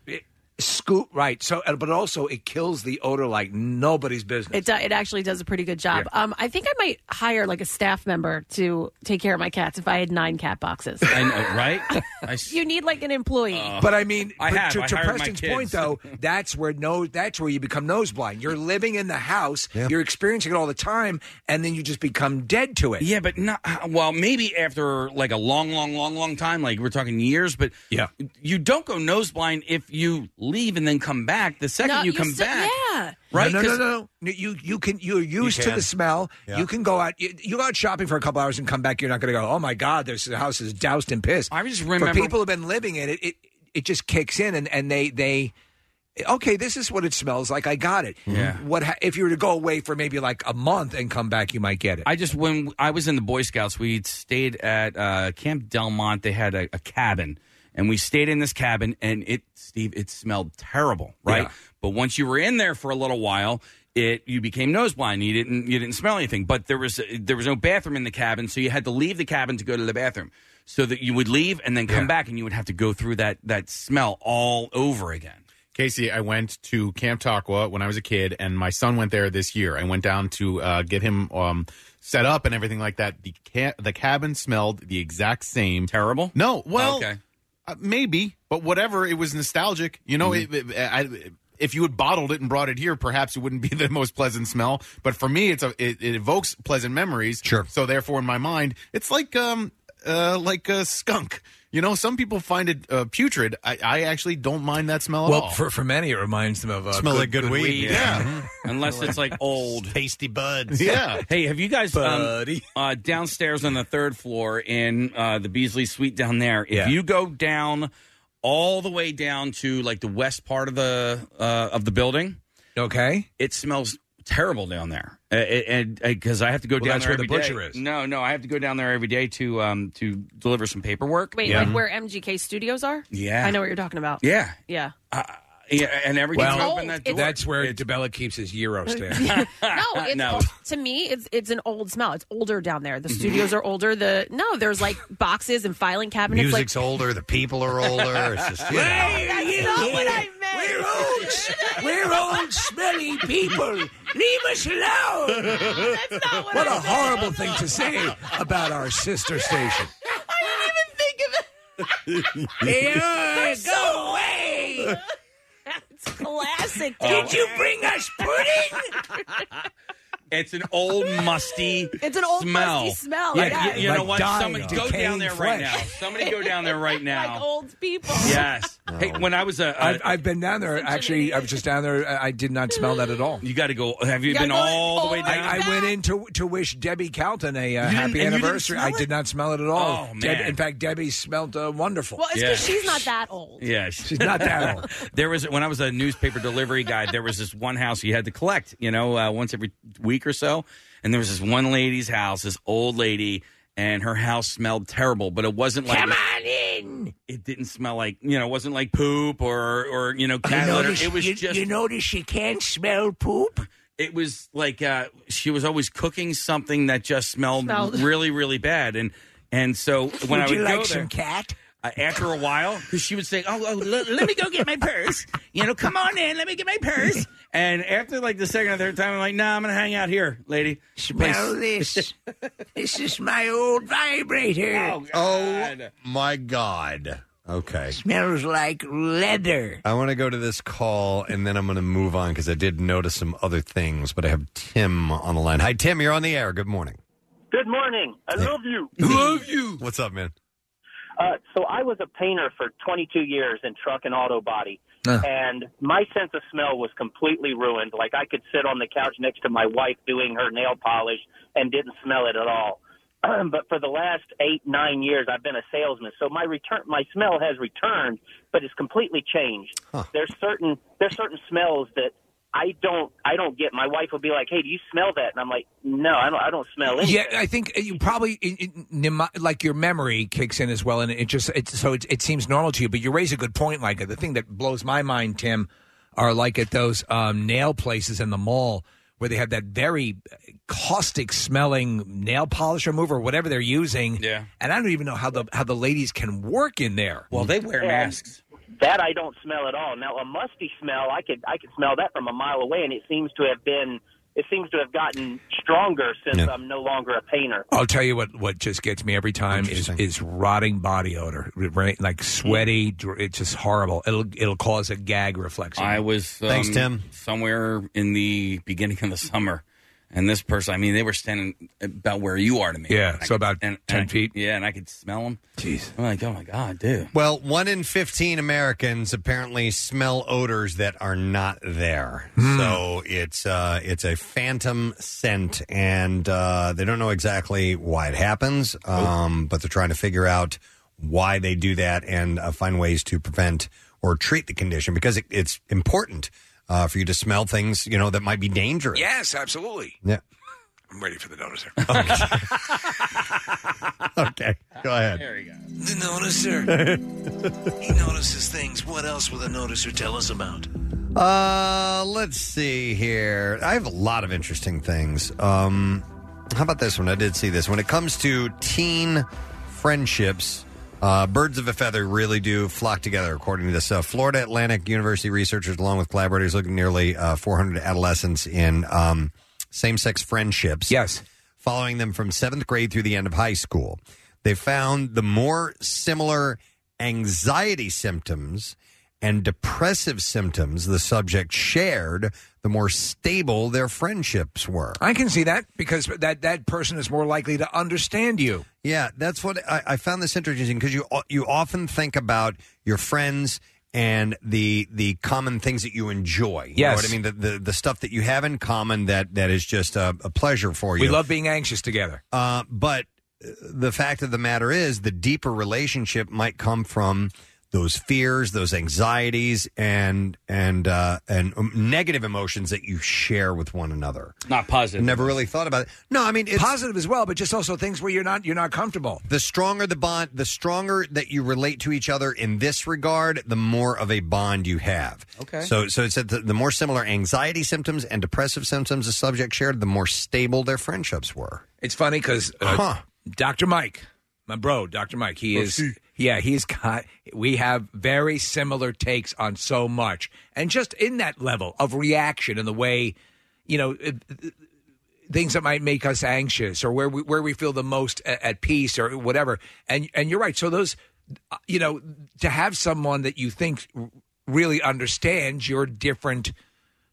Scoop, right? So, uh, but also it kills the odor like nobody's business. It do, it actually does a pretty good job. Um, I think I might hire like a staff member to take care of my cats if I had nine cat boxes. I know, right? I s- Uh, you need like an employee. But I mean, I but have. to, I to hired my Preston's kids. point, though, that's where no, that's where you become nose blind. You're living in the house, you're experiencing it all the time, and then you just become dead to it. Yeah, but not well. Maybe after like a long, long, long, long time, like we're talking years. But yeah, you don't go nose blind if you leave and then come back. The second No, you come still- back, Yeah. right? No, no, no, 'Cause- no, no. You you can you're used to can. the smell. Yeah. You can go out. You, you go out shopping for a couple hours and come back. You're not going to go. Oh my God, this house is doused in piss. I just remember- For people who've been living in it, it it just kicks in, and and they they. Okay, this is what it smells like. I got it. Yeah. What ha- if you were to go away for maybe like a month and come back? You might get it. I just when I was in the Boy Scouts, we stayed at uh, Camp Delmont. They had a, a cabin, and we stayed in this cabin, and it Steve, it smelled terrible, right? Yeah. But once you were in there for a little while, it you became nose blind. You didn't you didn't smell anything. But there was there was no bathroom in the cabin, so you had to leave the cabin to go to the bathroom. So that you would leave and then come back, and you would have to go through that that smell all over again. Casey, I went to Camp Taqua when I was a kid, and my son went there this year. I went down to uh, get him um, set up and everything like that. The ca- the cabin smelled the exact same. Terrible. No, well, Okay. Mm-hmm. uh, maybe, but whatever. It was nostalgic. You know, it, it- I, if you had bottled it and brought it here, perhaps it wouldn't be the most pleasant smell. But for me, it's a it, it evokes pleasant memories. Sure. So therefore, in my mind, it's like um uh like a skunk. You know, some people find it uh, putrid. I, I actually don't mind that smell at Well, all. for, for many, it reminds them of uh, Smell like good weed. Yeah. Mm-hmm. Unless it's like old tasty buds. Yeah. Hey, have you guys um, uh, downstairs on the third floor in uh, the Beasley Suite down there? If Yeah. you go down all the way down to like the west part of the uh, of the building, okay, it smells terrible down there. Uh, And because I have to go Well, down that's there where the every day. butcher is. No, no, I have to go down there every day to um, to deliver some paperwork. Wait, like where MGK Studios are? Yeah. I know what you're talking about. Yeah. Yeah. yeah, and every time I well, open that door, that's where DeBella keeps his Oh, euro stand. No, it's No. to me it's it's an old smell. It's older down there. Mm-hmm. The studios are older. The no, there's like boxes and filing cabinets. Music's like, older, the people are older. It's just, you know. That's not what I We're old. We're old, smelly people. Leave us alone. That's not What a horrible thing to say about our sister station. Yeah, go away. That's classic. Did you bring us pudding? It's an old musty. It's an old, smell. musty smell, Yeah, yeah. you, you know Like what? dying, Somebody go down decaying there right flesh. now. Somebody go down there right now. like old people. Yes. Hey, when I was a, a I've, I've been down there. Actually, I was just down there. I I did not smell that at all. You got to go. Have You gotta been go all the way all the way down? I, I went in to, to wish Debbie Calton a uh, You didn't- and happy you didn't anniversary. smell I did not smell it at all. Oh, Deb- man. in fact, Debbie smelled uh, wonderful. Well, it's because she's not that old. Yeah, she's not that old. there was when I was a newspaper delivery guy. There was this one house you had to collect, you know, uh, once every week or so. And there was this one lady's house, this old lady, and her house smelled terrible, but it wasn't like Come on in. it didn't smell like you know, it wasn't like poop or or you know cat litter. notice- It was you, just you notice you can't smell poop. it was like uh, she was always cooking something that just smelled, Smelled. really, really bad. And and so when would I would you go like there, some cat? uh, after a while, because she would say, "Oh, oh le- let, me go get my purse." You know, come on in, let me get my purse. and after like the second or third time, I'm like, "No, I'm gonna hang out here, lady." Smell this. this is my old vibrator. Oh, my God. Okay. Smells like leather. I want to go to this call and then I'm going to move on because I did notice some other things, but I have Tim on the line. Hi, Tim. You're on the air. Good morning. Good morning. I love you. Love you. What's up, man? Uh, so I was a painter for 22 years in truck and auto body, Huh. and my sense of smell was completely ruined. Like I could sit on the couch next to my wife doing her nail polish and didn't smell it at all. but for the last eight, nine years, I've been a salesman, so my return, my smell has returned, but it's completely changed. There's certain there's certain smells that. I don't. I don't get. My wife will be like, "Hey, do you smell that?" And I'm like, "No, I don't. I don't smell anything." Yeah, I think uh, you probably it, it, nemo- like your memory kicks in as well, and it just it's so it, it seems normal to you. But you raise a good point. Like the thing that blows my mind, Tim, are like at those um, nail places in the mall where they have that very caustic smelling nail polish remover or whatever they're using. Yeah. and I don't even know how the how the ladies can work in there. Well, they wear And That I don't smell at all. Now a musty smell, I could I could smell that from a mile away, and it seems to have been it seems to have gotten stronger since I'm no longer a painter. I'll tell you what. What just gets me every time is is rotting body odor, Right, like sweaty. dr- It's just horrible. It'll it'll cause a gag reflex. I was um, somewhere in the beginning of the summer, and this person. I mean, they were standing about where you are to me. Yeah, And I so could- about and, 10 and I- feet. yeah, and I could smell them. Jeez, I'm like, oh my god, dude. Well, one in 15 Americans apparently smell odors that are not there. Hmm. So it's uh, it's a phantom scent, and uh, they don't know exactly why it happens, Oh. um, but they're trying to figure out why they do that and uh, find ways to prevent or treat the condition because it, it's important uh, for you to smell things you know that might be dangerous. Yes, absolutely. Yeah. I'm ready for the noticer. Okay. Go ahead. There you go. The noticer. he notices things. What else will the noticer tell us about? Uh, let's see here. I have a lot of interesting things. Um, how about this one? I did see this. When it comes to teen friendships, uh, birds of a feather really do flock together, according to this. Uh, Florida Atlantic University researchers, along with collaborators, looking at nearly uh, 400 adolescents in um, same sex friendships. Yes. Following them from seventh grade through the end of high school. They found the more similar anxiety symptoms and depressive symptoms the subject shared, the more stable their friendships were. I can see that because that that person is more likely to understand you. Yeah, that's what I, I found this interesting because you uh, you often think about your friends and the the common things that you enjoy. You know Yes. what I mean the, the the stuff that you have in common that that is just a, a pleasure for you. We love being anxious together. Uh, but uh, the fact of the matter is, the deeper relationship might come from those fears, those anxieties, and and uh, and um, negative emotions that you share with one another. Not positive. Never really thought about it. No, I mean it's, positive as well, but just also things where you're not you're not comfortable. The stronger the bond, the stronger that you relate to each other in this regard, the more of a bond you have. Okay. So, so it said the, the more similar anxiety symptoms and depressive symptoms the subject shared, the more stable their friendships were. It's funny because uh, Dr. Mike, my bro, Dr. Mike, he Uh-huh. Oh, is. see. Yeah, he's got. We have very similar takes on so much, and just in that level of reaction and the way, you know, it- things that might make us anxious or where we where we feel the most at, at peace or whatever. And and you're right. So those, uh, you know, to have someone that you think r- really understands your different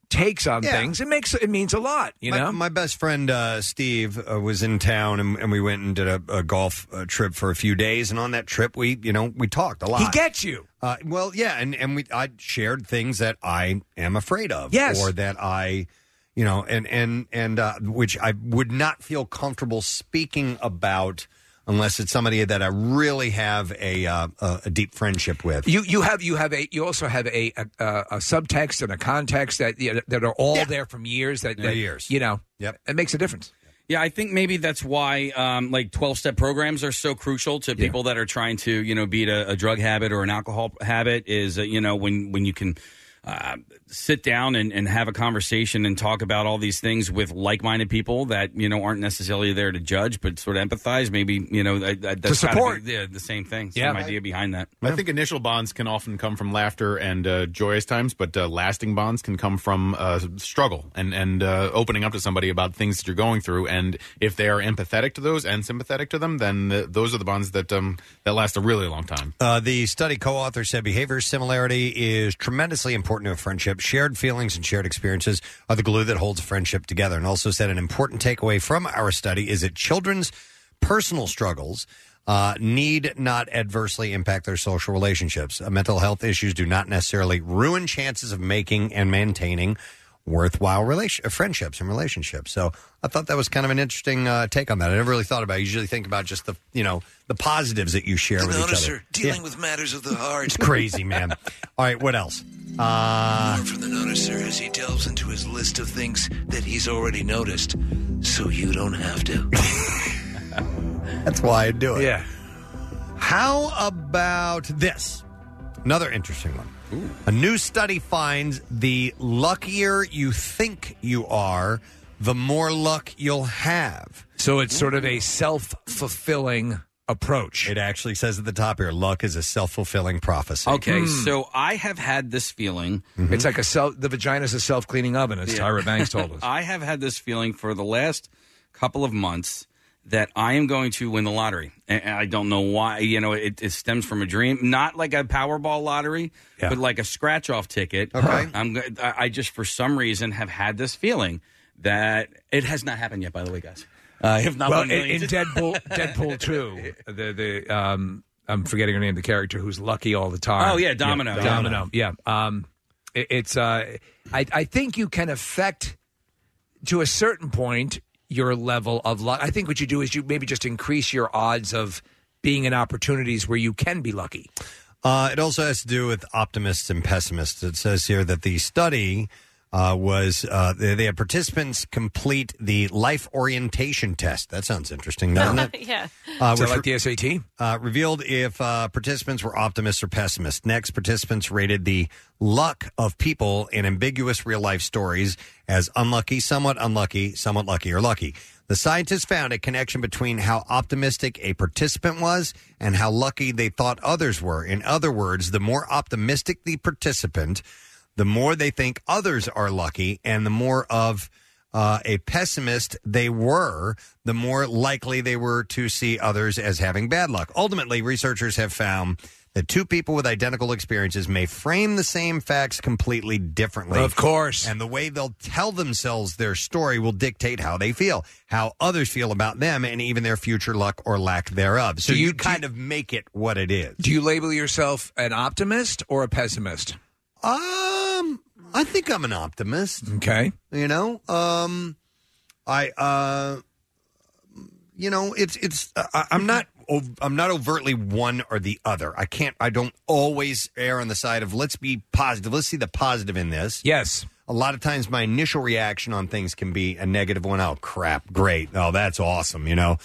takes on Yeah. things, it makes it means a lot. You my, know, my best friend uh, Steve uh, was in town, and, and we went and did a, a golf uh, trip for a few days. And on that trip, we you know we talked a lot. he gets you. Uh, well, yeah, and and we I shared things that I am afraid of, Yes. or that I, you know, and and and uh, which I would not feel comfortable speaking about unless it's somebody that I really have a uh, a, a deep friendship with. You you have you have a you also have a a, a subtext and a context that you know, that are all there from years that, They're that- years. you know yep it makes a difference. Yeah, I think maybe that's why um, like twelve step programs are so crucial to people that are trying to you know beat a, a drug habit or an alcohol habit. Is uh, you know when when you can. Uh, sit down and, and have a conversation and talk about all these things with like-minded people that you know aren't necessarily there to judge but sort of empathize maybe you know that, that, that's kind of support. the, yeah, the same thing Yeah. same idea behind that I think initial bonds can often come from laughter and uh, joyous times, but uh, lasting bonds can come from uh, struggle and and uh, opening up to somebody about things that you're going through. And if they are empathetic to those and sympathetic to them, then th those are the bonds that um, that last a really long time. Uh, the study co author said behavior similarity is tremendously important to a friendship. Shared feelings and shared experiences are the glue that holds a friendship together. And also said an important takeaway from our study is that children's personal struggles uh, need not adversely impact their social relationships. Uh, mental health issues do not necessarily ruin chances of making and maintaining worthwhile relation- uh, friendships and relationships. So I thought that was kind of an interesting uh, take on that. I never really thought about it. I usually think about just the, you know, the positives that you share The with each noticer other. dealing Yeah. with matters of the heart. It's crazy, man. All right, what else? Uh, from the noticer as he delves into his list of things that he's already noticed, so you don't have to. that's why I do it. Yeah. How about this? Another interesting one. A new study finds the luckier you think you are, the more luck you'll have. So it's sort of a self fulfilling approach. It actually says at the top here luck is a self fulfilling prophecy. okay so i have had this feeling It's like a self the vagina's a self cleaning oven, Mm-hmm. as Yeah. Tyra Banks told us. I have had this feeling for the last couple of months that I am going to win the lottery. And and I don't know why. You know, it, it stems from a dream, not like a Powerball lottery, but like a scratch off ticket. Okay. I'm, go- I I just, for some reason, have had this feeling that it has not happened yet, by the way, guys. Uh, I have not well, won in, in millions. Deadpool, Deadpool two, the the um, I'm forgetting her name, the character who's lucky all the time. Oh, yeah, Domino. yeah, Domino, yeah. Um, it- it's uh, I I think you can affect to a certain point your level of luck. I think what you do is you maybe just increase your odds of being in opportunities where you can be lucky. Uh, it also has to do with optimists and pessimists. It says here that the study uh, was uh, they, they had participants complete the life orientation test. That sounds interesting, doesn't it? yeah. Uh, Is that which like the SAT? Uh, revealed if uh, participants were optimists or pessimists. Next, participants rated the luck of people in ambiguous real life stories as unlucky, somewhat unlucky, somewhat lucky, or lucky. The scientists found a connection between how optimistic a participant was and how lucky they thought others were. In other words, the more optimistic the participant, the more they think others are lucky, and the more of uh, a pessimist they were, the more likely they were to see others as having bad luck. Ultimately, researchers have found that two people with identical experiences may frame the same facts completely differently. Of course. And the way they'll tell themselves their story will dictate how they feel, how others feel about them, and even their future luck or lack thereof. So Do you, you- do kind of make it what it is. Do you label yourself an optimist or a pessimist? Um, I think I'm an optimist. Okay. You know, um, I, uh, you know, it's it's. uh, I, I'm not. ov- I'm not overtly one or the other. I can't. I don't always err on the side of let's be positive. Let's see the positive in this. Yes. A lot of times, my initial reaction on things can be a negative one. Oh crap! Great. Oh, that's awesome. You know,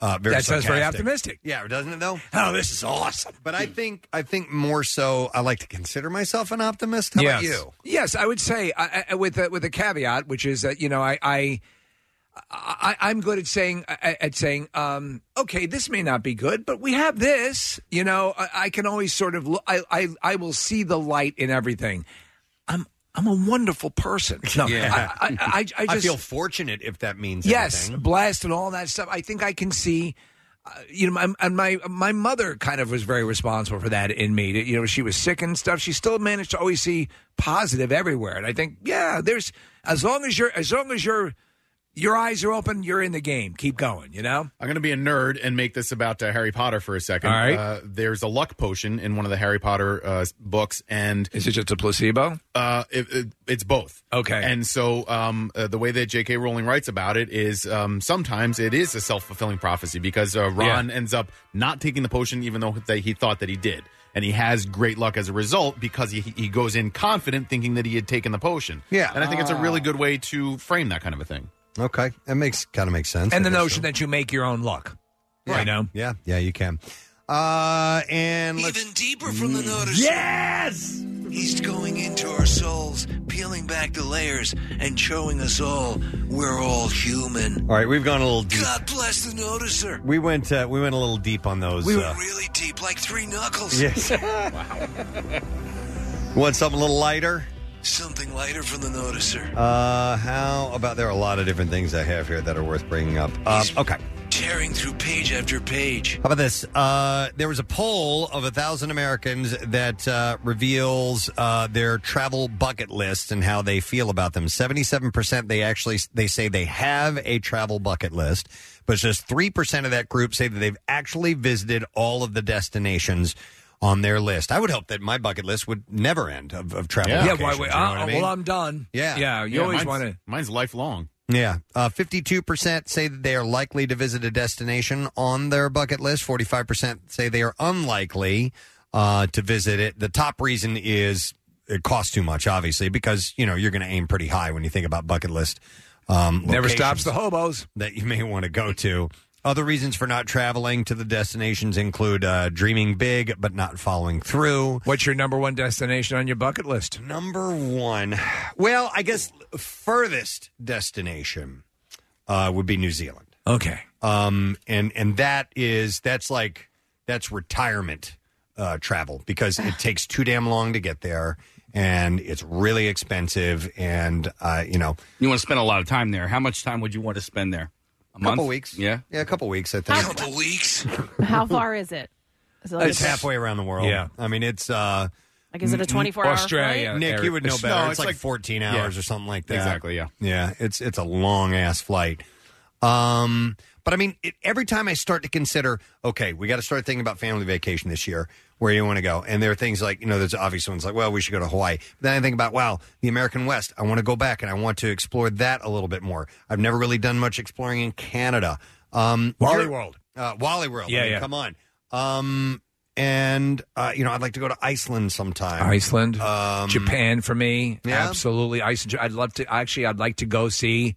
uh, very that sounds very sarcastic. optimistic. Yeah, doesn't it though? Oh, this is awesome. Hmm. But I think I think more so. I like to consider myself an optimist. How about you? Yes, I would say I, I, with a, with a caveat, which is that you know I. I I, I'm good at saying at at saying, um, okay, this may not be good, but we have this. You know, I, I can always sort of look, I, I I will see the light in everything. I'm I'm a wonderful person. No, I, I, I, I just feel fortunate if that means yes, anything. blessed and all that stuff. I think I can see. Uh, you know, my, and my my mother kind of was very responsible for that in me. You know, she was sick and stuff. She still managed to always see positive everywhere, and I think, yeah, there's as long as you're as long as your your eyes are open, you're in the game. Keep going. You know, I'm going to be a nerd and make this about uh, Harry Potter for a second. All right. Uh, there's a luck potion in one of the Harry Potter uh, books, and is it just a placebo? Uh, it, it- it's both. Okay. And so um, uh, the way that J.K. Rowling writes about it is um, sometimes it is a self fulfilling prophecy because uh, Ron ends up not taking the potion even though that he thought that he did, and he has great luck as a result because he he goes in confident thinking that he had taken the potion. Yeah. And I think it's a Ah. really good way to frame that kind of a thing. Okay, that makes kind of makes sense. and the I guess notion that you make your own luck. so. yeah. You know, yeah, yeah, you can. Uh, and let's, Even deeper from the notice. Yes! He's going into our souls, peeling back the layers, and showing us all we're all human. All right, we've gone a little deep. God bless the noticer. We went uh, we went a little deep on those. We uh, went really deep, like three knuckles. Yes. wow. want something a little lighter? Something lighter from the noticer. Uh, how about there are a lot of different things I have here that are worth bringing up. Um, okay. Tearing through page after page. How about this? Uh, there was a poll of a thousand Americans that uh, reveals uh, their travel bucket list and how they feel about them. Seventy-seven percent they actually they say they have a travel bucket list, but just three percent of that group say that they've actually visited all of the destinations on their list. I would hope that my bucket list would never end of, of travel. yeah. locations, why, you wait, know uh, what I mean? well, I'm done. Yeah. yeah. You Yeah, always mine's- want to. Mine's lifelong. Yeah, Uh, fifty-two percent say that they are likely to visit a destination on their bucket list. Forty-five percent say they are unlikely uh, to visit it. The top reason is it costs too much, obviously, because you know you're going to aim pretty high when you think about bucket list. Um, Never stops locations the hobos that you may want to go to. Other reasons for not traveling to the destinations include uh, dreaming big but not following through. What's your number one destination on your bucket list? Number one, well, I guess furthest destination uh, would be New Zealand. Okay. Um, and and that is that's like that's retirement uh, travel because it takes too damn long to get there, and it's really expensive. And uh, you know, You want to spend a lot of time there. How much time would you want to spend there? A Couple month? weeks. Yeah. yeah, a couple weeks I think. Couple weeks. How far is it? Is it like- it's halfway around the world. Yeah. I mean it's uh, Like, is it a Mm-hmm. 24 hour Australia, flight? Nick, you would know It's- better. no, it's, it's like, like- fourteen yeah. hours or something like that. Exactly, yeah. yeah. It's it's a long ass flight. Um, but I mean, it, every time I start to consider, okay, we got to start thinking about family vacation this year. Where you want to go, and there are things like you know, there's obvious ones like, well, we should go to Hawaii. But then I think about, wow, the American West. I want to go back and I want to explore that a little bit more. I've never really done much exploring in Canada. Um, Wally Europe- World. uh, Wally World. Yeah, I mean, yeah. Come on. Um, and uh, you know, I'd like to go to Iceland sometime. Iceland, um, Japan for me, Yeah. absolutely. Iceland. I'd love to. Actually, I'd like to go see,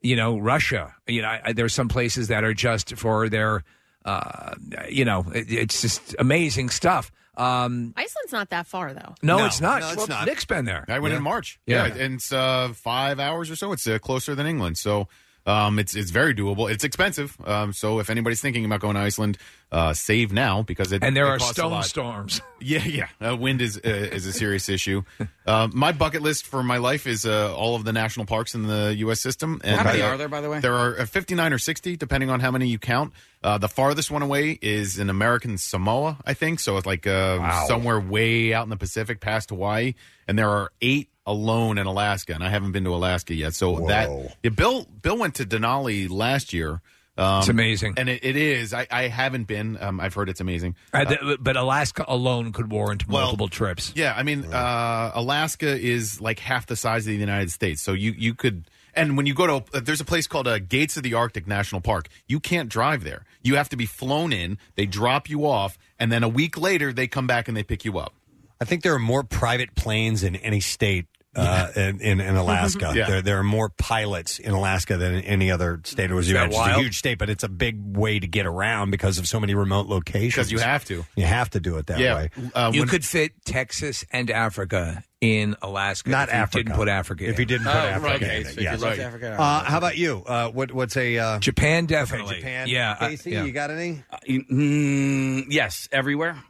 you know, Russia. You know, I, I, there's some places that are just for their, uh, you know, it, it's just amazing stuff. Um, Iceland's not that far, though. no, Oh, it's not. no, it's Well, not. Nick's been there. I went Yeah. in March. Yeah. and it's uh, five hours or so. It's uh, closer than England, so um, it's it's very doable. It's expensive, um, so if anybody's thinking about going to Iceland, uh, save now because it And there it are costs a stone lot. storms. Yeah, yeah. Uh, wind is uh, is a serious issue. Uh, my bucket list for my life is uh, all of the national parks in the U.S. system. How many uh, are there, by the way? There are uh, 59 or 60, depending on how many you count. Uh, the farthest one away is in American Samoa, I think. So it's like uh, somewhere way out in the Pacific, past Hawaii, and there are eight alone in Alaska, and I haven't been to Alaska yet. So that yeah, Bill Bill went to Denali last year. Um, It's amazing. and it, it is. I, I haven't been. Um, I've heard it's amazing. Uh, th- but Alaska alone could warrant multiple trips. Yeah, I mean, uh, Alaska is like half the size of the United States, so you you could. And when you go to, uh, there's a place called uh, Gates of the Arctic National Park. You can't drive there. You have to be flown in. They drop you off, and then a week later they come back and they pick you up. I think there are more private planes in any state uh, in, in in Alaska. Yeah. There there are more pilots in Alaska than in any other state. It was Is that it's a wild? huge state, but it's a big way to get around because of so many remote locations. 'Cause you have to. you have to do it that way. Uh, you could fit Texas and Africa in Alaska. Not if you Africa. Didn't put Africa. If you didn't Oh, put Africa in it, yeah. Oh, Right. Uh, how about you? Uh, what what's a uh, Japan? Definitely. Japan. Yeah, I- Casey, yeah. Uh, you got any? Mm, yes, everywhere.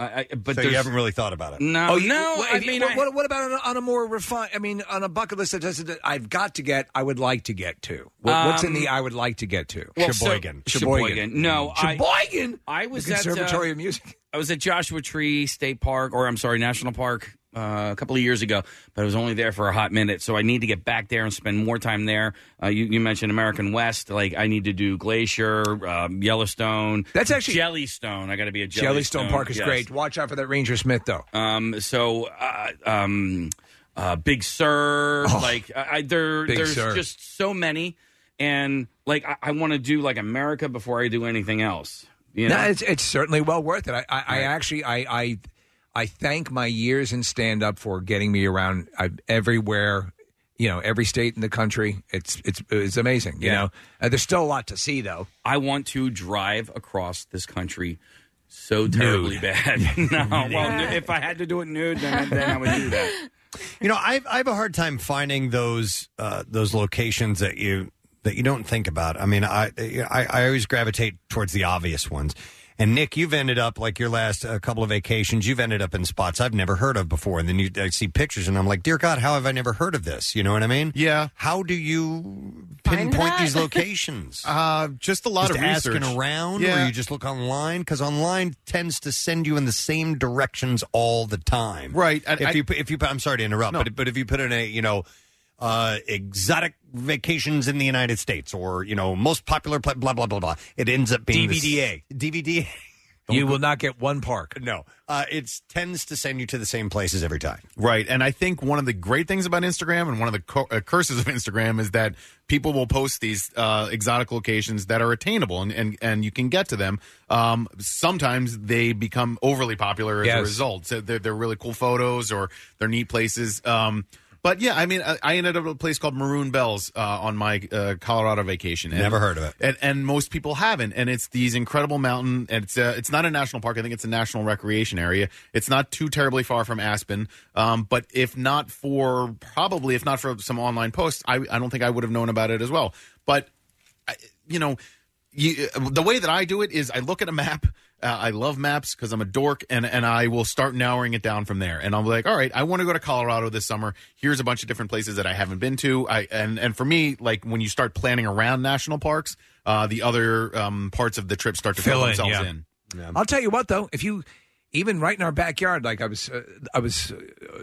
I, I, but So you there's- haven't really thought about it. No, no. Oh, Well, I mean, what, I- what, what about on a, on a more refined? I mean, on a bucket list that doesn't- that I've got to get. I would like to get to. What, what's in Um, the I would like to get to? Well, so- Sheboygan. No, I- Sheboygan. I was the at, uh, Conservatory of Music. I was at Joshua Tree State Park, or I'm sorry, National Park, uh, a couple of years ago, but I was only there for a hot minute, so I need to get back there and spend more time there. Uh, you, you mentioned American West, like I need to do Glacier, um, Yellowstone. That's actually- Jellystone. I got to be a Jellystone, Jellystone, Park is yes. great. Watch out for that Ranger Smith though. Um, so, uh, um, uh, Big Sur, like I, I, there, Oh. Big there's Sur. just so many, and like I, I want to do like America before I do anything else. You know, No, it's it's certainly well worth it. I I, I actually I, I I thank my years in stand up for getting me around i everywhere. You know, every state in the country. It's it's it's amazing. You Yeah. know, uh, there's still a lot to see though. I want to drive across this country so terribly bad. no, well, Nude. if I had to do it nude, then, I- then I would do that. You know, I've I have a hard time finding those uh, those locations that you that you don't think about. I mean, I, I I always gravitate towards the obvious ones. And Nick, you've ended up like your last uh, couple of vacations. You've ended up in spots I've never heard of before, and then you I see pictures, and I'm like, dear God, how have I never heard of this? You know what I mean? Yeah. How do you pinpoint these locations? Uh, just a lot Just of research. asking around, Yeah. or you just look online because online tends to send you in the same directions all the time. Right. I- if I- you put- if you put- I'm sorry to interrupt, but but if you put in a you know. Uh, exotic vacations in the United States, or you know, most popular pla- blah blah blah blah. It ends up being the DVDA. DVDA. You will not get one park. No, uh, it tends to send you to the same places every time. Right. And I think one of the great things about Instagram and one of the co- uh, curses of Instagram is that people will post these uh, exotic locations that are attainable and, and, and you can get to them. Um, sometimes they become overly popular as Yes. a result. So they're, they're really cool photos or they're neat places. Um, but yeah, I mean, I, I ended up at a place called Maroon Bells uh, on my uh, Colorado vacation. And- Never heard of it. and, and most people haven't. And it's these incredible mountain. And it's a, it's not a national park. I think it's a national recreation area. It's not too terribly far from Aspen. Um, but if not for probably if not for some online posts, I, I don't think I would have known about it as well. But I, you know, you, uh, the way that I do it is I look at a map. Uh, I love maps because I'm a dork, and and I will start narrowing it down from there. And I'm like, all right, I want to go to Colorado this summer. Here's a bunch of different places that I haven't been to. I and and for me, like when you start planning around national parks, uh, the other um, parts of the trip start to fill, themselves yeah. in. I'll tell you what, though, if you even right in our backyard, like I was, uh, I was uh,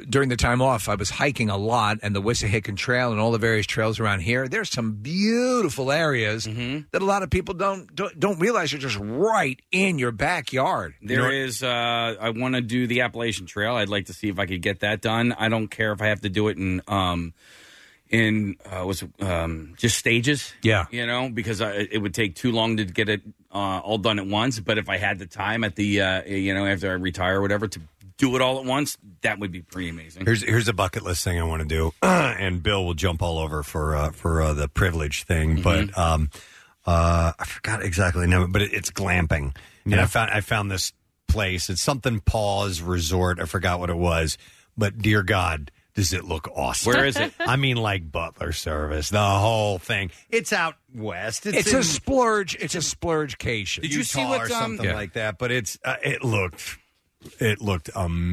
during the time off, I was hiking a lot, and the Wissahickon Trail and all the various trails around here. There's some beautiful areas Mm-hmm. that a lot of people don't don't, don't realize are just right in your backyard. There is. Uh, I want to do the Appalachian Trail. I'd like to see if I could get that done. I don't care if I have to do it in um, in uh, what's it, um, just stages. Yeah. you know, because I, it would take too long to get it uh, all done at once. But if I had the time at the uh, you know after I retire or whatever to do it all at once, that would be pretty amazing. Here's here's a bucket list thing I want to do, and Bill will jump all over for uh, for uh, the privilege thing, Mm-hmm. but um, uh, I forgot exactly the name, of it, but it, it's glamping, and I found I found this place. It's something Paws Resort. I forgot what it was, but dear God, Does it look awesome? Where is it? I mean, like butler service, the whole thing. It's out west. It's a splurge. It's a splurge cation. Did you see what, or um, something Yeah. like that? But it's uh, it looked it looked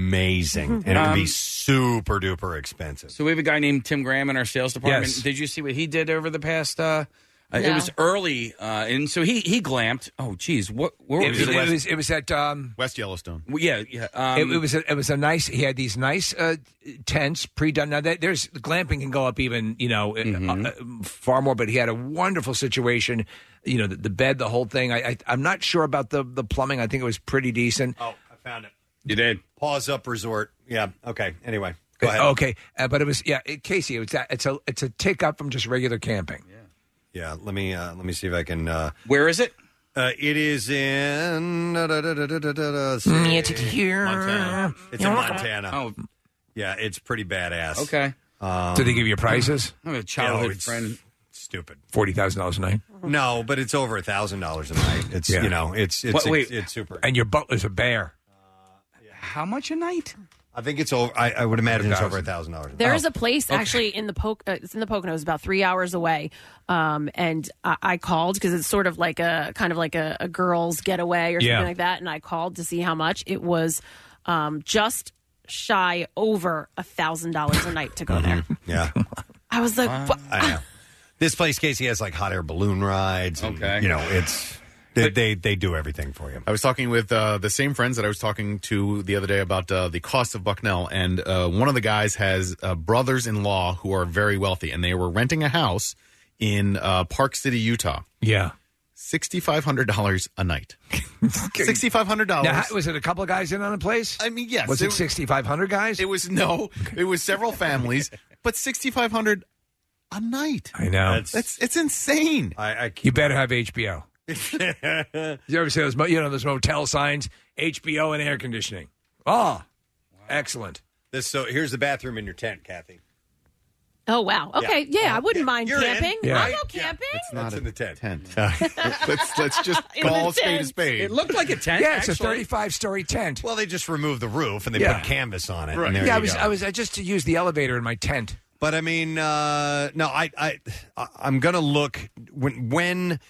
amazing, and it would Um, be super duper expensive. So we have a guy named Tim Graham in our sales department. Yes. Did you see what he did over the past? Uh, uh, It No. was early, uh, and so he he glamped. Oh, geez, what? Where It was- we? it was- it was at um, West Yellowstone. Well, yeah, yeah. Um, it, it was a, it was a nice. He had these nice uh, tents pre-done. Now that, there's glamping can go up even you know uh, Mm-hmm. uh, far more, but he had a wonderful situation. You know the, the bed, the whole thing. I, I I'm not sure about the the plumbing. I think it was pretty decent. Oh, I found it. You did. Pause up resort. Yeah. Okay. Anyway, go ahead. Okay, uh, but it was yeah, it, Casey. It was that, it's a it's a tick up from just regular camping. Yeah, let me uh, let me see if I can. Uh, Where is it? Uh, it is in. It's Mm, Mm, Montana. It's in Montana. Oh, yeah, it's pretty badass. Okay. Um, Did they give you prices? I'm a childhood it's friend. Stupid. Forty thousand dollars a night. No, but it's over a thousand dollars a night. It's Yeah. you know, it's it's What- wait. it's, it's super. Uh, And your butler's a bear. How much a night? I think it's over. I, I would imagine it's over a thousand dollars. There is a place Oh. actually in the Poc- uh, it's in the Poconos, about three hours away, um, and I, I called because it's sort of like a kind of like a, a girls' getaway or something Yeah. like that, and I called to see how much it was, um, just shy over a thousand dollars a night to go there. Yeah. I was like, what? I know. This place, Casey, has like hot air balloon rides. And, okay. You know, it's they, they they do everything for you. I was talking with uh, the same friends that I was talking to the other day about uh, the cost of Bucknell, and uh, one of the guys has uh, brothers-in-law who are very wealthy, and they were renting a house in uh, Park City, Utah. Yeah. Sixty-five hundred dollars a night. Sixty-five hundred Now, dollars. how- was it a couple of guys in on a place? I mean, yes. Was It it was- sixty five hundred guys? It was no. It was several families, but sixty-five hundred a night. I know. That's, it's insane. I, I you better have HBO. you ever see those? mo- You know those motel signs, HBO and air conditioning. Oh, excellent. This so here's the bathroom in your tent, Kathy. Oh wow. Okay. Yeah, I wouldn't mind You're in, camping. Yeah. I'll right? go camping. It's not in the tent. let's let's just In call a spade a tent. spade. It looked like a tent, Yeah, it's actually. a thirty five story tent. Well, they just removed the roof and they Yeah. put canvas on it. and Right. there Yeah, I you was, go. I was, I just to use the elevator in my tent. But I mean, uh, no, I, I, I- I'm gonna look when when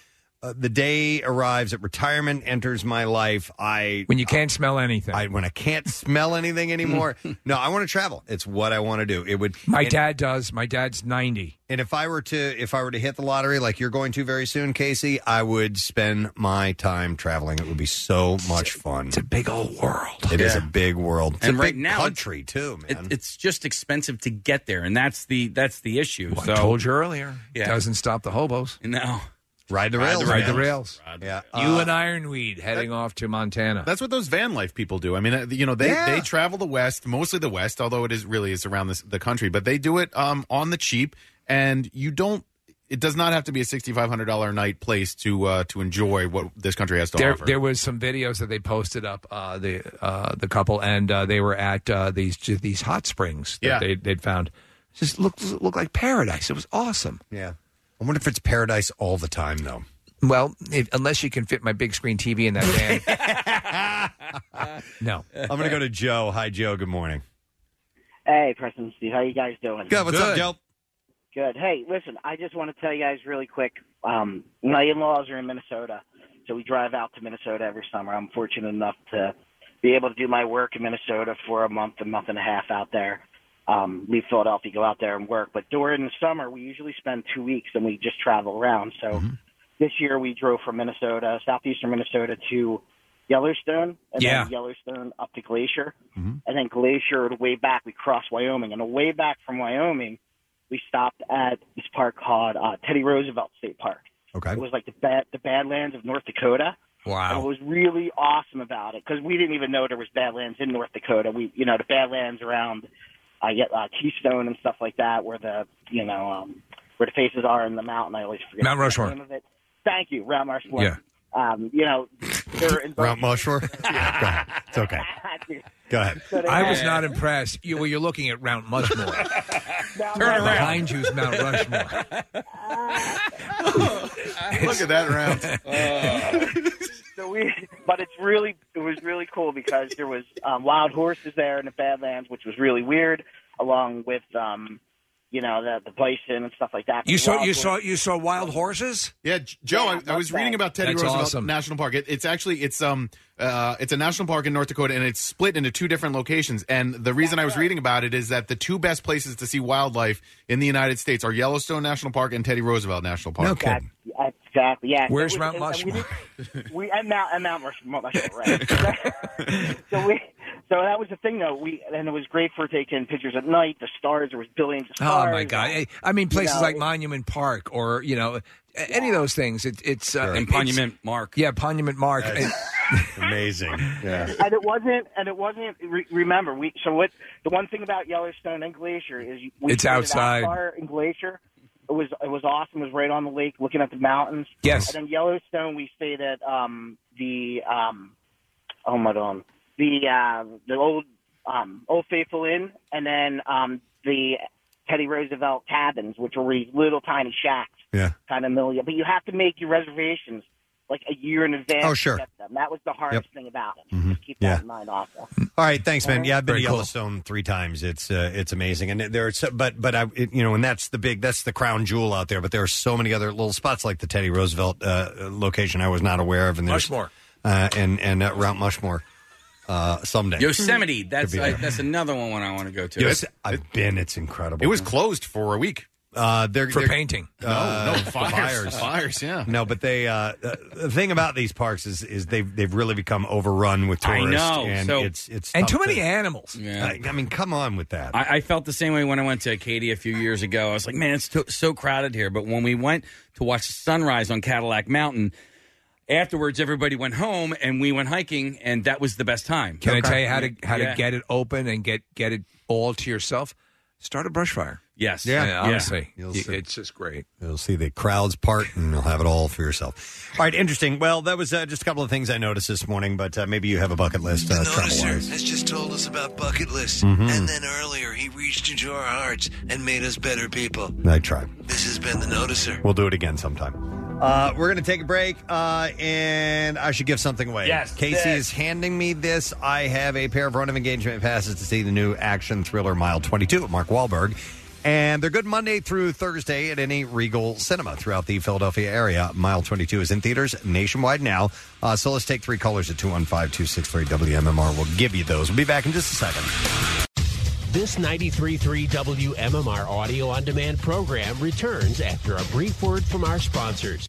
uh, the day arrives that retirement enters my life. I when you can't smell anything. I when I can't smell anything anymore. no, I want to travel. It's what I want to do. It would. My and- dad does. My dad's ninety. And if I were to if I were to hit the lottery like you're going to very soon, Casey, I would spend my time traveling. It would be so much fun. It's a big old world. It is Yeah. a big world. It's and a right big now, country too, it- man. it's just expensive to get there, and that's the that's the issue. Well, so, I told you earlier. Yeah. Doesn't stop the hobos. No. Ride the rails. Ride the man. rails. Yeah. you and Ironweed heading off to Montana. Uh, That's what those van life people do. I mean, uh, you know, they, Yeah. they travel the West, mostly the West, although it is really is around this, the country, but they do it um, on the cheap, and you don't. It does not have to be a sixty five hundred dollar a night place to uh, to enjoy what this country has to there, offer. there was some videos that they posted up uh, the uh, the couple, and uh, they were at uh, these these hot springs that Yeah. they, they'd found. Just looked looked like paradise. It was awesome. yeah. I wonder if it's paradise all the time though. Well, if, unless you can fit my big screen TV in that van, no. I'm gonna go to Joe. Hi, Joe. Good morning. Hey, Preston and Steve, how you guys doing? Good. What's up, Joe? Good. Hey, listen, I just want to tell you guys really quick. Um, my in-laws are in Minnesota, so we drive out to Minnesota every summer. I'm fortunate enough to be able to do my work in Minnesota for a month, a month and a half out there. Um, leave Philadelphia, go out there and work. But during the summer, we usually spend two weeks and we just travel around. So this year we drove from Minnesota, southeastern Minnesota to Yellowstone, and Yeah. then Yellowstone up to Glacier, and then Glacier the way back we crossed Wyoming, and the way back from Wyoming we stopped at this park called uh, Teddy Roosevelt State Park. Okay. It was like the bad the Badlands of North Dakota. Wow. And what was really awesome about it because we didn't even know there was Badlands in North Dakota. We you know the Badlands around I get uh, Keystone and stuff like that where the you know um, where the faces are in the mountain. I always forget Mount the Rushmore. name of it. Thank you, Mount Rushmore. Yeah. Um, you know, they're in Mount Mushroom. yeah, go ahead. It's okay. Go ahead. I was not impressed. You, well, you're looking at Mount Mushmore. Turn around. Behind you is Mount Rushmore. Look at that round. so we, but it's really, it was really cool because there was um, wild horses there in the Badlands, which was really weird. along with um, you know the the bison and stuff like that. You saw Wild you horses. saw you saw wild horses? Yeah, Joe, I, I was reading about Teddy That's Roosevelt awesome. National Park. It, it's actually it's um uh it's a national park in North Dakota, and it's split into two different locations. And the reason I was reading about it is that the two best places to see wildlife in the United States are Yellowstone National Park and Teddy Roosevelt National Park. Okay. Exactly. Yeah. Where's It Mount it Rushmore? We, did- we at Mount at Mount Rush- Mount Rushmore, right? so, we, so that was the thing though. We and it was great for taking pictures at night. The stars. There was billions of Oh stars. my God! I- I mean, You places know, like it- Monument Park, or you know, a- any of those things. It, it's uh, And it's- Monument Mark. Yeah, Monument Mark. Amazing. Yeah. and it wasn't. And it wasn't. Re- remember, we. So what? The one thing about Yellowstone and Glacier is you, we It's stood out outside. far in Glacier. It was it was awesome. It was right on the lake, looking at the mountains. Yes. And then Yellowstone, we stayed at um, the um, oh my god, the uh, the old um, Old Faithful Inn, and then um, the Teddy Roosevelt cabins, which were these little tiny shacks, Yeah. kind of million. But you have to make your reservations like a year in advance. Oh, to sure. get them. That was the hardest Yep. thing about it. Mhm. Keep Yeah. that in mind, also. All right, thanks, man. Yeah, I've been Very to cool. Yellowstone three times. It's uh, it's amazing, and there are so, but but I it, you know, and that's the big that's the crown jewel out there. But there are so many other little spots like the Teddy Roosevelt uh, location I was not aware of, and there's Rushmore. uh, and and uh, Mount Mushmore uh, someday. Yosemite. That's Could be I, there. that's another one, I want to go to. Yes, I've been. It's incredible. It was closed for a week. Uh, they're, For they're- Uh, painting. No, no, fires. Fires, yeah. No, but they. Uh, uh, the thing about these parks is is they've they've really become overrun with I tourists. know. and so it's it's and tough too many to- animals. I, I mean, come on with that. I, I felt the same way when I went to Acadia a few years ago. I was like, man, it's to- so crowded here. But when we went to watch the sunrise on Cadillac Mountain, afterwards everybody went home and we went hiking, and that was the best time. Can I tell you how to how Yeah. to get it open and get get it all to yourself? Start a brush fire. Yes. Yeah. Yeah. Honestly, You'll Y- see. it's just great. You'll see the crowds part, and you'll have it all for yourself. All right, interesting. Well, that was uh, just a couple of things I noticed this morning, but uh, maybe you have a bucket list. Uh, travel Noticer wise. has just told us about bucket lists, Mm-hmm. Mhm. and then earlier he reached into our hearts and made us better people. I tried. This has been the Noticer. We'll do it again sometime. Uh, we're going to take a break, uh, and I should give something away. Yes, Casey this. is handing me this. I have a pair of Ronin engagement passes to see the new action thriller Mile 22 at Mark Wahlberg. And they're good Monday through Thursday at any Regal cinema throughout the Philadelphia area. Mile 22 is in theaters nationwide now. Uh, so let's take three callers at 215 263 WMMR. We'll give you those. We'll be back in just a second. This 93.3 WMMR audio on demand program returns after a brief word from our sponsors.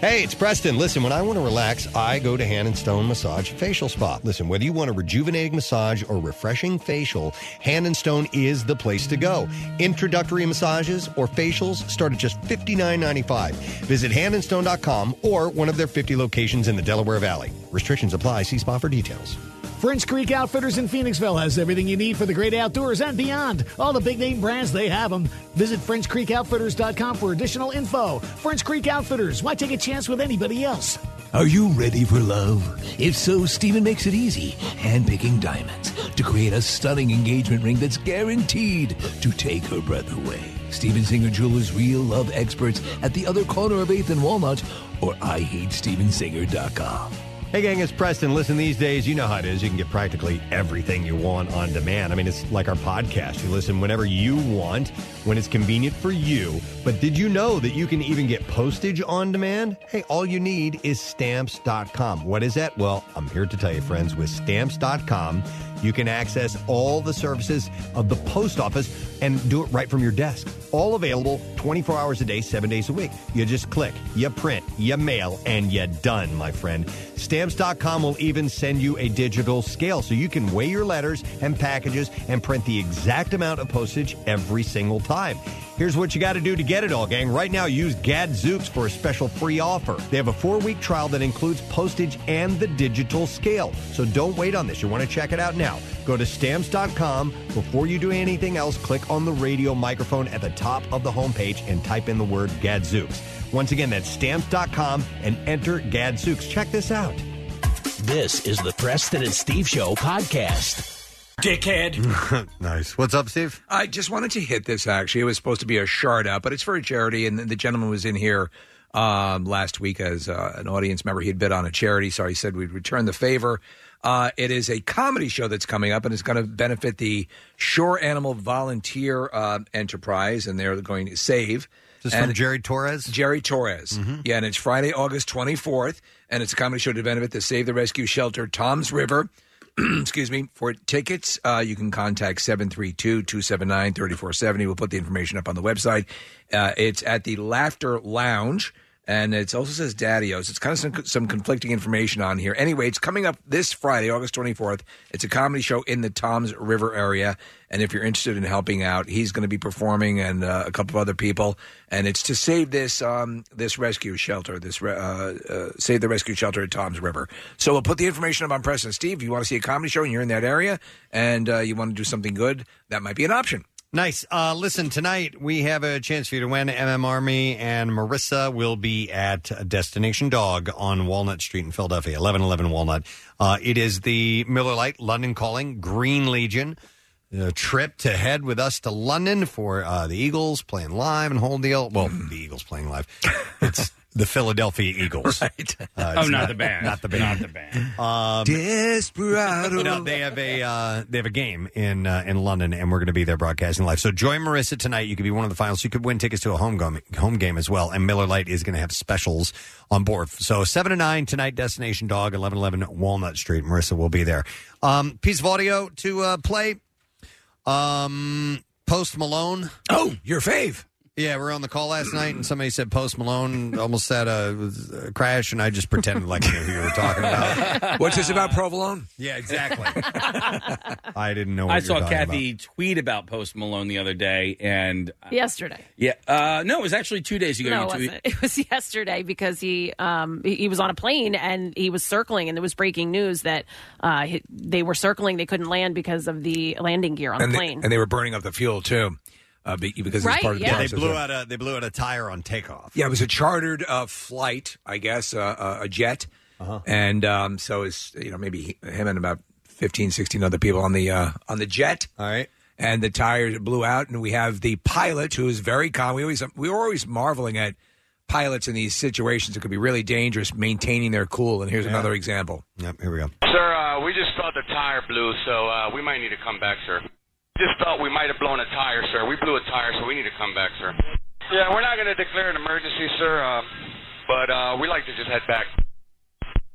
Hey, it's Preston. Listen, when I want to relax, I go to Hand and Stone Massage and Facial Spa. Listen, whether you want a rejuvenating massage or refreshing facial, Hand and Stone is the place to go. Introductory massages or facials start at just $59.95. Visit handandstone.com or one of their 50 locations in the Delaware Valley. Restrictions apply. See spa for details. French Creek Outfitters in Phoenixville has everything you need for the great outdoors and beyond. All the big name brands, they have them. Visit FrenchCreekOutfitters.com for additional info. French Creek Outfitters, why take a chance with anybody else? Are you ready for love? If so, Steven makes it easy, handpicking diamonds to create a stunning engagement ring that's guaranteed to take her breath away. Steven Singer Jewelers real love experts at the other corner of 8th and Walnut or IHateStevenSinger.com. Hey, gang, it's Preston. Listen, these days, you know how it is. You can get practically everything you want on demand. I mean, it's like our podcast. You listen whenever you want, when it's convenient for you. But did you know that you can even get postage on demand? Hey, all you need is stamps.com. What is that? Well, I'm here to tell you, friends, with stamps.com, you can access all the services of the post office and do it right from your desk. All available 24 hours a day, seven days a week. You just click, you print, you mail, and you're done, my friend. Stamps.com will even send you a digital scale so you can weigh your letters and packages and print the exact amount of postage every single time. Here's what you got to do to get it all, gang. Right now, use Gadzooks for a special free offer. They have a four week trial that includes postage and the digital scale. So don't wait on this. You want to check it out now. Go to stamps.com. Before you do anything else, click on the radio microphone at the top of the homepage and type in the word Gadzooks. Once again, that's stamps.com and enter Gadzooks. Check this out. This is the Preston and Steve Show podcast. Dickhead. nice. What's up, Steve? I just wanted to hit this. Actually, it was supposed to be a shard out, but it's for a charity, and the gentleman was in here um, last week as uh, an audience member. He had bid on a charity, so he said we'd return the favor. Uh, it is a comedy show that's coming up, and it's going to benefit the Shore Animal Volunteer uh, Enterprise, and they're going to save. This is and from Jerry Torres? Mm-hmm. Jerry Torres. Yeah, and it's Friday, August 24th, and it's a comedy show to benefit the Save the Rescue Shelter Tom's River. Excuse me. For tickets, uh, you can contact 732 279 3470. We'll put the information up on the website. Uh, it's at the Laughter Lounge, and it also says Daddy O's. It's kind of some, some conflicting information on here. Anyway, it's coming up this Friday, August 24th. It's a comedy show in the Toms River area. And if you're interested in helping out, he's going to be performing and uh, a couple of other people. And it's to save this um, this rescue shelter, this re- uh, uh, save the rescue shelter at Tom's River. So we'll put the information up on Preston Steve. If you want to see a comedy show and you're in that area and uh, you want to do something good, that might be an option. Nice. Uh, listen, tonight we have a chance for you to win. MM Army and Marissa will be at Destination Dog on Walnut Street in Philadelphia, 1111 Walnut. Uh, it is the Miller Lite London Calling Green Legion uh, trip to head with us to London for uh, the Eagles playing live and whole deal. Well, Mm. the Eagles playing live. It's the Philadelphia Eagles. Right. Oh, not the band. Not the band. Not the band. Um, Desperado. No, they have a uh, they have a game in uh, in London, and we're going to be there broadcasting live. So join Marissa tonight. You could be one of the finals. You could win tickets to a home game, home game as well. And Miller Lite is going to have specials on board. So seven to nine tonight. Destination Dog, eleven eleven Walnut Street. Marissa will be there. Um, piece of audio to uh, play. Um, Post Malone. Oh, your fave. Yeah, we were on the call last night, and somebody said Post Malone almost had a, a crash, and I just pretended like I knew who you were talking about. What's this about provolone? Yeah, exactly. I didn't know. What I you were saw talking Kathy tweet about Post Malone the other day, and yesterday. yeah, uh, no, it was actually two days ago. No, you it tweet- wasn't. It was yesterday because he um, he he was on a plane and he was circling, and there was breaking news that uh, he- they were circling. They couldn't land because of the landing gear on and the they, plane. and they were burning up the fuel too, uh, be- because Right, it's part of the yeah. They process. blew out a they blew out a tire on takeoff. Yeah, it was a chartered uh, flight, I guess, uh, uh, a jet, Uh-huh. and um, so it's you know maybe he- him and about 15, 16 other people on the uh, on the jet. All right. And the tires blew out, and we have the pilot who is very calm. We always we were always marveling at pilots in these situations that could be really dangerous, maintaining their cool. And here's another example. Yep, here we go. Sir, uh, we just thought the tire blew, so uh, we might need to come back, sir. Just thought we might have blown a tire, sir. We blew a tire, so we need to come back, sir. Yeah, we're not going to declare an emergency, sir, uh, but uh, we like to just head back.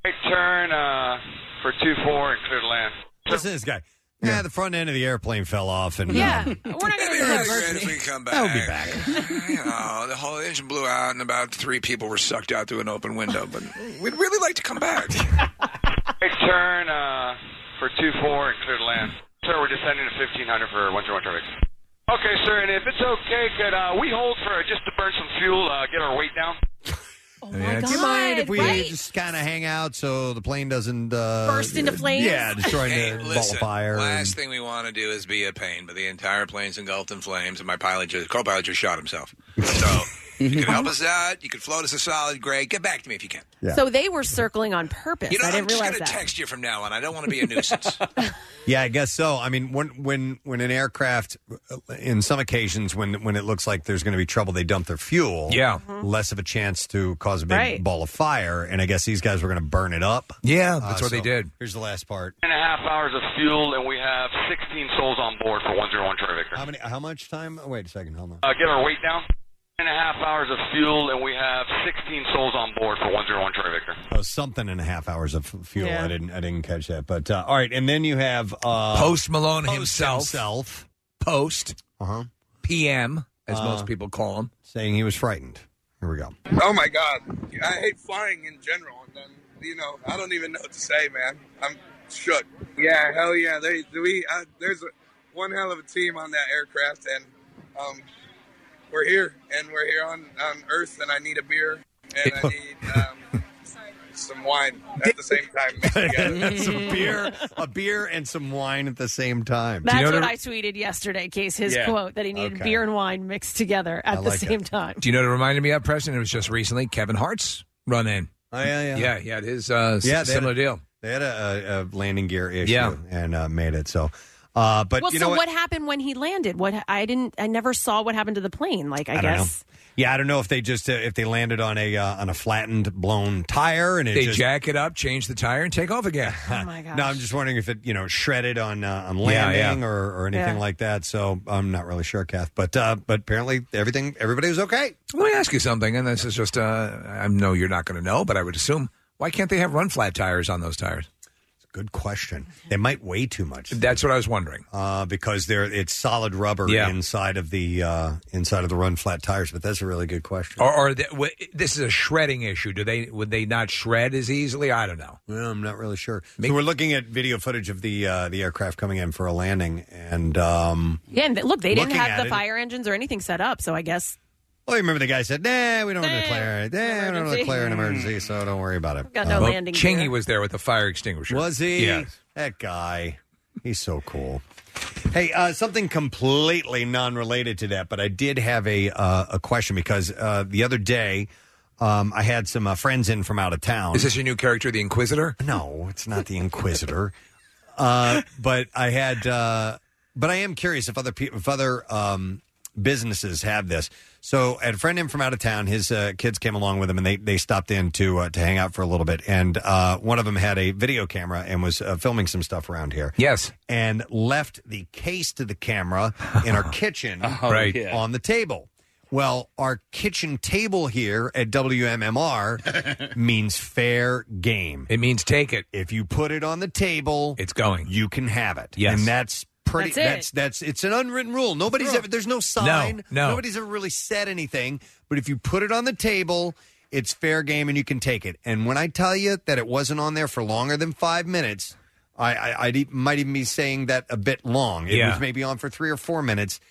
Right turn uh, for 2-4 and clear to land. Listen to this guy. Yeah, the front end of the airplane fell off, and yeah, we're not going to. if we come back. I'll be back. you know, the whole engine blew out, and about three people were sucked out through an open window. But we'd really like to come back. Right turn uh, for 2-4 and clear to land. Sir, we're descending to 1500 for 121 traffic. Okay, sir, and if it's okay, could uh, we hold for just to burn some fuel, uh, get our weight down? Do you mind if we right? just kind of hang out so the plane doesn't uh, Burst into flames? Yeah, destroy Hey, the ball listen, of fire. last and- thing we want to do is be a pain, but the entire plane's engulfed in flames, and my pilot, just, co-pilot, just shot himself. So you can help Mm-hmm. us out. You can float us a solid grade. Get back to me if you can. So they were circling on purpose. You know, I I'm didn't just realize gonna that. text you from now on. I don't want to be a nuisance. Yeah, I guess so. I mean, when when when an aircraft, uh, in some occasions, when when it looks like there's going to be trouble, they dump their fuel. Uh-huh. Yeah. less of a chance to cause a big Right. ball of fire. And I guess these guys were going to burn it up. Uh, Yeah, that's what they did. Here's the last part. and a half hours of fuel, and we have 16 souls on board for 101 Trevor Victor. How many? How much time? oh, wait a second. Hold on. Uh, get our weight down. And a half hours of fuel, and we have 16 souls on board for 101 Trevor Victor. Oh, something and a half hours of f- fuel. Yeah. I didn't. I didn't catch that. But uh, all right, and then you have uh, Post Malone Post himself. himself. Post. Uh-huh. PM, as Uh, most people call him. saying he was frightened. Here we go. Oh my god, I hate flying in general. And then you know, I don't even know what to say, man. I'm shook. Yeah, hell yeah. They we uh, there's a, one hell of a team on that aircraft, and um, we're here, and we're here on on Earth, and I need a beer, and I need um, some wine at the same time. And some beer, a beer, and some wine at the same time. That's what I tweeted yesterday. Case his Yeah. quote that he needed Okay. beer and wine mixed together I at the like same time. Do you know what it reminded me of, Preston? It was just recently Kevin Hart's run in. Oh, yeah, yeah. Yeah, yeah, it is uh, s- Yeah, they had similar a- deal. They had a, a, a landing gear issue Yeah. and uh, made it. So, Uh, but well, you so know what? what? happened when he landed? What I didn't, I never saw what happened to the plane. Like I, I don't know. guess Yeah, I don't know if they just uh, if they landed on a uh, on a flattened blown tire and it They just, jack it up, change the tire, and take off again. oh my gosh. No, I'm just wondering if it you know shredded on uh, on Yeah, landing yeah. Or, or anything Yeah. like that. So I'm not really sure, Kath. But uh, but apparently everything everybody was okay. Let me ask you something, and this is just, uh, I know you're not going to know, but I would assume, why can't they have run flat tires on those tires? Good question. They might weigh too much. That's what I was wondering. Uh, because they're it's solid rubber Yeah. inside of the uh, inside of the run flat tires. But that's a really good question. Or, or th- w- this is a shredding issue. Do they would they not shred as easily? I don't know. Well, I'm not really sure. so we're looking at video footage of the uh, the aircraft coming in for a landing, and um, yeah. And th- look, they didn't Looking have at the it- fire engines or anything set up, so I guess well, you remember the guy said, "Nah, we don't Nah, declare it. Nah, we don't emergency." declare an emergency, so don't worry about it." got no Uh, landing Chingy was there with a fire extinguisher. Was he? Yes. That guy. He's so cool. Hey, uh, something completely non-related to that, but I did have a uh, a question because uh, the other day um, I had some uh, friends in from out of town. Is this your new character, the Inquisitor? No, it's not the Inquisitor. uh, but I had, uh, but I am curious if other pe- if other um, businesses have this. So, I had a friend in from out of town, his uh, kids came along with him, and they they stopped in to uh, to hang out for a little bit. And uh, one of them had a video camera and was uh, filming some stuff around here. Yes, and left the case to the camera in our kitchen, Oh, Right. yeah. on the table. Well, our kitchen table here at WMMR means fair game. It means take it. If you put it on the table, it's going. You can have it. Yes. and that's pretty. That's it. That's that's, it's an unwritten rule. Nobody's ever there's no sign. no. nobody's ever really said anything. But if you put it on the table. It's fair game and you can take it. And when I tell you that it wasn't on there for longer than five minutes, I, I I'd e- might even be saying that a bit long. It Yeah. was maybe on for three or four minutes,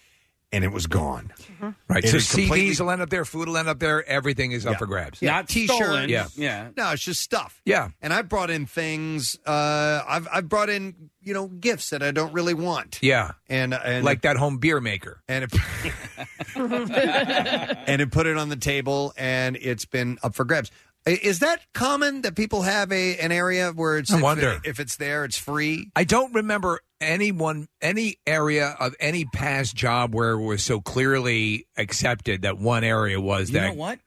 and it was gone. Right. It so is completely- CDs will end up there, food will end up there, everything is up for grabs. Yeah, t-shirts. Yeah. No, it's just stuff. Yeah. And I brought in things. Uh, I've I've brought in you know gifts that I don't really want. Yeah. And, and like that home beer maker. And it, and it put it on the table, and it's been up for grabs. I- Is that common that people have a an area where it's I if it- wonder. if it's there, it's free. I don't remember anyone, any area of any past job where it was so clearly accepted that one area was You that. know what?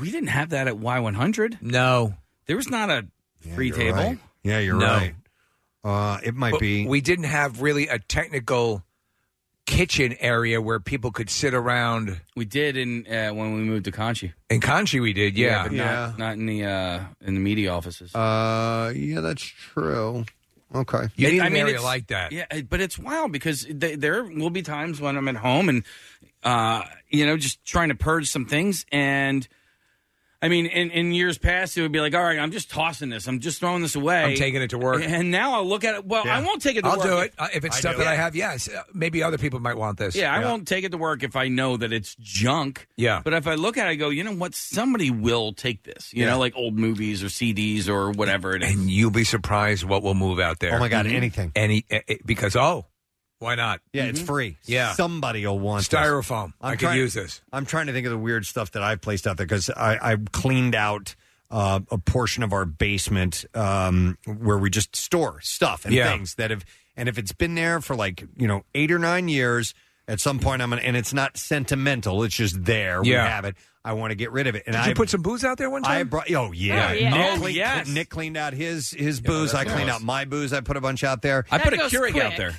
We didn't have that at Y100. No. There was not a free you're table. right. Yeah, you're No. right. Uh, it might But be. We didn't have really a technical kitchen area where people could sit around. We did in uh, when we moved to Conchi. In Conchi, we did, yeah. but Yeah. Not, not in the uh, in the media offices. Uh, yeah, that's true. Okay, It- it's- Yeah, it- but it's wild because th- there will be times when I'm at home and, uh, you know, just trying to purge some things. And I mean, in, in years past, it would be like, all right, I'm just tossing this. I'm just throwing this away. I'm taking it to work. And now I'll look at it. Well, I won't take it to I'll work. do it. Uh, If it's stuff that I have, yes. Uh, Maybe other people might want this. Yeah, I won't take it to work if I know that it's junk. Yeah. But if I look at it, I go, you know what? Somebody will take this, you Yeah. know, like old movies or CDs or whatever it is. Mm-hmm. And you'll be surprised what will move out there. Oh, my God, anything. Any, eh, eh, because, oh, why not? Yeah, it's free. Yeah. Mm-hmm. somebody will want this. Styrofoam. I could trying- use this. I'm trying to think of the weird stuff that I've placed out there because I, I cleaned out uh, a portion of our basement um, where we just store stuff and Yeah. things that have, and if it's been there for like you know eight or nine years, at some point I'm gonna, and it's not sentimental. It's just there. Yeah. We have it. I want to get rid of it. And Did I you put some booze out there one time? I brought. Oh yeah. Oh, yeah. Nick, Oh, clean- yes. Nick cleaned out his his booze. I that's cleaned nice. out my booze. I put a bunch out there. I put a Keurig out there.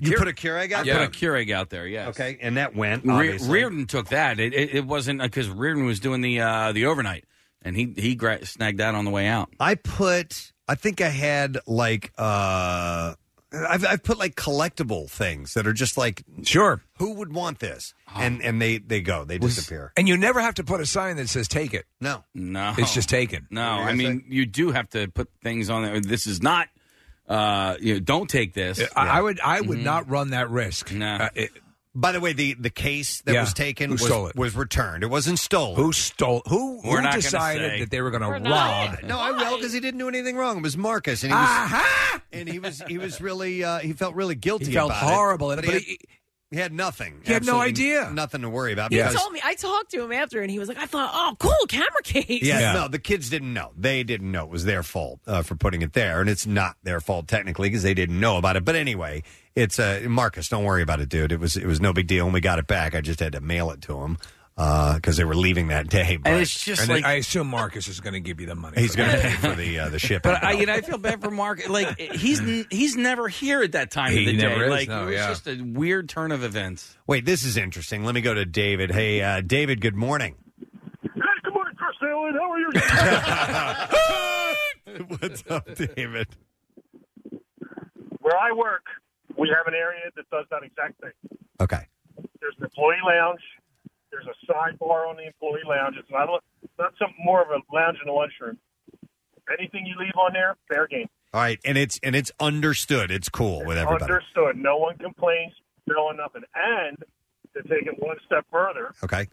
You put a Keurig out I there. put a Keurig out there, yes. Okay, and that went. Re- obviously. Reardon took that. It, it, it wasn't because Reardon was doing the uh, the overnight, and he he gra- snagged that on the way out. I put. I think I had like. uh I've, I've put like collectible things that are just like sure who would want this Oh. and and they they go they disappear And you never have to put a sign that says take it. No. No, It's just taken. No, What were you I gonna mean you do have to put things on there. This is not. Uh, you know, don't take this. I, I would I would not run that risk. Mm-hmm. Uh, No. by the way the the case that Yeah. was taken Who was, stole it? was returned it wasn't stolen who stole who We're who not gonna say. decided that they were going We're to not. rob? No, I will because he didn't do anything wrong. It was Marcus, and he was and he was he was really uh, he felt really guilty. Uh-huh. He felt about it. horrible, and- but, he had- he- He had nothing. He had no Absolutely Nothing to worry about. He because- told me. I talked to him after, and he was like, "I thought, oh, cool, camera case." Yeah, no, the kids didn't know. They didn't know it was their fault uh, for putting it there, and it's not their fault technically because they didn't know about it. But anyway, it's uh, Marcus. Don't worry about it, dude. It was it was no big deal, and we got it back. I just had to mail it to him because they were leaving that day. but- And then I assume Marcus is going to give you the money. he's for going to that. pay for the uh, the shipping. But I, you know, I feel bad for Mark. Like he's n- he's never here at that time He of the never day. is, like no, it was yeah. just a weird turn of events. Wait, this is interesting. Let me go to David. Hey, uh, David. Good morning. good morning, Chris Allen. How are you? What's up, David? Where I work, we have an area that does that exact thing. Okay. There's an employee lounge. There's a sidebar on the employee lounge. It's not a, not some more of a lounge in the lunchroom. Anything you leave on there, fair game. All right, and it's and it's understood. It's cool with everybody. Understood. No one complains. No one nothing. And to take it one step further, Okay.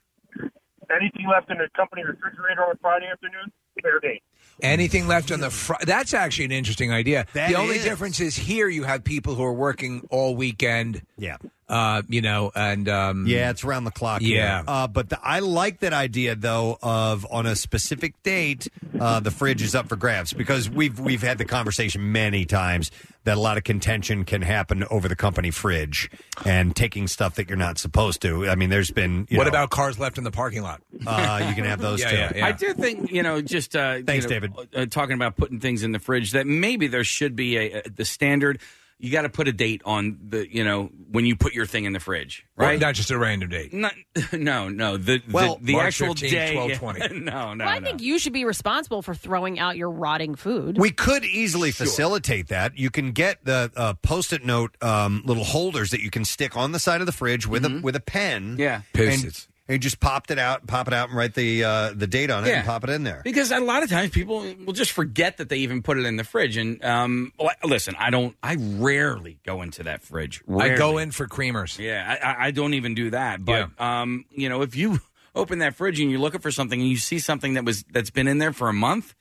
anything left in the company refrigerator on Friday afternoon, fair game. Anything left on the front? That's actually an interesting idea. That the only is. difference is here you have people who are working all weekend. Yeah. Uh, you know, and um, Yeah, it's around the clock. here. Yeah. Uh, but the, I like that idea though of on a specific date, uh, the fridge is up for grabs because we've we've had the conversation many times that a lot of contention can happen over the company fridge and taking stuff that you're not supposed to. I mean, there's been you what know, about cars left in the parking lot? Uh, you can have those Yeah, too. yeah, yeah. I do think you know just uh, Thanks, you know, David. Uh, talking about putting things in the fridge that maybe there should be a, a the standard. You got to put a date on the you know when you put your thing in the fridge, Well, right? not just a random date. Not, no, no. The Well, the, the March actual 15th, day. 12:20. No, Oh, no. Well, I no. think you should be responsible for throwing out your rotting food. We could easily facilitate that. You can get the uh, post-it note um, little holders that you can stick on the side of the fridge with Mm-hmm. a with a pen. Yeah, Post-its. And, and just popped it out, pop it out, and write the uh, the date on it, Yeah. and pop it in there. Because a lot of times people will just forget that they even put it in the fridge. And um, li- listen, I don't. I rarely go into that fridge. I go Rarely. in for creamers. Yeah, I- I, I don't even do that. But um, you know, if you open that fridge and you're looking for something and you see something that was that's been in there for a month,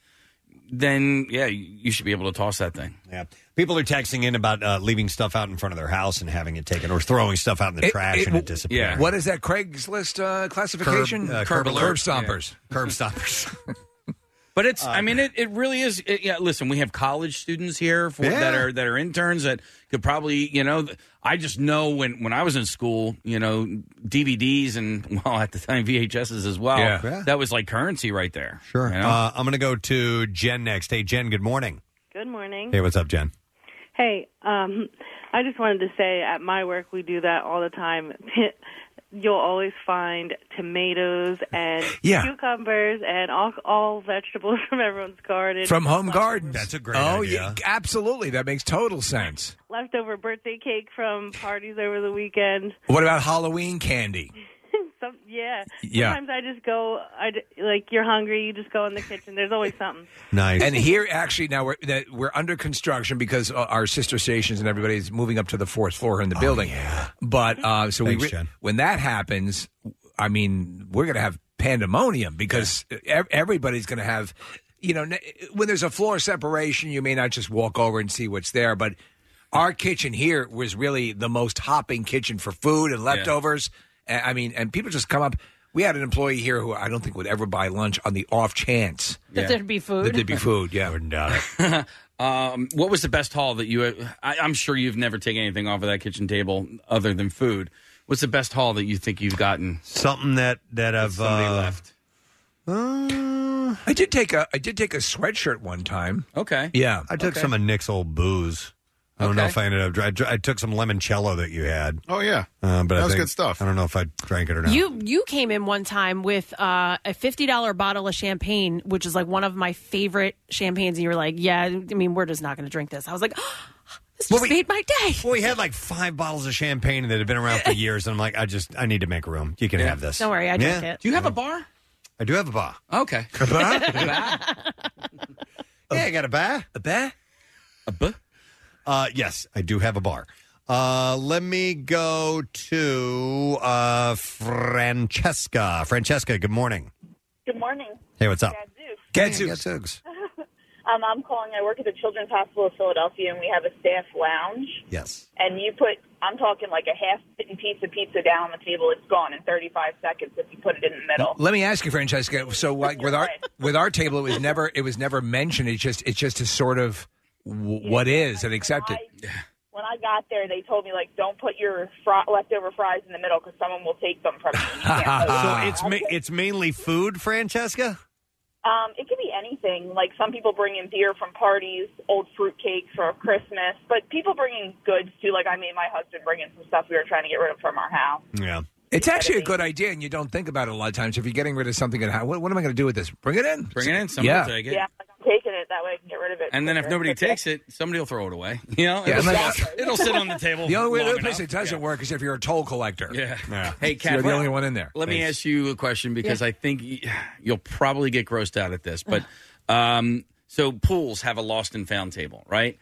then yeah, you, you should be able to toss that thing. Yeah, people are texting in about uh, leaving stuff out in front of their house and having it taken, or throwing stuff out in the It- trash it- and it disappears. What is that Craigslist uh, classification? uh, curb curb, alert. curb stompers. Curb stompers. But it's, I mean, it, it really is. It, yeah, listen, we have college students here for, Yeah. that are that are interns that could probably, you know, th- I just know when when I was in school, you know, DVDs and well at the time VHSs as well. Yeah. Yeah. that was like currency right there. Sure. you know? Uh, I'm going to go to Jen next. Hey, Jen. Good morning. Good Mm-hmm. morning. Hey, what's up, Jen? Hey, um, I just wanted to say at my work we do that all the time. You'll always find tomatoes and Yeah. cucumbers and all, all vegetables from everyone's garden. From home gardens. That's a great oh, idea. yeah, absolutely. That makes total sense. Leftover birthday cake from parties over the weekend. What about Halloween candy? Some, yeah. Yeah. Sometimes I just go, I, d- like, you're hungry, you just go in the kitchen. There's always something. Nice. And here, actually, now we're that we're under construction because uh, our sister stations and everybody's moving up to the fourth floor in the building. But uh, so Oh, Thanks, we re- Jen. when that happens, I mean, we're going to have pandemonium because ev- everybody's going to have, you know, n- when there's a floor separation, you may not just walk over and see what's there, but. Our kitchen here was really the most hopping kitchen for food and leftovers. And- I mean, and people just come up. We had an employee here who I don't think would ever buy lunch on the off chance That there'd be food. That there'd be food. Yeah, wouldn't doubt it. um, what was the best haul that you? I, I'm sure you've never taken anything off of that kitchen table other than food. What's the best haul that you think you've gotten? Something that that I've somebody uh, left. I did take a I did take a sweatshirt one time. Okay. Yeah, I took some of Nick's old booze. I don't know Okay. if I ended up. dr- I, dr- I took some limoncello that you had. Oh yeah, uh, but That I was think- good stuff. I don't know if I drank it or not. You you came in one time with uh, a fifty dollar bottle of champagne, which is like one of my favorite champagnes, and you were like, "Yeah, I mean, we're just not going to drink this." I was like, "This just made my day." Well, we had like five bottles of champagne that had been around for years, and I'm like, I just I need to make room. You can have this. Don't worry, I Yeah. Mm. drank it. Do you have a bar? I do have a bar. Okay. A bar? yeah, I got a bar. A bar? A bar? Uh, yes, I do have a bar. Uh, let me go to uh, Francesca. Francesca, good morning. Good morning. Hey, what's up? Gadzooks. Gadzooks. Um, I'm calling. I work at the Children's Hospital of Philadelphia, and we have a staff lounge. Yes. And you put, I'm talking like a half-bitten piece of pizza down on the table. It's gone in 35 seconds if you put it in the middle. Let me ask you, Francesca. So, like with our with our table, it was never it was never mentioned. It's just it's just a sort of w- what is and accepted. When I got there, they told me like, don't put your fr- leftover fries in the middle because someone will take them from you. so it's ma- it's mainly food, Francesca. Um, it could be anything. Like some people bring in beer from parties, old fruitcakes for Christmas, but people bring in goods too. Like I made my husband bring in some stuff we were trying to get rid of from our house. Yeah. It's actually a good idea, and you don't think about it a lot of times. If you're getting rid of something, at home, what, what am I going to do with this? Bring it in. Bring it in. Someone yeah. will take it. Yeah, like, I'm taking it that way I can get rid of it. And then if quicker. nobody takes it, somebody will throw it away. You know, Yeah, it'll, unless- sit, it'll sit on the table. The only, way, the long only place enough. it doesn't work is if you're a toll collector. Yeah. Hey, Kat, You're the let- only one in there. Let me Thanks. ask you a question because Yeah. I think y- you'll probably get grossed out at this. But um, so pools have a lost and found table, right?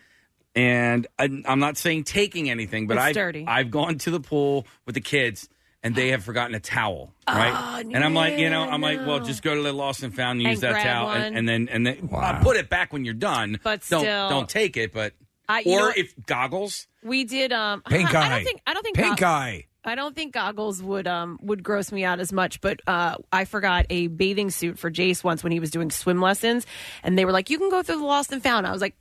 And I, I'm not saying taking anything, but It's I've, dirty. I've gone to the pool with the kids and they have forgotten a towel, right? and I'm like, you know, I'm like, well, just go to the lost and found, use Oh, And that grab towel, one. and, and then and then I'll put it back when you're done. But don't still- don't take it. But I- you know or what- if goggles, We did um Pink I, I eye. don't think I don't think Pink gog- eye. I don't think goggles would um would gross me out as much, but uh I forgot a bathing suit for Jace once when he was doing swim lessons and they were like, You can go through the lost and found. I was like,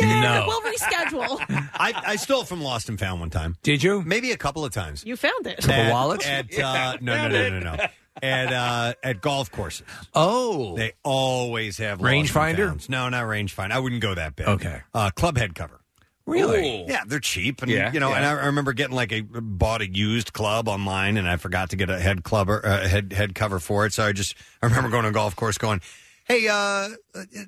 No. We'll reschedule. I, I stole from Lost and Found one time. Did you? Maybe a couple of times. you found it. At- At, uh, no, no, no, no, no, no. At uh, at golf courses. Oh, they always have Rangefinder? rangefinder. No, not rangefinder. I wouldn't go that big. Okay, uh, club head cover. Really? Yeah, they're cheap, and Yeah, you know. yeah. And I I remember getting like a bought a used club online, and I forgot to get a head clubber uh, head head cover for it. So I just I remember going to a golf course going. Hey, uh,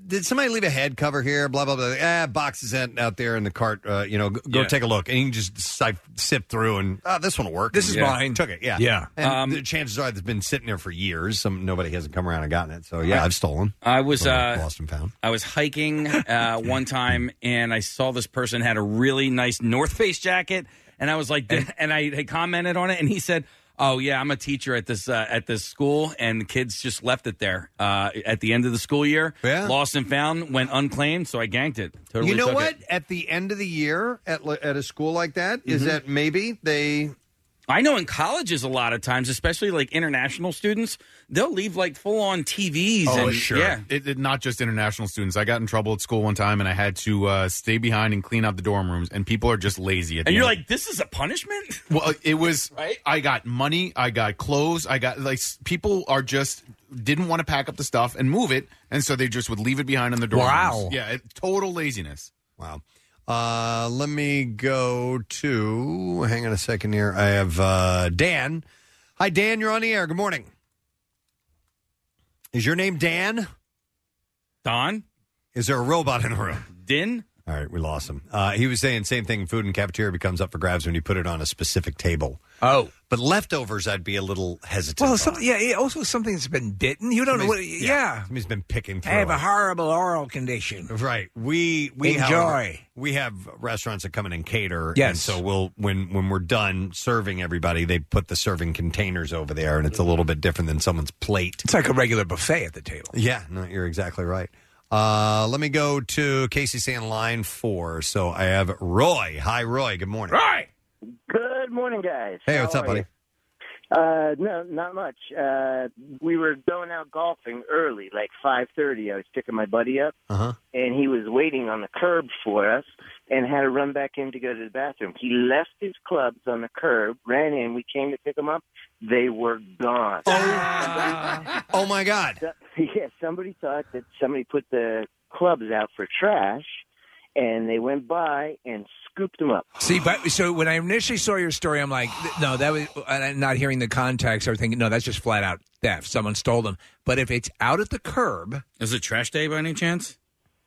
did somebody leave a head cover here? Blah blah blah. Ah, box is out, out there in the cart. Uh, you know, go, go Yeah. take a look, and you can just si- sift through, and ah, this one will work. This is Yeah. mine. Took it. Yeah, Yeah. And the chances are it's been sitting there for years. Some nobody hasn't come around and gotten it. So yeah, I've stolen. I was uh, lost and found. I was hiking uh, one time and I saw this person had a really nice North Face jacket, and I was like, and I had commented on it, and he said. Oh yeah, I'm a teacher at this uh, at this school, and the kids just left it there uh, at the end of the school year. Yeah. Lost and found, went unclaimed, so I ganked it. Totally you know took what? It. At the end of the year, at li- at a school like that, is Mhm. that maybe they I know in colleges a lot of times, especially like international students, they'll leave like full on TVs. Oh, and, sure. Yeah, It, it- not just international students. I got in trouble at school one time, and I had to uh, stay behind and clean out the dorm rooms. And people are just lazy. At and the you're end. like, this is a punishment. well, uh, it was. I got money. I got clothes. I got like s- people are just didn't want to pack up the stuff and move it, and so they just would leave it behind in the dorm. Wow. rooms. Yeah, it, total laziness. Wow. Uh, let me go to. Hang on a second here. I have uh, Dan. Hi, Dan. You're on the air. Good morning. Is your name Dan? Don. Is there a robot in the room? Din. All right, we lost him. Uh, he was saying same thing. Food and cafeteria becomes up for grabs when you put it on a specific table. Oh, but leftovers, I'd be a little hesitant. Well, on. some, yeah, yeah, also something that's been bitten. You don't know. What, Somebody's- yeah. somebody's been picking. I have through a it. horrible oral condition. Right. We we enjoy. however, we have restaurants that come in and cater. And Yes. so we'll when when we're done serving everybody, they put the serving containers over there, and it's a little bit different than someone's plate. It's like a regular buffet at the table. Yeah, no, you're exactly right. Uh, let me go to Casey Sand line four. So I have Roy. Hi, Roy. Good morning. Roy. Good morning, guys. Hey, How what's up, are buddy? you? Uh, no, not much. Uh, we were going out golfing early, like five thirty. I was picking my buddy up, Uh huh. and he was waiting on the curb for us, and had to run back in to go to the bathroom. He left his clubs on the curb, ran in. We came to pick him up. They were gone. oh my God! yeah, somebody thought that somebody put the clubs out for trash, and they went by and scooped them up. See, but so when I initially saw your story, I'm like, th- no, that was and I'm not hearing the context. I was thinking, no, that's just flat out theft. Someone stole them. But if it's out at the curb, is it trash day by any chance?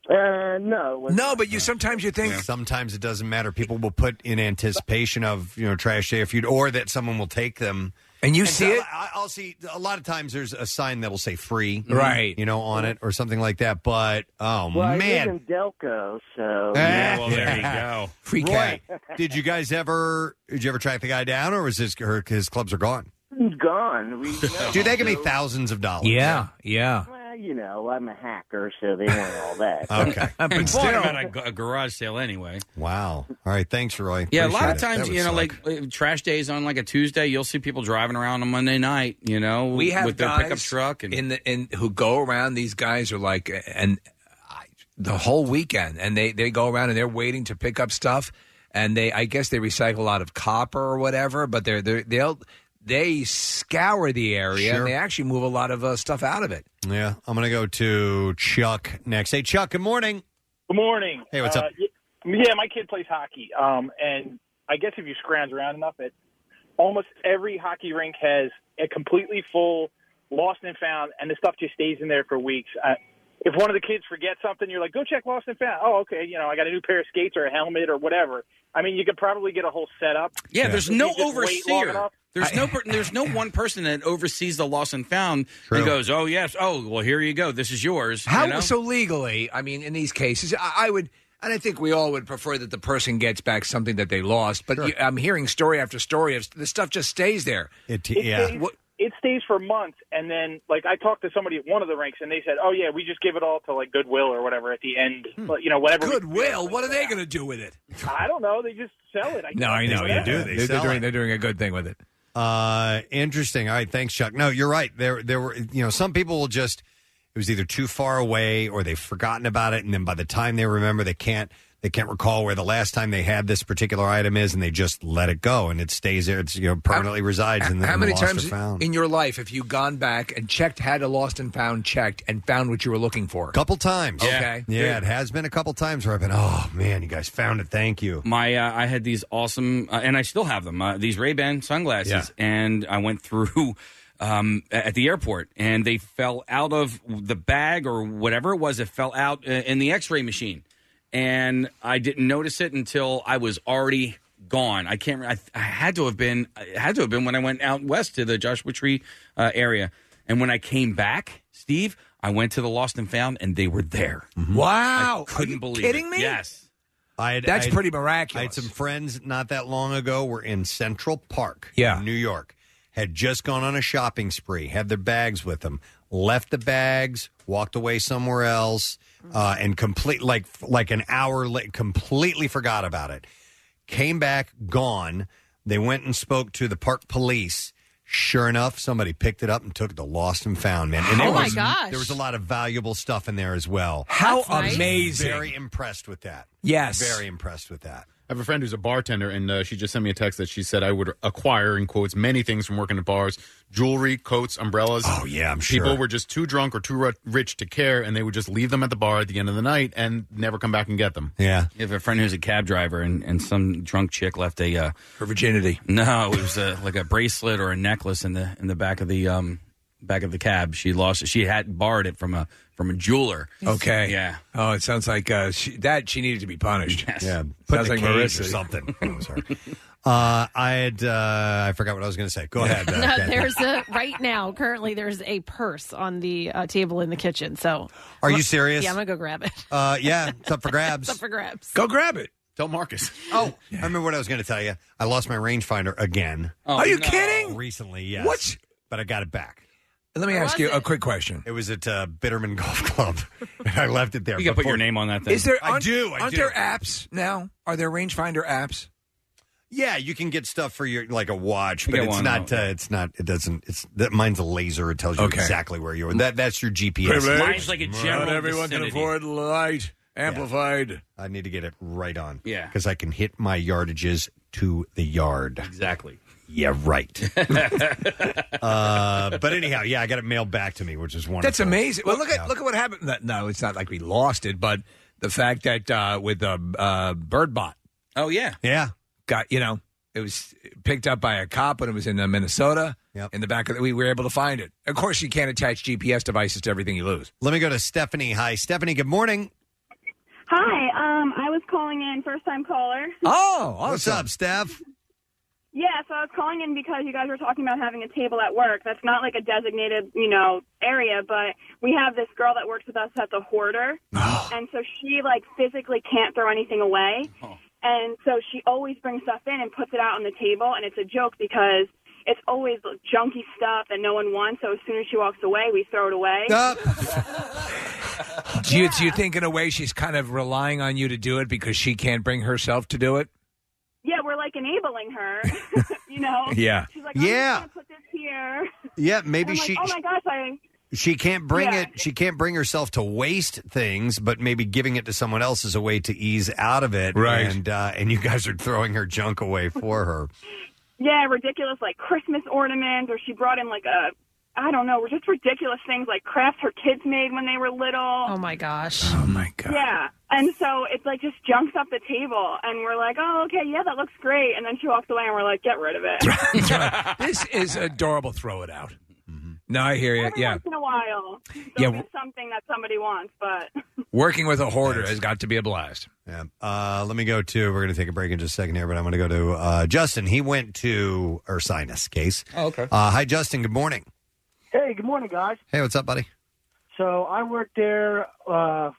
Uh, no. No, but you sometimes you think sometimes it doesn't matter. People will put in anticipation of you know trash day if you or that someone will take them. And you see so it? I, I'll see a lot of times. There's a sign that'll say free, Mm-hmm. Right. You know, on it or something like that. But oh well, I man, live in Delco, so Free Roy, did you guys ever? Did you ever track the guy down, or was his her, his clubs are gone? Gone. We, Dude, that could be thousands of dollars. Yeah, yeah. Well, you know, I'm a hacker, so they want all that. Okay. But And bought 'em still. at a g- a, garage sale anyway. Wow. All right. Thanks, Roy. Yeah, a lot Appreciate of it. times, That you know, would like uh, trash days on like a Tuesday, you'll see people driving around on Monday night. You know, we have with their guys pickup truck and in the in who go around. These guys are like and I- the whole weekend, and they they go around and they're waiting to pick up stuff, and they I guess they recycle a lot of copper or whatever, but they're, they're they'll they scour the area Sure. and they actually move a lot of uh, stuff out of it. suck. Yeah. I'm going to go to Chuck next. Hey, Chuck, good morning. Good morning. Hey, what's Uh, up? y- Yeah, my kid plays hockey. Um, and I guess if you scrounge around enough, it almost every hockey rink has a completely full lost and found, and the stuff just stays in there for weeks. Uh, if one of the kids forgets something, you're like, "Go check lost and found." Oh, okay. You know, I got a new pair of skates or a helmet or whatever. I mean, you could probably get a whole setup. Yeah, there's no If you just wait long overseer. enough. There's no per- there's no one person that oversees the lost and found and goes, oh yes, oh well, here you go, this is yours. How you know? so legally? I mean, in these cases, I, I would, and I think we all would prefer that the person gets back something that they lost. But you, I'm hearing story after story of the stuff just stays there. It, It Stays, it stays for months, and then like I talked to somebody at one of the ranks, and they said, "Oh yeah, we just give it all to like Goodwill or whatever at the end, but, you know, whatever." we- Hmm. Goodwill. What are they going to do with it? I don't know. They just sell it. I No, I know They you do. do. They are sell doing, it. they're doing a good thing with it. Uh, interesting. All right, thanks, Chuck. No, you're right. There, there were, you know, some people will just it was either too far away or they've forgotten about it, and then by the time they remember, they can't they can't recall where the last time they had this particular item is, and they just let it go, and it stays there. It's you know permanently resides in the, How in the many lost or times found. in your life have you gone back and checked, had a lost and found checked, and found what you were looking for? couple times. Okay. Yeah, Good. it has been a couple times where I've been, oh man, you guys found it. Thank you. my uh, I had these awesome, uh, and I still have them. Uh, these Ray Ban sunglasses, Yeah. and I went through um, a- at the airport, and they fell out of the bag or whatever it was. It fell out uh, in the X-ray machine, and I didn't notice it until I was already gone. I can't. re- I, I had to have been. I had to have been when I went out west to the Joshua Tree uh, area, and when I came back, Steve. I went to the lost and found, and they were there. Wow! I couldn't believe kidding it. me? Yes, I had, That's I had- pretty I had some friends not that long ago were in Central Park, Yeah. New York. Had just gone on a shopping spree, had their bags with them, left the bags, walked away somewhere else, uh, and complete like like an hour late, completely forgot about it. Came back, gone. They went and spoke to the park police. Sure enough, somebody picked it up and took the lost and found man. And it Oh, my was- gosh. There was a lot of valuable stuff in there as well. How I was amazing. Very impressed with that. Yes. Very impressed with that. I have a friend who's a bartender, and uh, she just sent me a text that she said I would acquire, in quotes, many things from working at bars jewelry, coats, umbrellas. Oh, yeah, I'm People sure. were just too drunk or too ru- rich to care, and they would just leave them at the bar at the end of the night and never come back and get them. Yeah. You have a friend who's a cab driver, and, and some drunk chick left a uh, her virginity. No, it was a, like a bracelet or a necklace in the in the back of the um back of the cab. She lost. it. She had borrowed it from a from a jeweler. Okay. Yeah. Oh, it sounds like uh, she, that she needed to be punished. Yeah. Put Sounds in a like cage Marissa or something. That was her. Uh, I had uh, I forgot what I was going to say. Go ahead. uh, No, Kathy. there's a right now. Currently, there's a purse on the uh, table in the kitchen. So, Are you serious? Yeah, I'm gonna go grab it. Uh, yeah, it's up for grabs. It's up for grabs. Go grab it. Tell Marcus. Oh, I remember what I was going to tell you. I lost my rangefinder again. Oh, Are you no. kidding? Recently, yes. What? But I got it back. Let me Where ask was you a quick question. It was at uh, Bitterman Golf Club. and I left it there. You gotta put before- your name on that Is there? I aren't- do. I aren't do. there apps now? Are there rangefinder apps? Yeah, you can get stuff for your like a watch, You but get it's one, not. Uh, it's not. It doesn't. It's that mine's a laser. It tells you Okay. exactly where you are. That that's your GPS. Privilege. Right. Not everyone can afford light amplified. I need to get it right on. Yeah. Because I can hit my yardages to the yard. Exactly. Yeah, right. uh, but anyhow, yeah, I got it mailed back to me, which is wonderful. That's amazing. Well, look at Yeah. look at what happened. No, No, it's not like we lost it, but the fact that uh, with uh, uh, BirdBot. Oh yeah, yeah. Got you know it was picked up by a cop when it was in uh, Minnesota. In the back of the, we were able to find it. Of course, you can't attach GPS devices to everything you lose. Let me go to Stephanie. Hi, Stephanie. Good morning. Hi, um, I was calling in, first time caller. Oh, what's up, Steph? Yeah, so I was calling in because you guys were talking about having a table at work. That's not like a designated, you know, area, but we have this girl that works with us that's a hoarder. and so she, like, physically can't throw anything away. And so she always brings stuff in and puts it out on the table, and it's a joke because it's always junky stuff that no one wants. So as soon as she walks away, we throw it away. Do you, do you think, in a way, she's kind of relying on you to do it because she can't bring herself to do it? Yeah, we're like enabling her. you know. Yeah. She's like, I'm just Yeah. gonna put this here. Yeah, And maybe I'm like, she- Oh my gosh, I. She can't bring Yeah. it. She can't bring herself to waste things, but maybe giving it to someone else is a way to ease out of it. Right. And uh, and you guys are throwing her junk away for her. Yeah, ridiculous like Christmas ornaments, or she brought in like a, I don't know, just ridiculous things like crafts her kids made when they were little. Oh my gosh. Oh my Yeah, and so it's like just junks up the table, and we're like, oh okay, yeah, that looks great, and then she walks away, and we're like, get rid of it. this is adorable. Throw it out. Mm-hmm. No, I hear you. Yeah. Once in a while, Yeah. there'll be something that somebody wants, but Working with a hoarder has got to be a blast. Yeah. Uh, let me go to. We're going to take a break in just a second here, but I'm going to go to uh, Justin. He went to Ursinus case. Oh, okay. Uh, hi, Justin. Good morning. Hey, good morning, guys. Hey, what's up, buddy? So I worked there. Uh,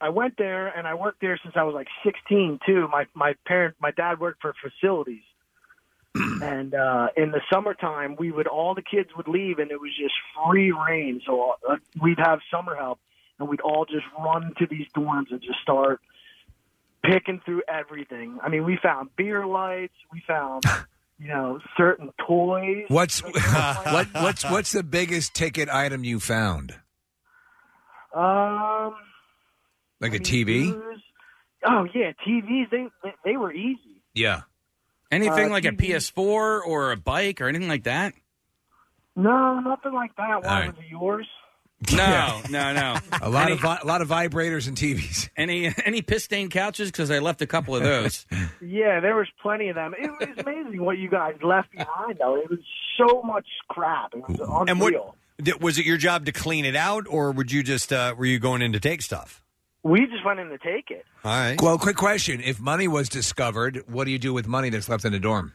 I went there, and I worked there since I was like 16 too. My my parent, my dad worked for facilities, and uh, in the summertime, we would all the kids would leave, and it was just free reign. So uh, we'd have summer help, and we'd all just run to these dorms and just start picking through everything. I mean, we found beer lights, we found you know certain toys. What's what, what's what's the biggest ticket item you found? Um. Like a TV? computers. Oh yeah, TVs. They they, they were easy. Yeah. Anything Uh, like a TV. PS4 or a bike or anything like that? No, nothing like that. Why All right. was it yours? No, no, no. A lot of vi- a lot of vibrators and TVs. Any any piss stained couches because I left a couple of those. Yeah, there was plenty of them. It was amazing what you guys left behind, though. It was so much crap. It was unreal. And what th- was it? Your job to clean it out, or would you just uh, were you going in to take stuff? we just went in to take it. All right. Well, quick question: If money was discovered, what do you do with money that's left in the dorm?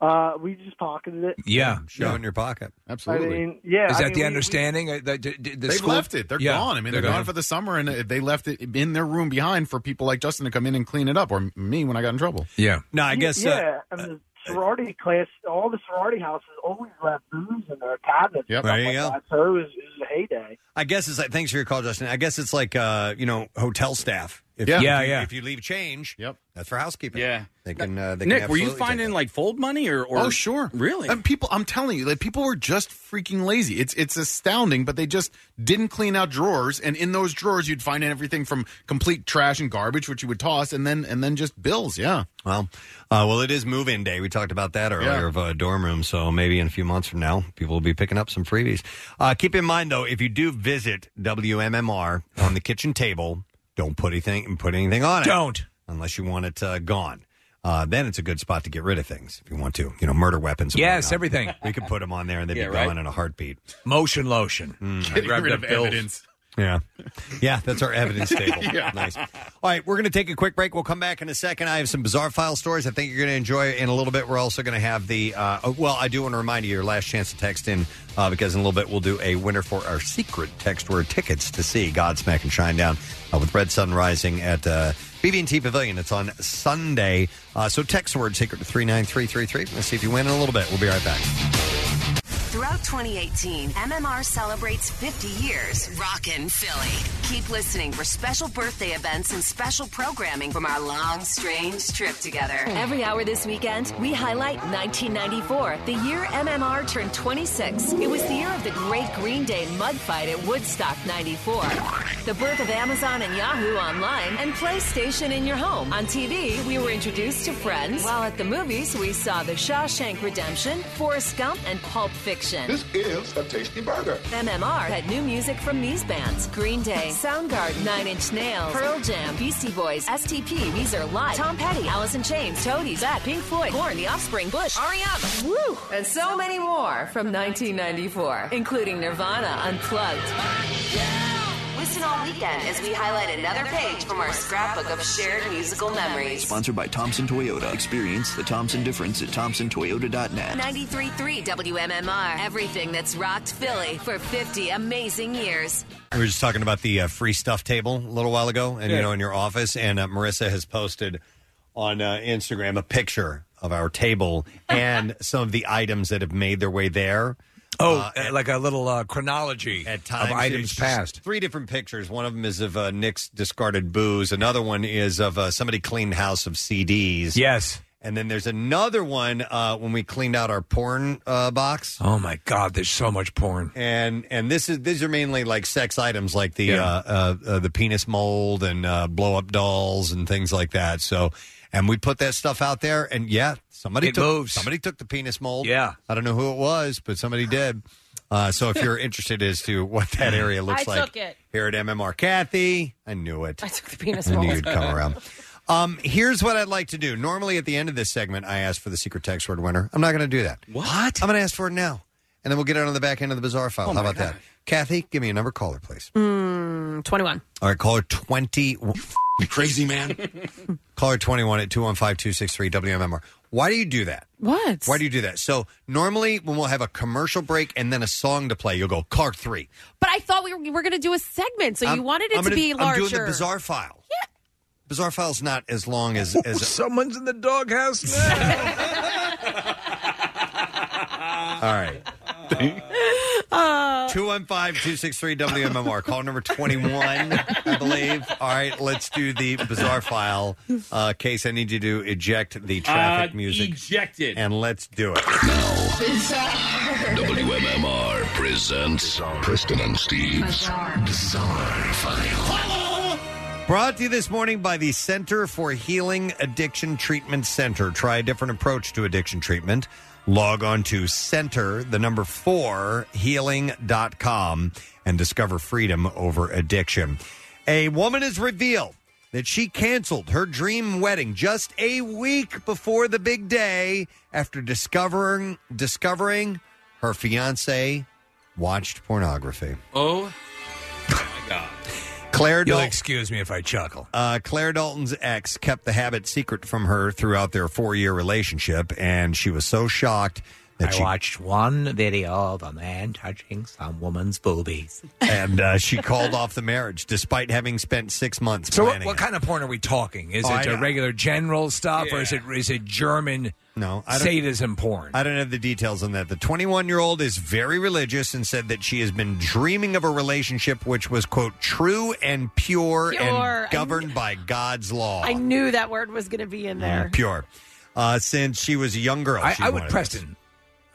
Uh, we just pocketed it. Yeah, show it in your pocket. Absolutely. I mean, yeah, Is I that mean, the we- understanding? Uh, the- the- the They've school- left it. They're Yeah, gone. I mean, they're, gone, for the summer, and uh, they left it in their room behind for people like Justin to come in and clean it up, or me when I got in trouble. Yeah. No, uh, Ye- Yeah, I uh, mean, the sorority class, all the sorority houses always left booze in their cabinets. and Yep. stuff There you like go. That. So it was, it was a heyday. I guess it's like thanks for your call, Justin. I guess it's like uh, you know hotel staff. If Yeah. you, Yeah, if you- yeah. If you leave change, yep, that's for housekeeping. Yeah, they can. Uh, they Nick, can were you absolutely take finding like fold money or, or oh sure, really? And people, I'm telling you, like people were just freaking lazy. It's it's astounding, but they just didn't clean out drawers, and in those drawers, you'd find everything from complete trash and garbage, which you would toss, and then and then just bills. Yeah. Well, uh, well, it is move-in day. We talked about that earlier Yeah. of uh, dorm room. So maybe in a few months from now, people will be picking up some freebies. Uh, keep in mind though, if you do visit WMMR on the kitchen table, don't put anything put anything on it. Don't unless you want it uh, gone. Uh, then it's a good spot to get rid of things if you want to. You know, murder weapons. and Yes, whatnot. everything. We could put them on there and they'd Yeah, be right. gone in a heartbeat. Motion lotion. Hmm. Getting rid of evidence. Yeah. Yeah, that's our evidence table. Yeah. Nice. All right, we're going to take a quick break. We'll come back in a second. I have some bizarre file stories I think you're going to enjoy in a little bit. We're also going to have the, uh, oh, well, I do want to remind you your last chance to text in uh, because in a little bit we'll do a winner for our secret text word tickets to see Godsmack and Shinedown uh, with Red Sun Rising at uh, BB&T Pavilion. It's on Sunday. Uh, so text word secret to 39333. Let's see if you win in a little bit. We'll be right back. Throughout 2018, MMR celebrates 50 years rockin' Philly. Keep listening for special birthday events and special programming from our long, strange trip together. Every hour this weekend, we highlight 1994, the year MMR turned 26. It was the year of the great Green Day mud fight at Woodstock 94, the birth of Amazon and Yahoo online, and PlayStation in your home. On TV, we were introduced to Friends, while at the movies, we saw The Shawshank Redemption, Forrest Gump, and Pulp Fiction. is a tasty burger. MMR had new music from these bands Green Day, Soundgarden, Nine Inch Nails, Pearl Jam, Beastie Boys, STP, Weezer Live, Tom Petty, Alice in Chains, Toadies, Bat, Pink Floyd, Korn, The Offspring, Bush, R.E.M., Woo! And so many more from 1994, including Nirvana Unplugged. Listen all weekend as we highlight another page from our scrapbook of shared musical memories. Sponsored by Thompson Toyota. Experience the Thompson difference at thompsontoyota.net. 93.3 WMMR, everything that's rocked Philly for 50 amazing years. We were just talking about the uh, free stuff table a little while ago, and you know, in your office, and uh, Marissa has posted on uh, Instagram a picture of our table and some of the items that have made their way there. Oh, uh, like a little uh, chronology at of items past. Three different pictures. One of them is of uh, Nick's discarded booze. Another one is of uh, somebody cleaned house of CDs. Yes. And then there's another one uh, when we cleaned out our porn uh, box. Oh my God! There's so much porn. And and this is these are mainly like sex items, like the Yeah. uh, uh, uh, the penis mold and uh, blow up dolls and things like that. So. And we put that stuff out there, and yeah, somebody It took moves. somebody took the penis mold. Yeah. I don't know who it was, but somebody did. Uh, so if you're interested as to what that area looks I like, took it. here at MMR. Kathy, I knew it. I took the penis I knew mold. you'd come around. Um, here's what I'd like to do. Normally, at the end of this segment, I ask for the secret text word winner. I'm not going to do that. What? I'm going to ask for it now, and then we'll get it on the back end of the bizarre file. How about that, Kathy? Give me a number, caller, please. Mm, 21. All right, caller twenty. crazy man. caller twenty one at two one five two six three WMMR. Why do you do that? What? Why do you do that? So normally, when we'll have a commercial break and then a song to play, you'll go car three. But I thought we were, we were going to do a segment, so you I'm- wanted it I'm to gonna- be larger. I'm doing the bizarre file. Yeah. Bizarre file's not as long as as someone's in the doghouse now. All right. Oh. 215-263-WMMR. Call number 21, I believe. All right, let's do the bizarre file. Uh, Case, I need you to eject the traffic Uh, music. Eject it. And let's do it. WMMR presents Preston and Steve's Bizarre, File. Brought to you this morning by the Center for Healing Addiction Treatment Center. Try a different approach to addiction treatment. Log on to center, the number four, healing.com and discover freedom over addiction. A woman has revealed that she canceled her dream wedding just a week before the big day after discovering discovering her fiance watched pornography. Oh, my God. Claire You'll Dal- excuse me if I chuckle. uh, Claire Dalton's ex kept the habit secret from her throughout their four year relationship, and she was so shocked that I she watched one video of a man touching some woman's boobies. and uh, she called off the marriage despite having spent six months So, what, planning. what it. kind of porn are we talking? Is Oh, I it a know. regular general stuff, or is it is it German? No, I don't- sadism porn. I don't have the details on that. The 21 year old is very religious and said that she has been dreaming of a relationship which was quote true and pure, Pure. I and governed by God's law. I knew that word was going to be in there. Pure. Uh, since she was a young girl, I, she I would, wanted this. Preston.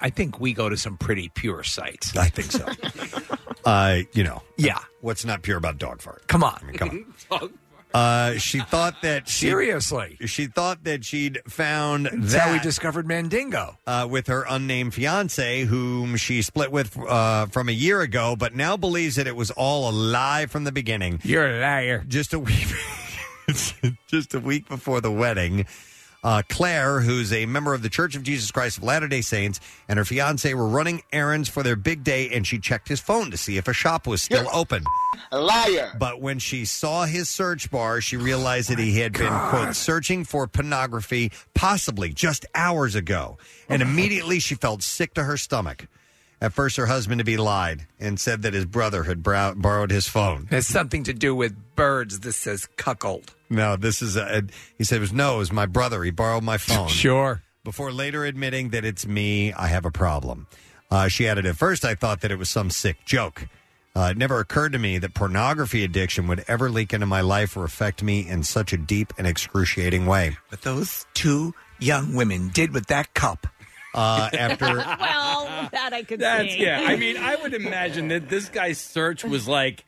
I think we go to some pretty pure sites. I think so. uh, you know, yeah. What's not pure about dog fart? Come on, come on. Uh, she thought that she, Seriously. she thought that she'd found That's that how we discovered Mandingo. uh, with her unnamed fiance, whom she split with uh, from a year ago, but now believes that it was all a lie from the beginning. You're a liar. Just a week, just a week before the wedding. Uh, Claire, who's a member of the Church of Jesus Christ of Latter day Saints, and her fiance were running errands for their big day, and she checked his phone to see if a shop was still open. A liar. But when she saw his search bar, she realized that he had been, quote, searching for pornography possibly just hours ago. And immediately she felt sick to her stomach. At first, her husband to be lied and said that his brother had brow- borrowed his phone. It has something to do with birds. This says cuckold. No, this is, uh he said, it was, no, it was my brother. He borrowed my phone. Sure. Before later admitting that it's me, I have a problem. Uh, she added, at first, I thought that it was some sick joke. Uh, it never occurred to me that pornography addiction would ever leak into my life or affect me in such a deep and excruciating way. What those two young women did with that cup. Uh, after well, that I could That's see. yeah. I mean, I would imagine that this guy's search was like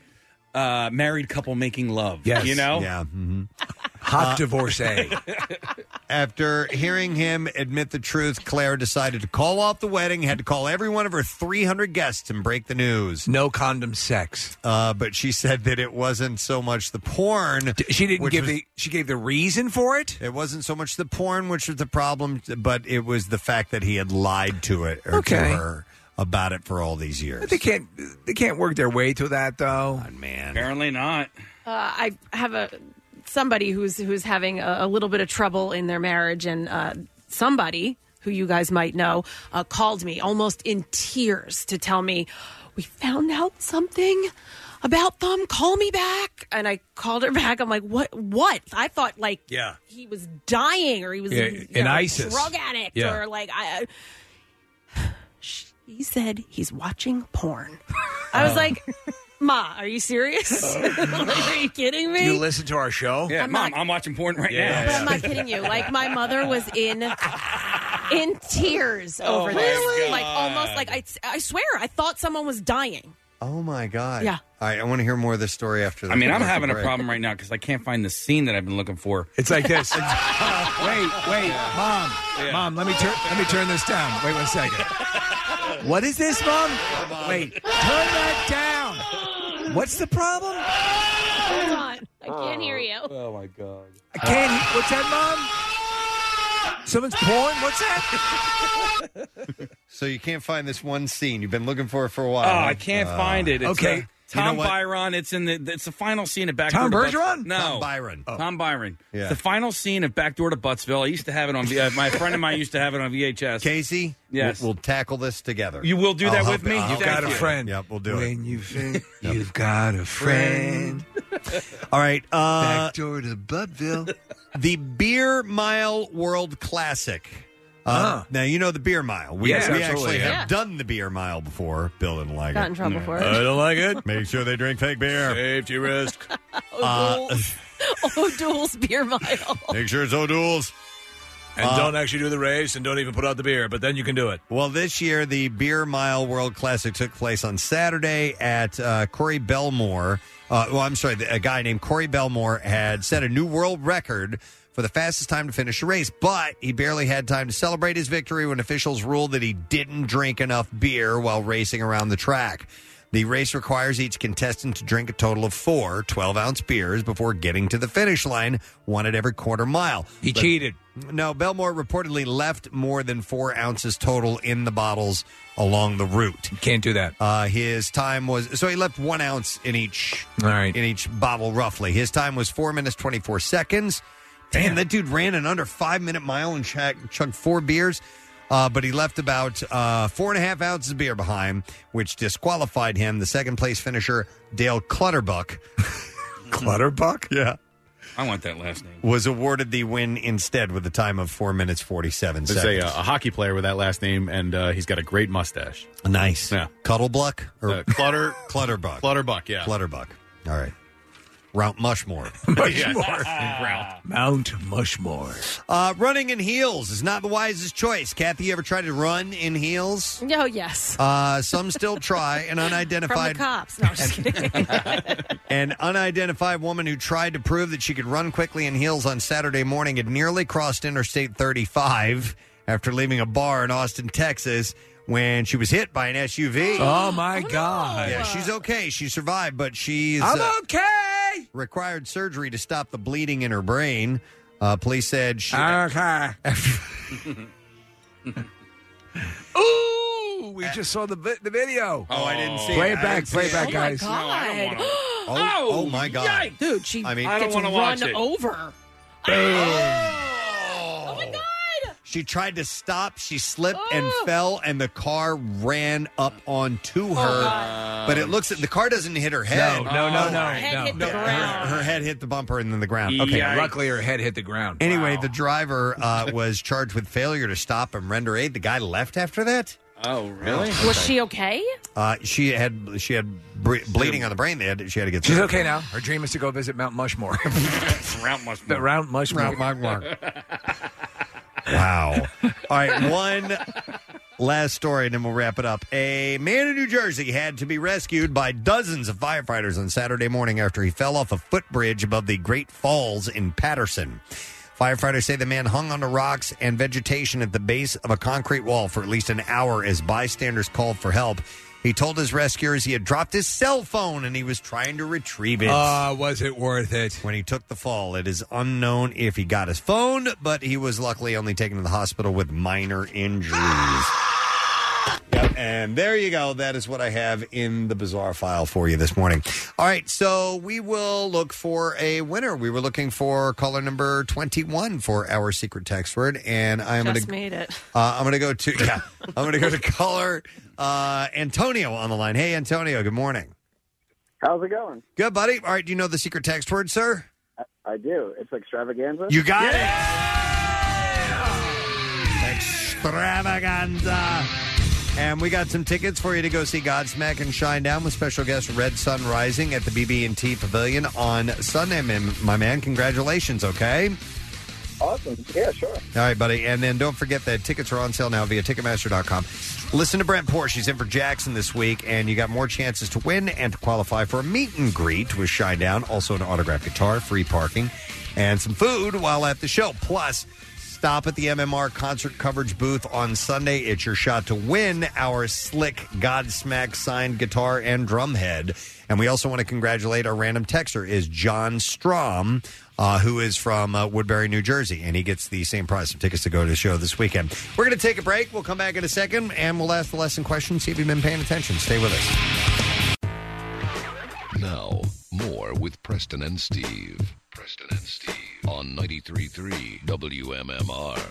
uh married couple making love. Yes. You know? Yeah. mm-hmm. Hot divorcee. Uh, After hearing him admit the truth, Claire decided to call off the wedding, had to call every one of her 300 guests and break the news. No condom sex. Uh, but she said that it wasn't so much the porn. She didn't which give was- the. She gave the reason for it. It wasn't so much the porn which was the problem, but it was the fact that he had lied to it or to Okay. her about it for all these years. They can't. They can't work their way to that though. man. Apparently not. Uh, I have a somebody who's who's having a, a little bit of trouble in their marriage, and uh, somebody who you guys might know uh, called me almost in tears to tell me we found out something about them. Call me back." And I called her back. I'm like, "What? What?" I thought like Yeah. he was dying or he was Yeah, you an know, ISIS. drug addict Yeah. or like I. He said he's watching porn. I was Oh. like, "Ma, are you serious? like, are you kidding me?" You listen to our show? Yeah, mom, I'm watching porn right Yeah. now. But I'm not kidding you. Like my mother was in in tears Oh, over my this. God. Like almost like I I swear I thought someone was dying. Oh my god. Yeah. All right, I want to hear more of this story after. The I mean, I'm commercial having a break. problem right now because I can't find the scene that I've been looking for. It's like this. wait, wait, mom, mom, let me turn let me turn this down. Wait one second. What is this, mom? Wait, turn that down. What's the problem? Hold on. I can't hear you. Oh my god. I can't. he- What's that, mom? Someone's porn. What's that? So you can't find this one scene you've been looking for it for a while. Oh, huh? I can't Uh, find it. It's okay. uh, Tom Byron. It's in the. It's the final scene of Backdoor. Tom to Butts- Bergeron? No, Tom Byron. Oh. Tom Byron. Yeah. The final scene of Backdoor to Buttsville. I used to have it on. V- uh, my friend of mine used to have it on VHS. Casey. Yes. We'll, we'll tackle this together. You will do I'll that help with me? I'll You've help got you. a friend. Yep, we'll do it. When you think you've got a friend. All right. Uh, Back door to Budville. the Beer Mile World Classic. Uh, Now you know the Beer Mile. We, Yes, we absolutely, actually yeah. have done the Beer Mile before. Bill didn't like Got it. in trouble for it. I don't like it. Make sure they drink fake beer. Safety risk. uh, Oh, O'Doul's beer mile. make sure it's O'Doul's. And Uh, don't actually do the race and don't even put out the beer, but then you can do it. Well, this year the Beer Mile World Classic took place on Saturday at uh, Corey Belmore. Uh, well, I'm sorry, a guy named Corey Belmore had set a new world record for the fastest time to finish a race, but he barely had time to celebrate his victory when officials ruled that he didn't drink enough beer while racing around the track. The race requires each contestant to drink a total of four 12 ounce beers before getting to the finish line, one at every quarter mile. He But- cheated. no, Belmore reportedly left more than four ounces total in the bottles along the route. Can't do that. Uh, his time was so he left one ounce in each All right. in each bottle roughly. His time was four minutes twenty four seconds. Damn, that dude ran an under five minute mile and chug- chugged four beers. Uh, but he left about uh, four and a half ounces of beer behind, which disqualified him. The second place finisher, Dale Clutterbuck. Clutterbuck? Yeah I want that last name. was awarded the win instead with a time of four minutes forty seven There's seconds. a, uh, a hockey player with that last name, and uh, he's got a great mustache. nice, yeah. Cuddlebluck or Uh, Clutter Clutterbuck, Clutterbuck, yeah, Clutterbuck. All right, Route Mushmore. Mount Mushmore. Uh, running in heels is not the wisest choice. Kathy, you ever tried to run in heels? No, yes. Uh, some still try. An From the unidentified cops. No, I'm just kidding. An unidentified woman who tried to prove that she could run quickly in heels on Saturday morning had nearly crossed Interstate 35 after leaving a bar in Austin, Texas, when she was hit by an SUV. Oh, my God. Yeah, she's okay. She survived, but she's I'm uh, okay. required surgery to stop the bleeding in her brain. Uh, police said she. Okay. Ooh, we just saw the vi- the video. Oh, I didn't see Play it. it I back. didn't Play see it it. back, Oh, my guys. oh, oh, my God. Dude, she I mean- I don't gets wanna run watch it. over. Oh! She tried to stop, she slipped and Oh! fell, and the car ran up onto her. but it looks the car doesn't hit her head. No, no, no, no, Oh, Her head no. hit the Her, her head hit the bumper and then the ground. Okay. Okay, luckily her head hit the ground. Anyway, the driver uh, was charged with failure to stop and render aid. The guy left after that. Oh, Was she okay? Uh, she had she had bre- bleeding on the brain. They had she had to get. She's surgery. okay now. Her dream is to go visit Mount Mushmore. Route Mushmore. the Round Mushmore. Mount Mushmore. Wow. All right, one last story, and then we'll wrap it up. A man in New Jersey had to be rescued by dozens of firefighters on Saturday morning after he fell off a footbridge above the Great Falls in Patterson. Firefighters say the man hung onto rocks and vegetation at the base of a concrete wall for at least an hour as bystanders called for help. He told his rescuers he had dropped his cell phone and he was trying to retrieve it. Uh, was it worth it? When he took the fall, it is unknown if he got his phone, but he was luckily only taken to the hospital with minor injuries. Yep, and there you go. That is what I have in the bizarre file for you this morning. All right, so we will look for a winner. We were looking for caller number twenty-one for our secret text word, and I'm Just gonna made it. uh, I'm gonna go to yeah, I'm gonna go to caller uh, Antonio on the line. Hey, Antonio. Good morning. How's it going? Good, buddy. All right, do you know the secret text word, sir? I do. It's extravaganza. You got it. Extravaganza. And we got some tickets for you to go see Godsmack and Shinedown with special guest Red Sun Rising at the BB&T Pavilion on Sunday, man- my man. Congratulations, okay? Awesome. Yeah, sure. All right, buddy. And then don't forget that tickets are on sale now via Ticketmaster.com. Listen to Brent Porsche. She's in for Jackson this week, and you got more chances to win and to qualify for a meet and greet with Shinedown, also an autographed guitar, free parking, and some food while at the show. Plus, stop at the MMR concert coverage booth on Sunday. It's your shot to win our slick Godsmack signed guitar and drum head. And we also want to congratulate our random texter is John Strom, uh, who is from uh, Woodbury, New Jersey, and he gets the same prize some tickets to go to the show this weekend. We're going to take a break. We'll come back in a second, and we'll ask the lesson question. See if you've been paying attention. Stay with us. Now, more with Preston and Steve. Preston and Steve on 93.3 WMMR.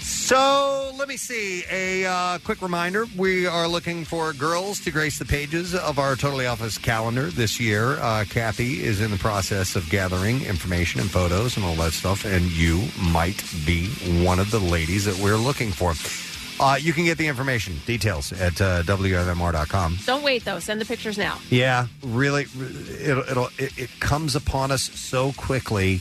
So let me see. A uh, quick reminder: we are looking for girls to grace the pages of our Totally Office calendar this year. Uh, Kathy is in the process of gathering information and photos and all that stuff, and you might be one of the ladies that we're looking for. Uh, you can get the information details at uh, wmr.com. Don't wait though. Send the pictures now. Yeah, really, it'll, it'll it, it comes upon us so quickly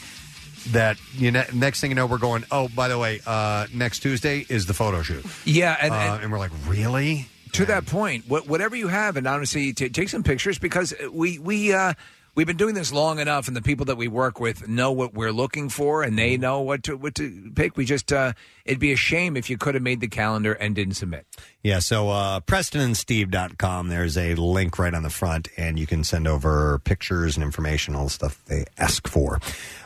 that you know, next thing you know, we're going. Oh, by the way, uh, next Tuesday is the photo shoot. Yeah, and, Uh, and we're like, really? To that point, what, whatever you have, and honestly, t- take some pictures because we we uh, we've been doing this long enough, and the people that we work with know what we're looking for, and Mm-hmm. they know what to what to pick. We just uh, it'd be a shame if you could have made the calendar and didn't submit. Yeah, so uh, PrestonandSteve.com, there's a link right on the front, and you can send over pictures and information, all the stuff they ask for.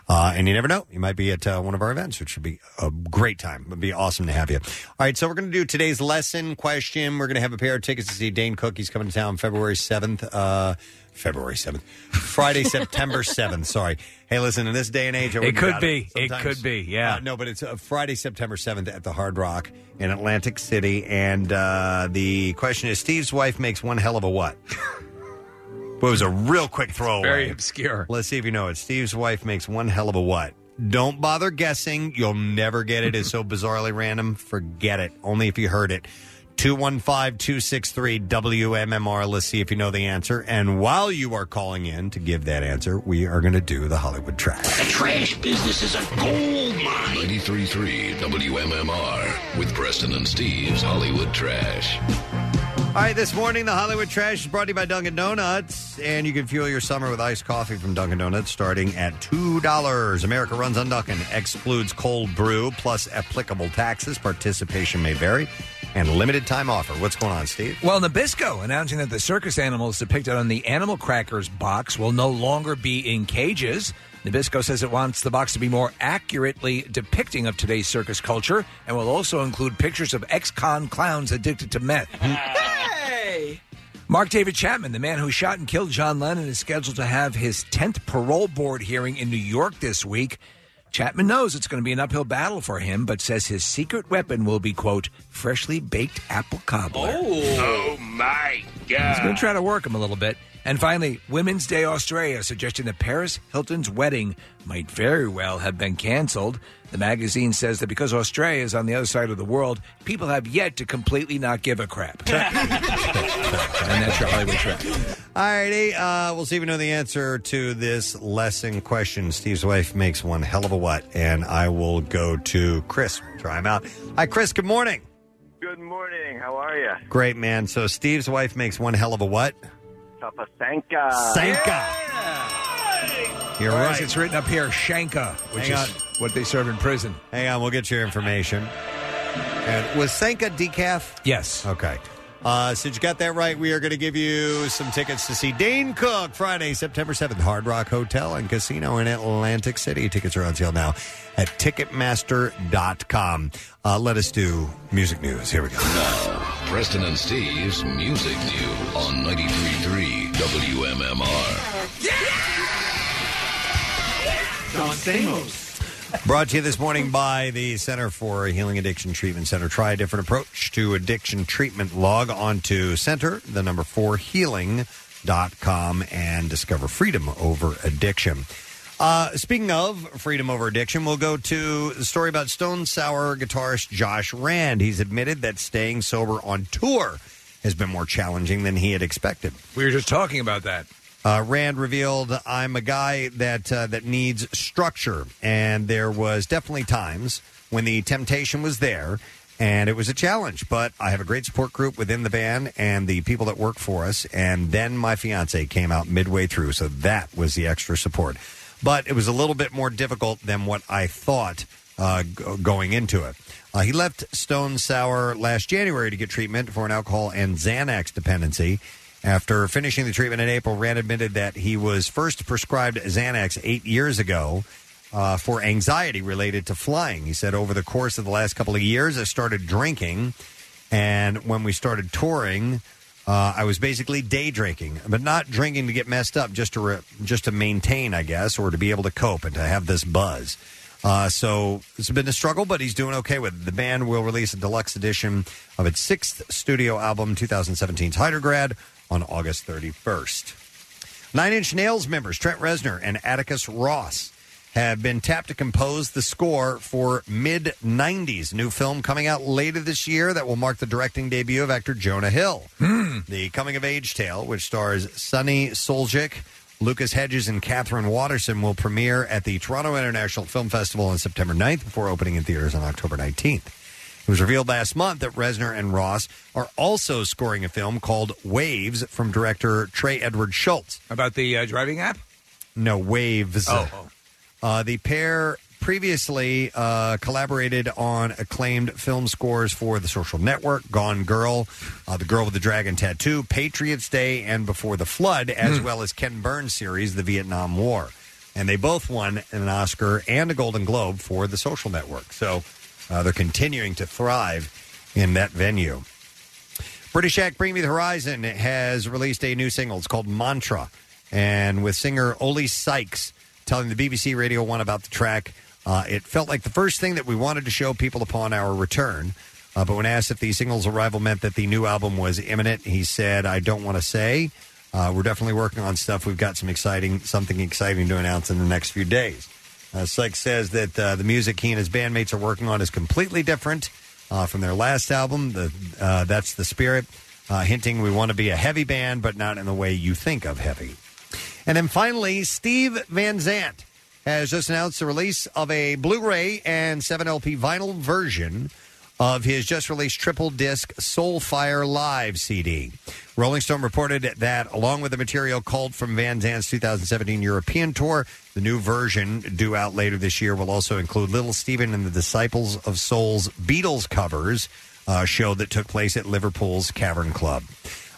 Uh, and you never know, you might be at uh, one of our events, which would be a great time. It would be awesome to have you. All right, so we're going to do today's lesson question. We're going to have a pair of tickets to see Dane Cook. He's coming to town February 7th. Uh, February 7th. Friday, September 7th. Sorry. Hey, listen, in this day and age, I It wouldn't could doubt be. It Sometimes- could be, yeah. Uh, no, but it's uh, Friday, September 7th at the Hard Rock in Atlantic City. And uh, the question is Steve's wife makes one hell of a what? Well, it was a real quick throwaway. very obscure. Let's see if you know it. Steve's wife makes one hell of a what? Don't bother guessing. You'll never get it. It's so bizarrely random. Forget it. Only if you heard it. 215 263 WMMR. Let's see if you know the answer. And while you are calling in to give that answer, we are going to do the Hollywood trash. The trash business is a gold mine. 93.3 WMMR with Preston and Steve's Hollywood Trash. All right, this morning, the Hollywood Trash is brought to you by Dunkin' Donuts. And you can fuel your summer with iced coffee from Dunkin' Donuts starting at $2. America runs on Dunkin', excludes cold brew plus applicable taxes. Participation may vary and limited time offer. What's going on, Steve? Well, Nabisco announcing that the circus animals depicted on the Animal Crackers box will no longer be in cages. Nabisco says it wants the box to be more accurately depicting of today's circus culture and will also include pictures of ex-con clowns addicted to meth. hey! Mark David Chapman, the man who shot and killed John Lennon, is scheduled to have his 10th parole board hearing in New York this week. Chapman knows it's going to be an uphill battle for him, but says his secret weapon will be, quote, freshly baked apple cobbler. Oh my He's going to try to work him a little bit. And finally, Women's Day Australia suggesting that Paris Hilton's wedding might very well have been canceled. The magazine says that because Australia is on the other side of the world, people have yet to completely not give a crap. and that's your Hollywood trip. All righty, uh, we'll see if you know the answer to this lesson question. Steve's wife makes one hell of a what, and I will go to Chris. We'll try him out. Hi, Chris. Good morning. Good morning. How are you? Great man. So Steve's wife makes one hell of a what? Tapasanka. Sanka. You're Or right. As it's written up here, Shanka, which Hang is what they serve in prison. Hang on, we'll get your information. And was Sanka decaf? Yes. Okay. Uh, since you got that right, we are going to give you some tickets to see Dane Cook Friday, September 7th, Hard Rock Hotel and Casino in Atlantic City. Tickets are on sale now at Ticketmaster.com. Uh, let us do music news. Here we go. Now, Preston and Steve's Music News on 93.3 WMMR. Don Brought to you this morning by the Center for Healing Addiction Treatment Center. Try a different approach to addiction treatment. Log on to center, the number four, healing com and discover freedom over addiction. Uh, speaking of freedom over addiction, we'll go to the story about Stone Sour guitarist Josh Rand. He's admitted that staying sober on tour has been more challenging than he had expected. We were just talking about that. Uh, Rand revealed, "I'm a guy that uh, that needs structure, and there was definitely times when the temptation was there, and it was a challenge. But I have a great support group within the band and the people that work for us. And then my fiance came out midway through, so that was the extra support. But it was a little bit more difficult than what I thought uh, g- going into it. Uh, he left Stone Sour last January to get treatment for an alcohol and Xanax dependency." After finishing the treatment in April, Rand admitted that he was first prescribed Xanax eight years ago uh, for anxiety related to flying. He said, Over the course of the last couple of years, I started drinking, and when we started touring, uh, I was basically day drinking, but not drinking to get messed up, just to re- just to maintain, I guess, or to be able to cope and to have this buzz. Uh, so it's been a struggle, but he's doing okay with it. The band will release a deluxe edition of its sixth studio album, 2017's Hydrograd, on August 31st. Nine Inch Nails members Trent Reznor and Atticus Ross have been tapped to compose the score for mid 90s new film coming out later this year that will mark the directing debut of actor Jonah Hill. Hmm. The coming of age tale, which stars Sonny Soljic, Lucas Hedges, and Catherine Watterson, will premiere at the Toronto International Film Festival on September 9th before opening in theaters on October 19th. It was revealed last month that Reznor and Ross are also scoring a film called Waves from director Trey Edward Schultz. About the uh, driving app? No, Waves. Oh, oh. Uh, the pair previously uh, collaborated on acclaimed film scores for The Social Network, Gone Girl, uh, The Girl with the Dragon Tattoo, Patriots Day, and Before the Flood, as well as Ken Burns' series, The Vietnam War. And they both won an Oscar and a Golden Globe for The Social Network. So uh, they're continuing to thrive in that venue. British act Bring Me the Horizon has released a new single. It's called Mantra, and with singer Oli Sykes telling the BBC Radio 1 about the track, uh, it felt like the first thing that we wanted to show people upon our return. Uh, but when asked if the single's arrival meant that the new album was imminent, he said, I don't want to say. Uh, we're definitely working on stuff. We've got some exciting, something exciting to announce in the next few days. Uh, Sykes says that uh, the music he and his bandmates are working on is completely different uh, from their last album. The, uh, that's the spirit, uh, hinting we want to be a heavy band, but not in the way you think of heavy. And then finally, Steve Van Zant has just announced the release of a Blu ray and 7 LP vinyl version of his just released triple disc Soulfire Live CD. Rolling Stone reported that, along with the material called from Van Zandt's 2017 European tour, the new version due out later this year will also include Little Steven and the Disciples of Soul's Beatles covers, uh, show that took place at Liverpool's Cavern Club.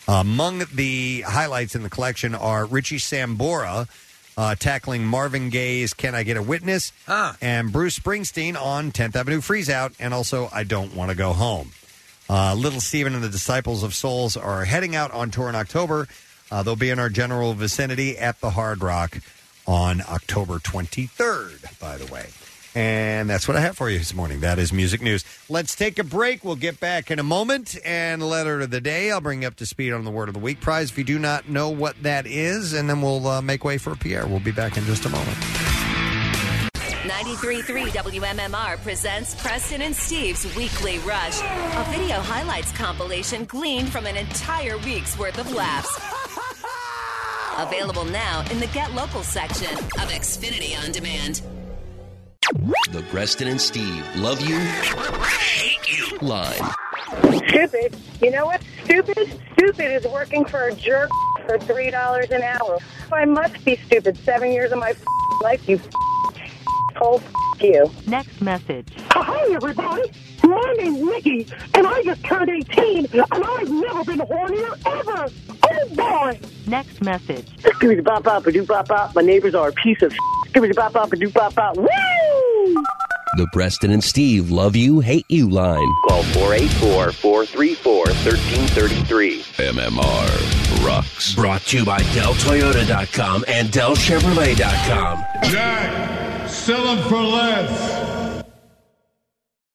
Among the highlights in the collection are Richie Sambora uh, tackling Marvin Gaye's Can I Get a Witness? and Bruce Springsteen on 10th Avenue Freeze Out, and also I Don't Want to Go Home. Uh, Little Steven and the Disciples of Souls are heading out on tour in October. Uh, they'll be in our general vicinity at the Hard Rock on October 23rd, by the way. And that's what I have for you this morning. That is music news. Let's take a break. We'll get back in a moment and letter of the day. I'll bring you up to speed on the word of the week prize if you do not know what that is, and then we'll uh, make way for Pierre. We'll be back in just a moment. 93.3 WMMR presents Preston and Steve's Weekly Rush, a video highlights compilation gleaned from an entire week's worth of laughs. Available now in the Get Local section of Xfinity On Demand. The Preston and Steve love you, hate you line. Stupid. You know what? Stupid. Stupid is working for a jerk for three dollars an hour. I must be stupid. Seven years of my f***ing life. You cold you. Next message. Oh, Hi everybody. My name's Nikki, and I just turned eighteen, and I've never been hornier ever. Oh boy. Next message. Skibbity bop bop a doo bop bop. My neighbors are a piece of skibbity bop bop a doo bop bop. Woo! The Preston and Steve love you, hate you line. Call 484 434 1333. MMR rocks. Brought to you by DellToyota.com and DellChevrolet.com. Jack, sell them for less.